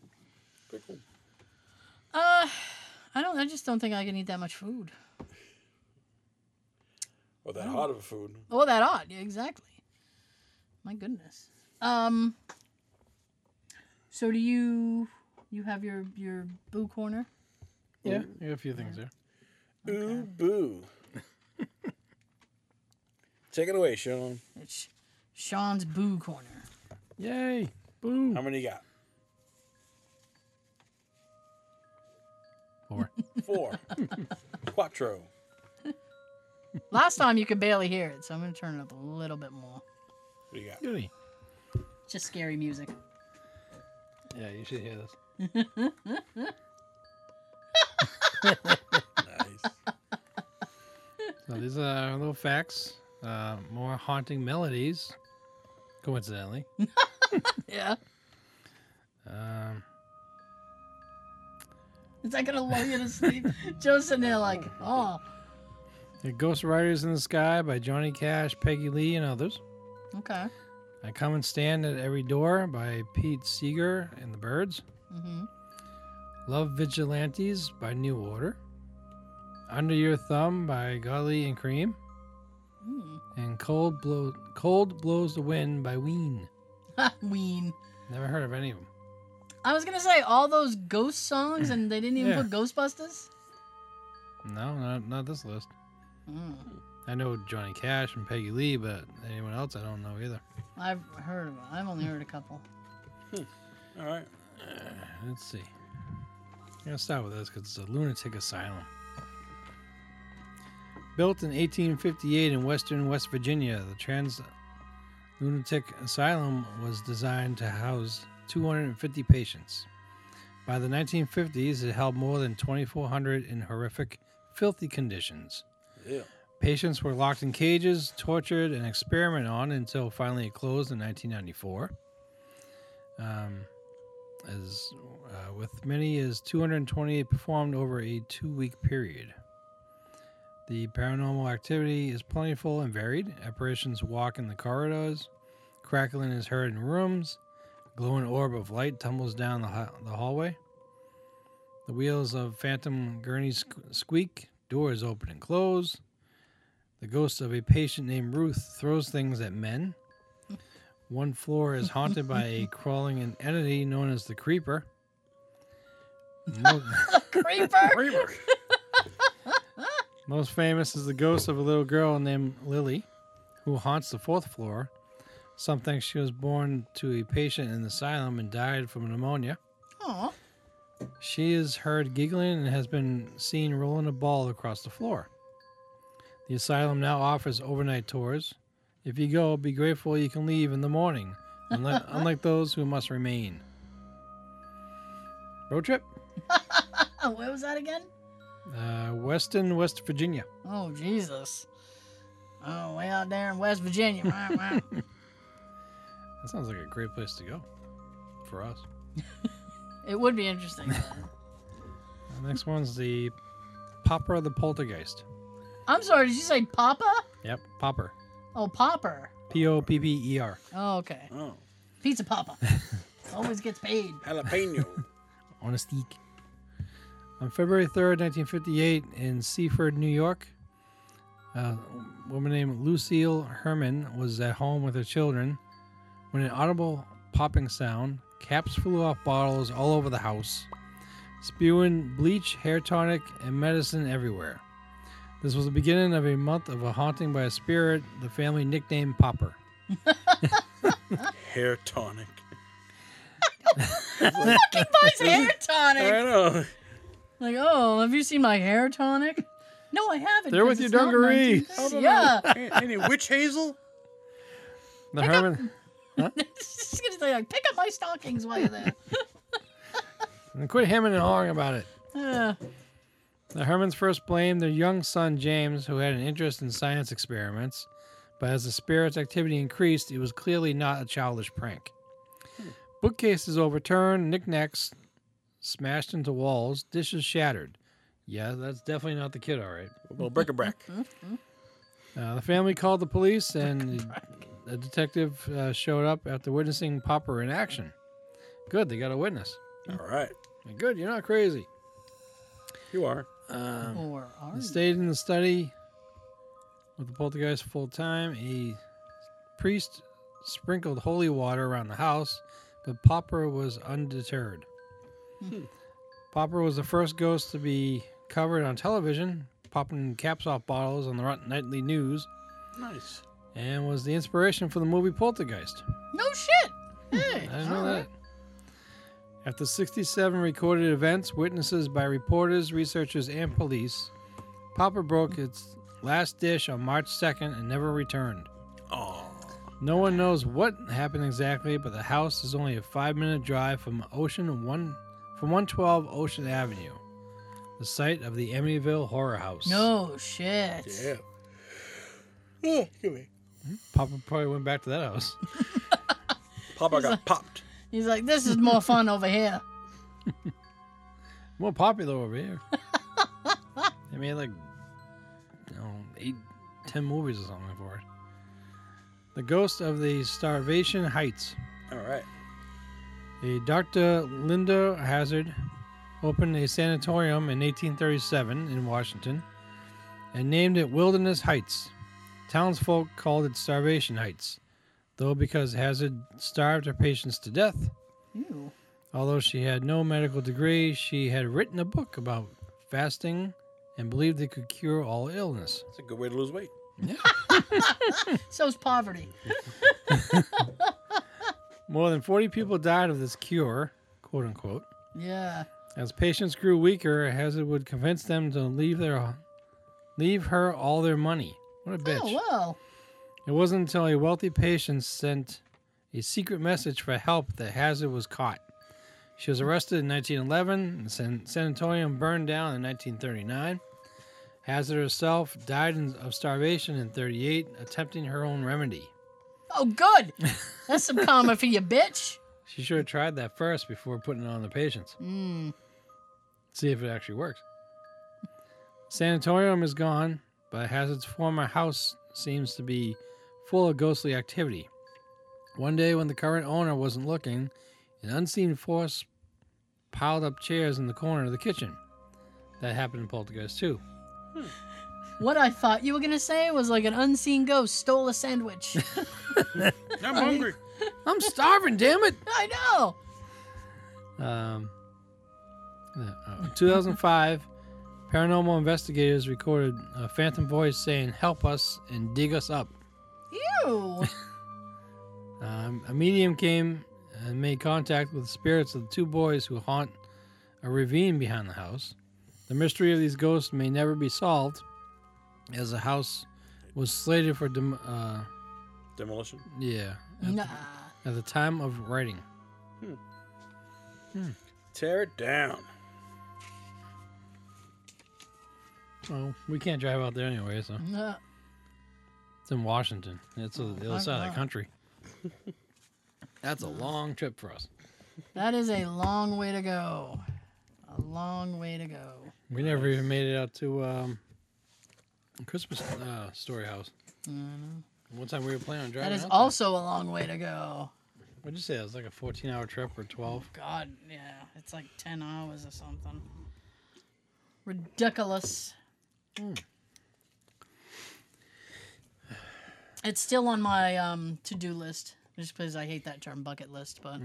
[SPEAKER 3] Pretty cool.
[SPEAKER 2] Uh, I don't. I just don't think I can eat that much food.
[SPEAKER 3] Or that hot of a food.
[SPEAKER 2] Oh, that odd. Yeah, exactly. My goodness. Um. So do you you have your your boo corner?
[SPEAKER 4] Yeah, yeah, a few things there.
[SPEAKER 3] Ooh boo. Take it away, Sean.
[SPEAKER 2] It's Sean's boo corner.
[SPEAKER 4] Yay! Boo.
[SPEAKER 3] How many you got?
[SPEAKER 4] Four.
[SPEAKER 3] Four. Quattro.
[SPEAKER 2] Last time you could barely hear it, so I'm gonna turn it up a little bit more.
[SPEAKER 3] What do you got?
[SPEAKER 4] Goody.
[SPEAKER 2] It's just scary music.
[SPEAKER 4] Yeah, you should hear this.
[SPEAKER 3] Nice.
[SPEAKER 4] So these are little facts. Uh, more haunting melodies, coincidentally.
[SPEAKER 2] Yeah.
[SPEAKER 4] Um,
[SPEAKER 2] Is that gonna lull you to sleep? Joe's sitting there like, oh,
[SPEAKER 4] The Ghost Riders in the Sky by Johnny Cash, Peggy Lee, and others.
[SPEAKER 2] okay.
[SPEAKER 4] I Come and Stand at Every Door by Pete Seeger and the Birds.
[SPEAKER 2] Mm-hmm.
[SPEAKER 4] Love Vigilantes by New Order. Under Your Thumb by Godley and Cream.
[SPEAKER 2] Mm.
[SPEAKER 4] And Cold, Blow- Cold Blows the Wind by Ween.
[SPEAKER 2] Ha, Ween.
[SPEAKER 4] Never heard of any of them.
[SPEAKER 2] I was gonna say all those ghost songs, and they didn't even
[SPEAKER 4] Yeah.
[SPEAKER 2] put Ghostbusters.
[SPEAKER 4] No, not, not this list.
[SPEAKER 2] Mm.
[SPEAKER 4] I know Johnny Cash and Peggy Lee, but anyone else I don't know either.
[SPEAKER 2] I've heard of them. I've only heard a couple.
[SPEAKER 3] All right.
[SPEAKER 4] Let's see. I'm gonna start with this because it's a lunatic asylum. Built in 1858 in western West Virginia, the Trans Lunatic Asylum was designed to house 250 patients. By the 1950s, it held more than 2,400 in horrific, filthy conditions.
[SPEAKER 3] Yeah.
[SPEAKER 4] Patients were locked in cages, tortured, and experimented on until finally it closed in 1994. Um, as uh, with many as 228 performed over a two-week period. The paranormal activity is plentiful and varied. Apparitions walk in the corridors, crackling is heard in rooms, a glowing orb of light tumbles down the, ha- the hallway. The wheels of phantom gurneys squ- squeak, doors open and close. The ghost of a patient named Ruth throws things at men. One floor is haunted by a crawling entity known as the Creeper. Mo-
[SPEAKER 2] Creeper.
[SPEAKER 3] Kramer.
[SPEAKER 4] Most famous is the ghost of a little girl named Lily, who haunts the fourth floor. Some think she was born to a patient in the asylum and died from pneumonia.
[SPEAKER 2] Aw.
[SPEAKER 4] She is heard giggling and has been seen rolling a ball across the floor. The asylum now offers overnight tours. If you go, be grateful you can leave in the morning, unlike, unlike those who must remain. Road trip?
[SPEAKER 2] Oh, where was that again?
[SPEAKER 4] Uh, Weston, West Virginia.
[SPEAKER 2] Oh, Jesus. Oh, way out there in West Virginia. Wow, wow.
[SPEAKER 4] That sounds like a great place to go for us.
[SPEAKER 2] It would be interesting. though.
[SPEAKER 4] The next one's the Popper the Poltergeist.
[SPEAKER 2] I'm sorry, did you say Papa?
[SPEAKER 4] Yep, Popper.
[SPEAKER 2] Oh, Popper.
[SPEAKER 4] P O P P E R.
[SPEAKER 2] Oh, okay.
[SPEAKER 3] Oh,
[SPEAKER 2] Pizza Papa. Always gets paid.
[SPEAKER 3] jalapeno.
[SPEAKER 4] On a steak. On February 3rd, 1958, in Seaford, New York, a woman named Lucille Herman was at home with her children when an audible popping sound, caps flew off bottles all over the house, spewing bleach, hair tonic, and medicine everywhere. This was the beginning of a month of a haunting by a spirit the family nicknamed Popper.
[SPEAKER 3] Hair tonic.
[SPEAKER 2] He buys hair
[SPEAKER 3] I
[SPEAKER 2] tonic.
[SPEAKER 3] know.
[SPEAKER 2] Like, oh, have you seen my hair tonic? No, I haven't.
[SPEAKER 4] There
[SPEAKER 2] 'cause
[SPEAKER 4] with your
[SPEAKER 2] it's not
[SPEAKER 4] dungaree.
[SPEAKER 2] 1930s. Yeah.
[SPEAKER 3] Any witch hazel?
[SPEAKER 4] The Herman.
[SPEAKER 2] Just gonna say, like, pick up my stockings while you're there.
[SPEAKER 4] And quit hemming and hawing about it.
[SPEAKER 2] Uh,
[SPEAKER 4] The Hermans first blamed their young son James, who had an interest in science experiments, but as the spirit's activity increased, it was clearly not a childish prank. Bookcases overturned, knickknacks smashed into walls, dishes shattered. Yeah, that's definitely not the kid, all right.
[SPEAKER 3] Well, bric a brac.
[SPEAKER 4] Uh, the family called the police, and a detective uh, showed up after witnessing Popper in action. Good, they got a witness.
[SPEAKER 3] Mm-hmm. All right.
[SPEAKER 4] Good, you're not crazy.
[SPEAKER 3] You are.
[SPEAKER 2] or are
[SPEAKER 4] He
[SPEAKER 2] you?
[SPEAKER 4] stayed in Um, the study with the poltergeist full time. A priest sprinkled holy water around the house, but Popper was undeterred. Popper was the first ghost to be covered on television, popping caps off bottles on the rot- nightly news,
[SPEAKER 3] Nice.
[SPEAKER 4] and was the inspiration for the movie Poltergeist.
[SPEAKER 2] No shit. Hey,
[SPEAKER 4] I didn't know that. After 67 recorded events, witnesses by reporters, researchers, and police, Popper broke its last dish on March 2nd and never returned.
[SPEAKER 3] Oh.
[SPEAKER 4] No one knows what happened exactly, but the house is only a five-minute drive from Ocean One, from 112 Ocean Avenue, the site of the Amityville Horror House.
[SPEAKER 2] No shit.
[SPEAKER 3] Yeah. Oh, give me.
[SPEAKER 4] Popper probably went back to that house.
[SPEAKER 3] Papa got popped.
[SPEAKER 2] He's like, this is more fun over here.
[SPEAKER 4] More popular over here. they made like, you know, eight, ten movies or something for it. The Ghost of the Starvation Heights.
[SPEAKER 3] All right.
[SPEAKER 4] A Dr. Linda Hazard opened a sanatorium in 1837 in Washington and named it Wilderness Heights. Townsfolk called it Starvation Heights, though because Hazard starved her patients to death,
[SPEAKER 2] Ew.
[SPEAKER 4] Although she had no medical degree, she had written a book about fasting and believed it could cure all illness.
[SPEAKER 3] That's a good way to lose weight.
[SPEAKER 2] So's poverty.
[SPEAKER 4] More than 40 people died of this cure, quote unquote.
[SPEAKER 2] Yeah.
[SPEAKER 4] As patients grew weaker, Hazard would convince them to leave their leave her all their money. What a bitch.
[SPEAKER 2] Oh well.
[SPEAKER 4] It wasn't until a wealthy patient sent a secret message for help that Hazard was caught. She was arrested in 1911, and San, sanatorium burned down in 1939. Hazard herself died in, of starvation in 38, attempting her own remedy.
[SPEAKER 2] Oh good. That's some karma for you, bitch.
[SPEAKER 4] She should have tried that first before putting it on the patients.
[SPEAKER 2] Mm.
[SPEAKER 4] See if it actually works. Sanatorium is gone, but has its former house seems to be full of ghostly activity. One day, when the current owner wasn't looking, an unseen force piled up chairs in the corner of the kitchen. That happened in Poltergeist too.
[SPEAKER 2] What I thought you were gonna say was like an unseen ghost stole a sandwich.
[SPEAKER 3] I'm hungry.
[SPEAKER 4] I'm starving, damn it!
[SPEAKER 2] I know.
[SPEAKER 4] Um, yeah, uh, 2005, paranormal investigators recorded a phantom voice saying, Help us and dig us up.
[SPEAKER 2] Ew.
[SPEAKER 4] Um, a medium came and made contact with the spirits of the two boys who haunt a ravine behind the house. The mystery of these ghosts may never be solved, as the house was slated for dem- uh,
[SPEAKER 3] Demolition.
[SPEAKER 4] yeah at,
[SPEAKER 2] nah.
[SPEAKER 4] the, at the time of writing.
[SPEAKER 3] Tear it down.
[SPEAKER 4] Well, we can't drive out there anyway, so
[SPEAKER 2] Nah.
[SPEAKER 4] it's in Washington. It's on the other
[SPEAKER 2] I
[SPEAKER 4] side of
[SPEAKER 2] know.
[SPEAKER 4] the country. That's a long trip for us.
[SPEAKER 2] That is a long way to go. A long way to go.
[SPEAKER 4] We never even made it out to um, Christmas uh, Story House. One time we were planning on
[SPEAKER 2] Mm-hmm.
[SPEAKER 4] driving.
[SPEAKER 2] That is
[SPEAKER 4] out there.
[SPEAKER 2] also a long way to go.
[SPEAKER 4] What'd you say? It was like a 14 hour trip or 12?
[SPEAKER 2] God, yeah, it's like ten hours or something. Ridiculous. It's still on my um, to-do list, just because I hate that term "bucket list," but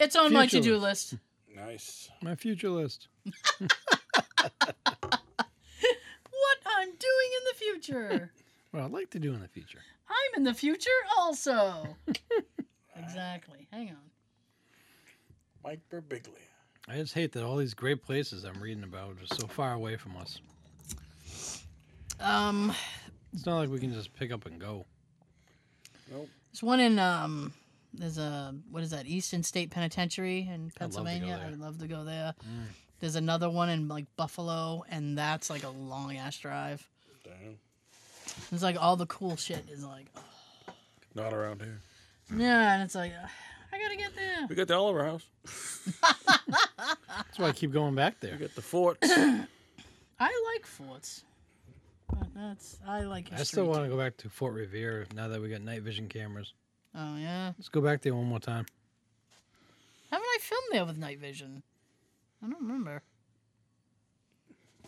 [SPEAKER 2] it's on my
[SPEAKER 4] Future
[SPEAKER 2] to-do list.
[SPEAKER 3] Nice.
[SPEAKER 4] My future list.
[SPEAKER 2] What I'm doing in the future.
[SPEAKER 4] What I'd like to do in the future.
[SPEAKER 2] I'm in the future also. exactly. Hang on.
[SPEAKER 3] Mike Birbiglia.
[SPEAKER 4] I just hate that all these great places I'm reading about are so far away from us.
[SPEAKER 2] Um,
[SPEAKER 4] It's not like we can just pick up and go.
[SPEAKER 2] there's one in um, there's a what is that Eastern State Penitentiary in
[SPEAKER 4] I'd love to go
[SPEAKER 2] Pennsylvania.
[SPEAKER 4] there. Mm.
[SPEAKER 2] I'd love to go there. There's another one in like Buffalo, and that's like a long ass drive.
[SPEAKER 3] Damn.
[SPEAKER 2] It's like all the cool shit is like, oh,
[SPEAKER 3] Not around here.
[SPEAKER 4] Mm.
[SPEAKER 2] yeah, and it's like, ah, I gotta get there.
[SPEAKER 3] We got the Oliver House.
[SPEAKER 4] That's why I keep going back
[SPEAKER 3] We
[SPEAKER 4] there.
[SPEAKER 3] got the fort.
[SPEAKER 2] I like forts, but that's I like
[SPEAKER 4] I
[SPEAKER 2] history.
[SPEAKER 4] still
[SPEAKER 2] too.
[SPEAKER 4] want to go back to Fort Revere now that we got night vision cameras.
[SPEAKER 2] Oh yeah,
[SPEAKER 4] Let's go back there one more time.
[SPEAKER 2] haven't I filmed there with night vision? I don't remember.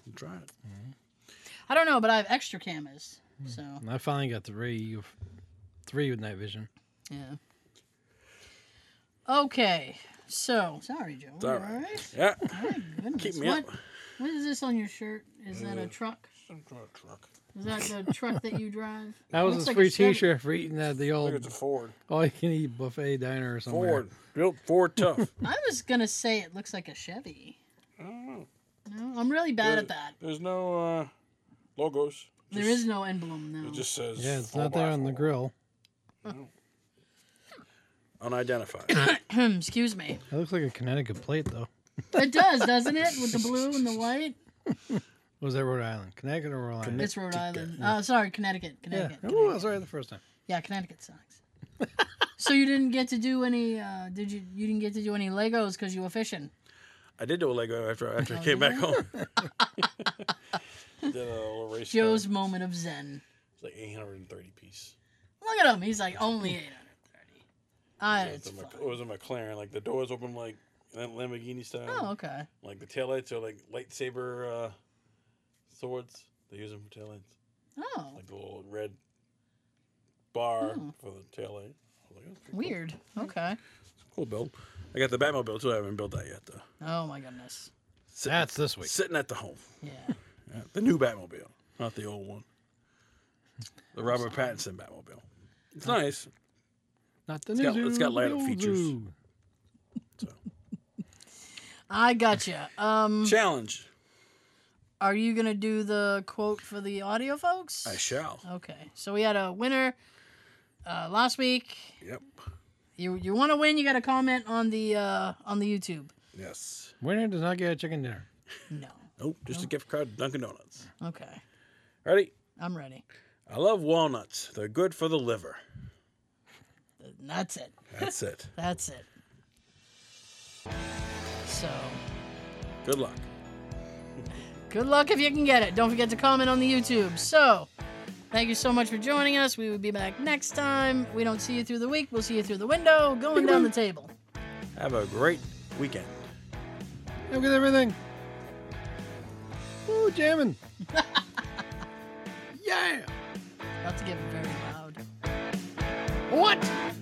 [SPEAKER 3] I'm trying it.
[SPEAKER 2] I don't know, but I have extra cameras, so
[SPEAKER 4] And I finally got three, of- three with night vision.
[SPEAKER 2] yeah. Okay, so sorry, Joe.
[SPEAKER 3] all
[SPEAKER 2] all
[SPEAKER 3] right.
[SPEAKER 2] right.
[SPEAKER 3] Yeah.
[SPEAKER 2] Goodness,
[SPEAKER 3] Keep me
[SPEAKER 2] what,
[SPEAKER 3] up.
[SPEAKER 2] what is this on your shirt? Is that a truck?
[SPEAKER 3] Some kind of truck.
[SPEAKER 2] Is that the truck that you drive?
[SPEAKER 4] That was
[SPEAKER 2] Looks
[SPEAKER 4] a
[SPEAKER 2] like a
[SPEAKER 4] free
[SPEAKER 2] Chevy.
[SPEAKER 4] T-shirt for eating at the
[SPEAKER 3] Look at
[SPEAKER 4] old
[SPEAKER 3] the Ford.
[SPEAKER 4] all you can eat buffet diner or somewhere.
[SPEAKER 3] Ford. Built Ford tough.
[SPEAKER 2] I was gonna say it looks like a Chevy.
[SPEAKER 3] I don't know.
[SPEAKER 2] No, I'm really bad
[SPEAKER 3] There-
[SPEAKER 2] at that.
[SPEAKER 3] There's no uh, logos.
[SPEAKER 2] There is no emblem now.
[SPEAKER 3] It just says.
[SPEAKER 4] Yeah, it's
[SPEAKER 3] four
[SPEAKER 4] not there
[SPEAKER 3] by
[SPEAKER 4] on the
[SPEAKER 3] four.
[SPEAKER 4] grill.
[SPEAKER 3] Unidentified.
[SPEAKER 2] Excuse me.
[SPEAKER 4] That looks like a Connecticut plate though.
[SPEAKER 2] It does, doesn't it? With the blue and the white.
[SPEAKER 4] What was that Rhode Island? Connecticut or Rhode Island?
[SPEAKER 2] It's Rhode Island. Oh, sorry, Connecticut.
[SPEAKER 4] yeah.
[SPEAKER 2] Connecticut.
[SPEAKER 4] Oh, I
[SPEAKER 2] Connecticut.
[SPEAKER 4] was right the first time.
[SPEAKER 2] Yeah, Connecticut sucks. so you didn't get to do any? Uh, did you? You didn't get to do any Legos because you were fishing.
[SPEAKER 3] I did do a Lego after after
[SPEAKER 2] Oh,
[SPEAKER 3] I came back home. did a little race. car.
[SPEAKER 2] Joe's moment of zen.
[SPEAKER 3] It's like 830 piece.
[SPEAKER 2] Look at him. He's like only 830. Ah,
[SPEAKER 3] It was,
[SPEAKER 2] it's
[SPEAKER 3] a Mc-
[SPEAKER 2] fine.
[SPEAKER 3] it was a McLaren. Like the doors open like Lam- Lamborghini style.
[SPEAKER 2] Oh, okay.
[SPEAKER 3] Like the taillights are like lightsaber uh, swords. They use them for taillights.
[SPEAKER 2] Oh,
[SPEAKER 3] Like the little red bar
[SPEAKER 2] Oh.
[SPEAKER 3] for the taillight. I was like, "That's pretty cool."
[SPEAKER 2] weird. Okay.
[SPEAKER 3] Cool build. I got the Batmobile too. I haven't built that yet though.
[SPEAKER 2] Oh my goodness.
[SPEAKER 3] Sitting,
[SPEAKER 4] That's this week.
[SPEAKER 3] sitting at the home.
[SPEAKER 2] Yeah.
[SPEAKER 3] Yeah, the new Batmobile, not the old one. The Robert Pattinson Batmobile. It's nice.
[SPEAKER 4] Not the
[SPEAKER 3] It's
[SPEAKER 4] new
[SPEAKER 3] got- it's got
[SPEAKER 4] zoo,
[SPEAKER 3] light-up
[SPEAKER 4] the old
[SPEAKER 3] features.
[SPEAKER 4] zoo.
[SPEAKER 2] I gotcha. Um,
[SPEAKER 3] Challenge.
[SPEAKER 2] are you gonna do the quote for the audio folks?
[SPEAKER 3] I shall.
[SPEAKER 2] okay. So we had a winner uh, last week.
[SPEAKER 3] Yep.
[SPEAKER 2] You you want to win? You got to comment on the uh, on the YouTube.
[SPEAKER 3] Yes.
[SPEAKER 4] Winner does not get a chicken dinner.
[SPEAKER 2] No.
[SPEAKER 3] Nope. Just a gift card to Dunkin' Donuts.
[SPEAKER 2] Okay.
[SPEAKER 3] Ready?
[SPEAKER 2] I'm ready.
[SPEAKER 3] I love walnuts. They're good for the liver.
[SPEAKER 2] That's it.
[SPEAKER 3] That's it.
[SPEAKER 2] That's it. So
[SPEAKER 3] Good luck.
[SPEAKER 2] Good luck if you can get it. Don't forget to comment on the YouTube. So, thank you so much for joining us. We will be back next time. We don't see you through the week. We'll see you through the window, going down the table.
[SPEAKER 3] Have a great weekend.
[SPEAKER 5] Look at everything. Ooh, jamming. yeah.
[SPEAKER 2] Not to get very loud.
[SPEAKER 5] What?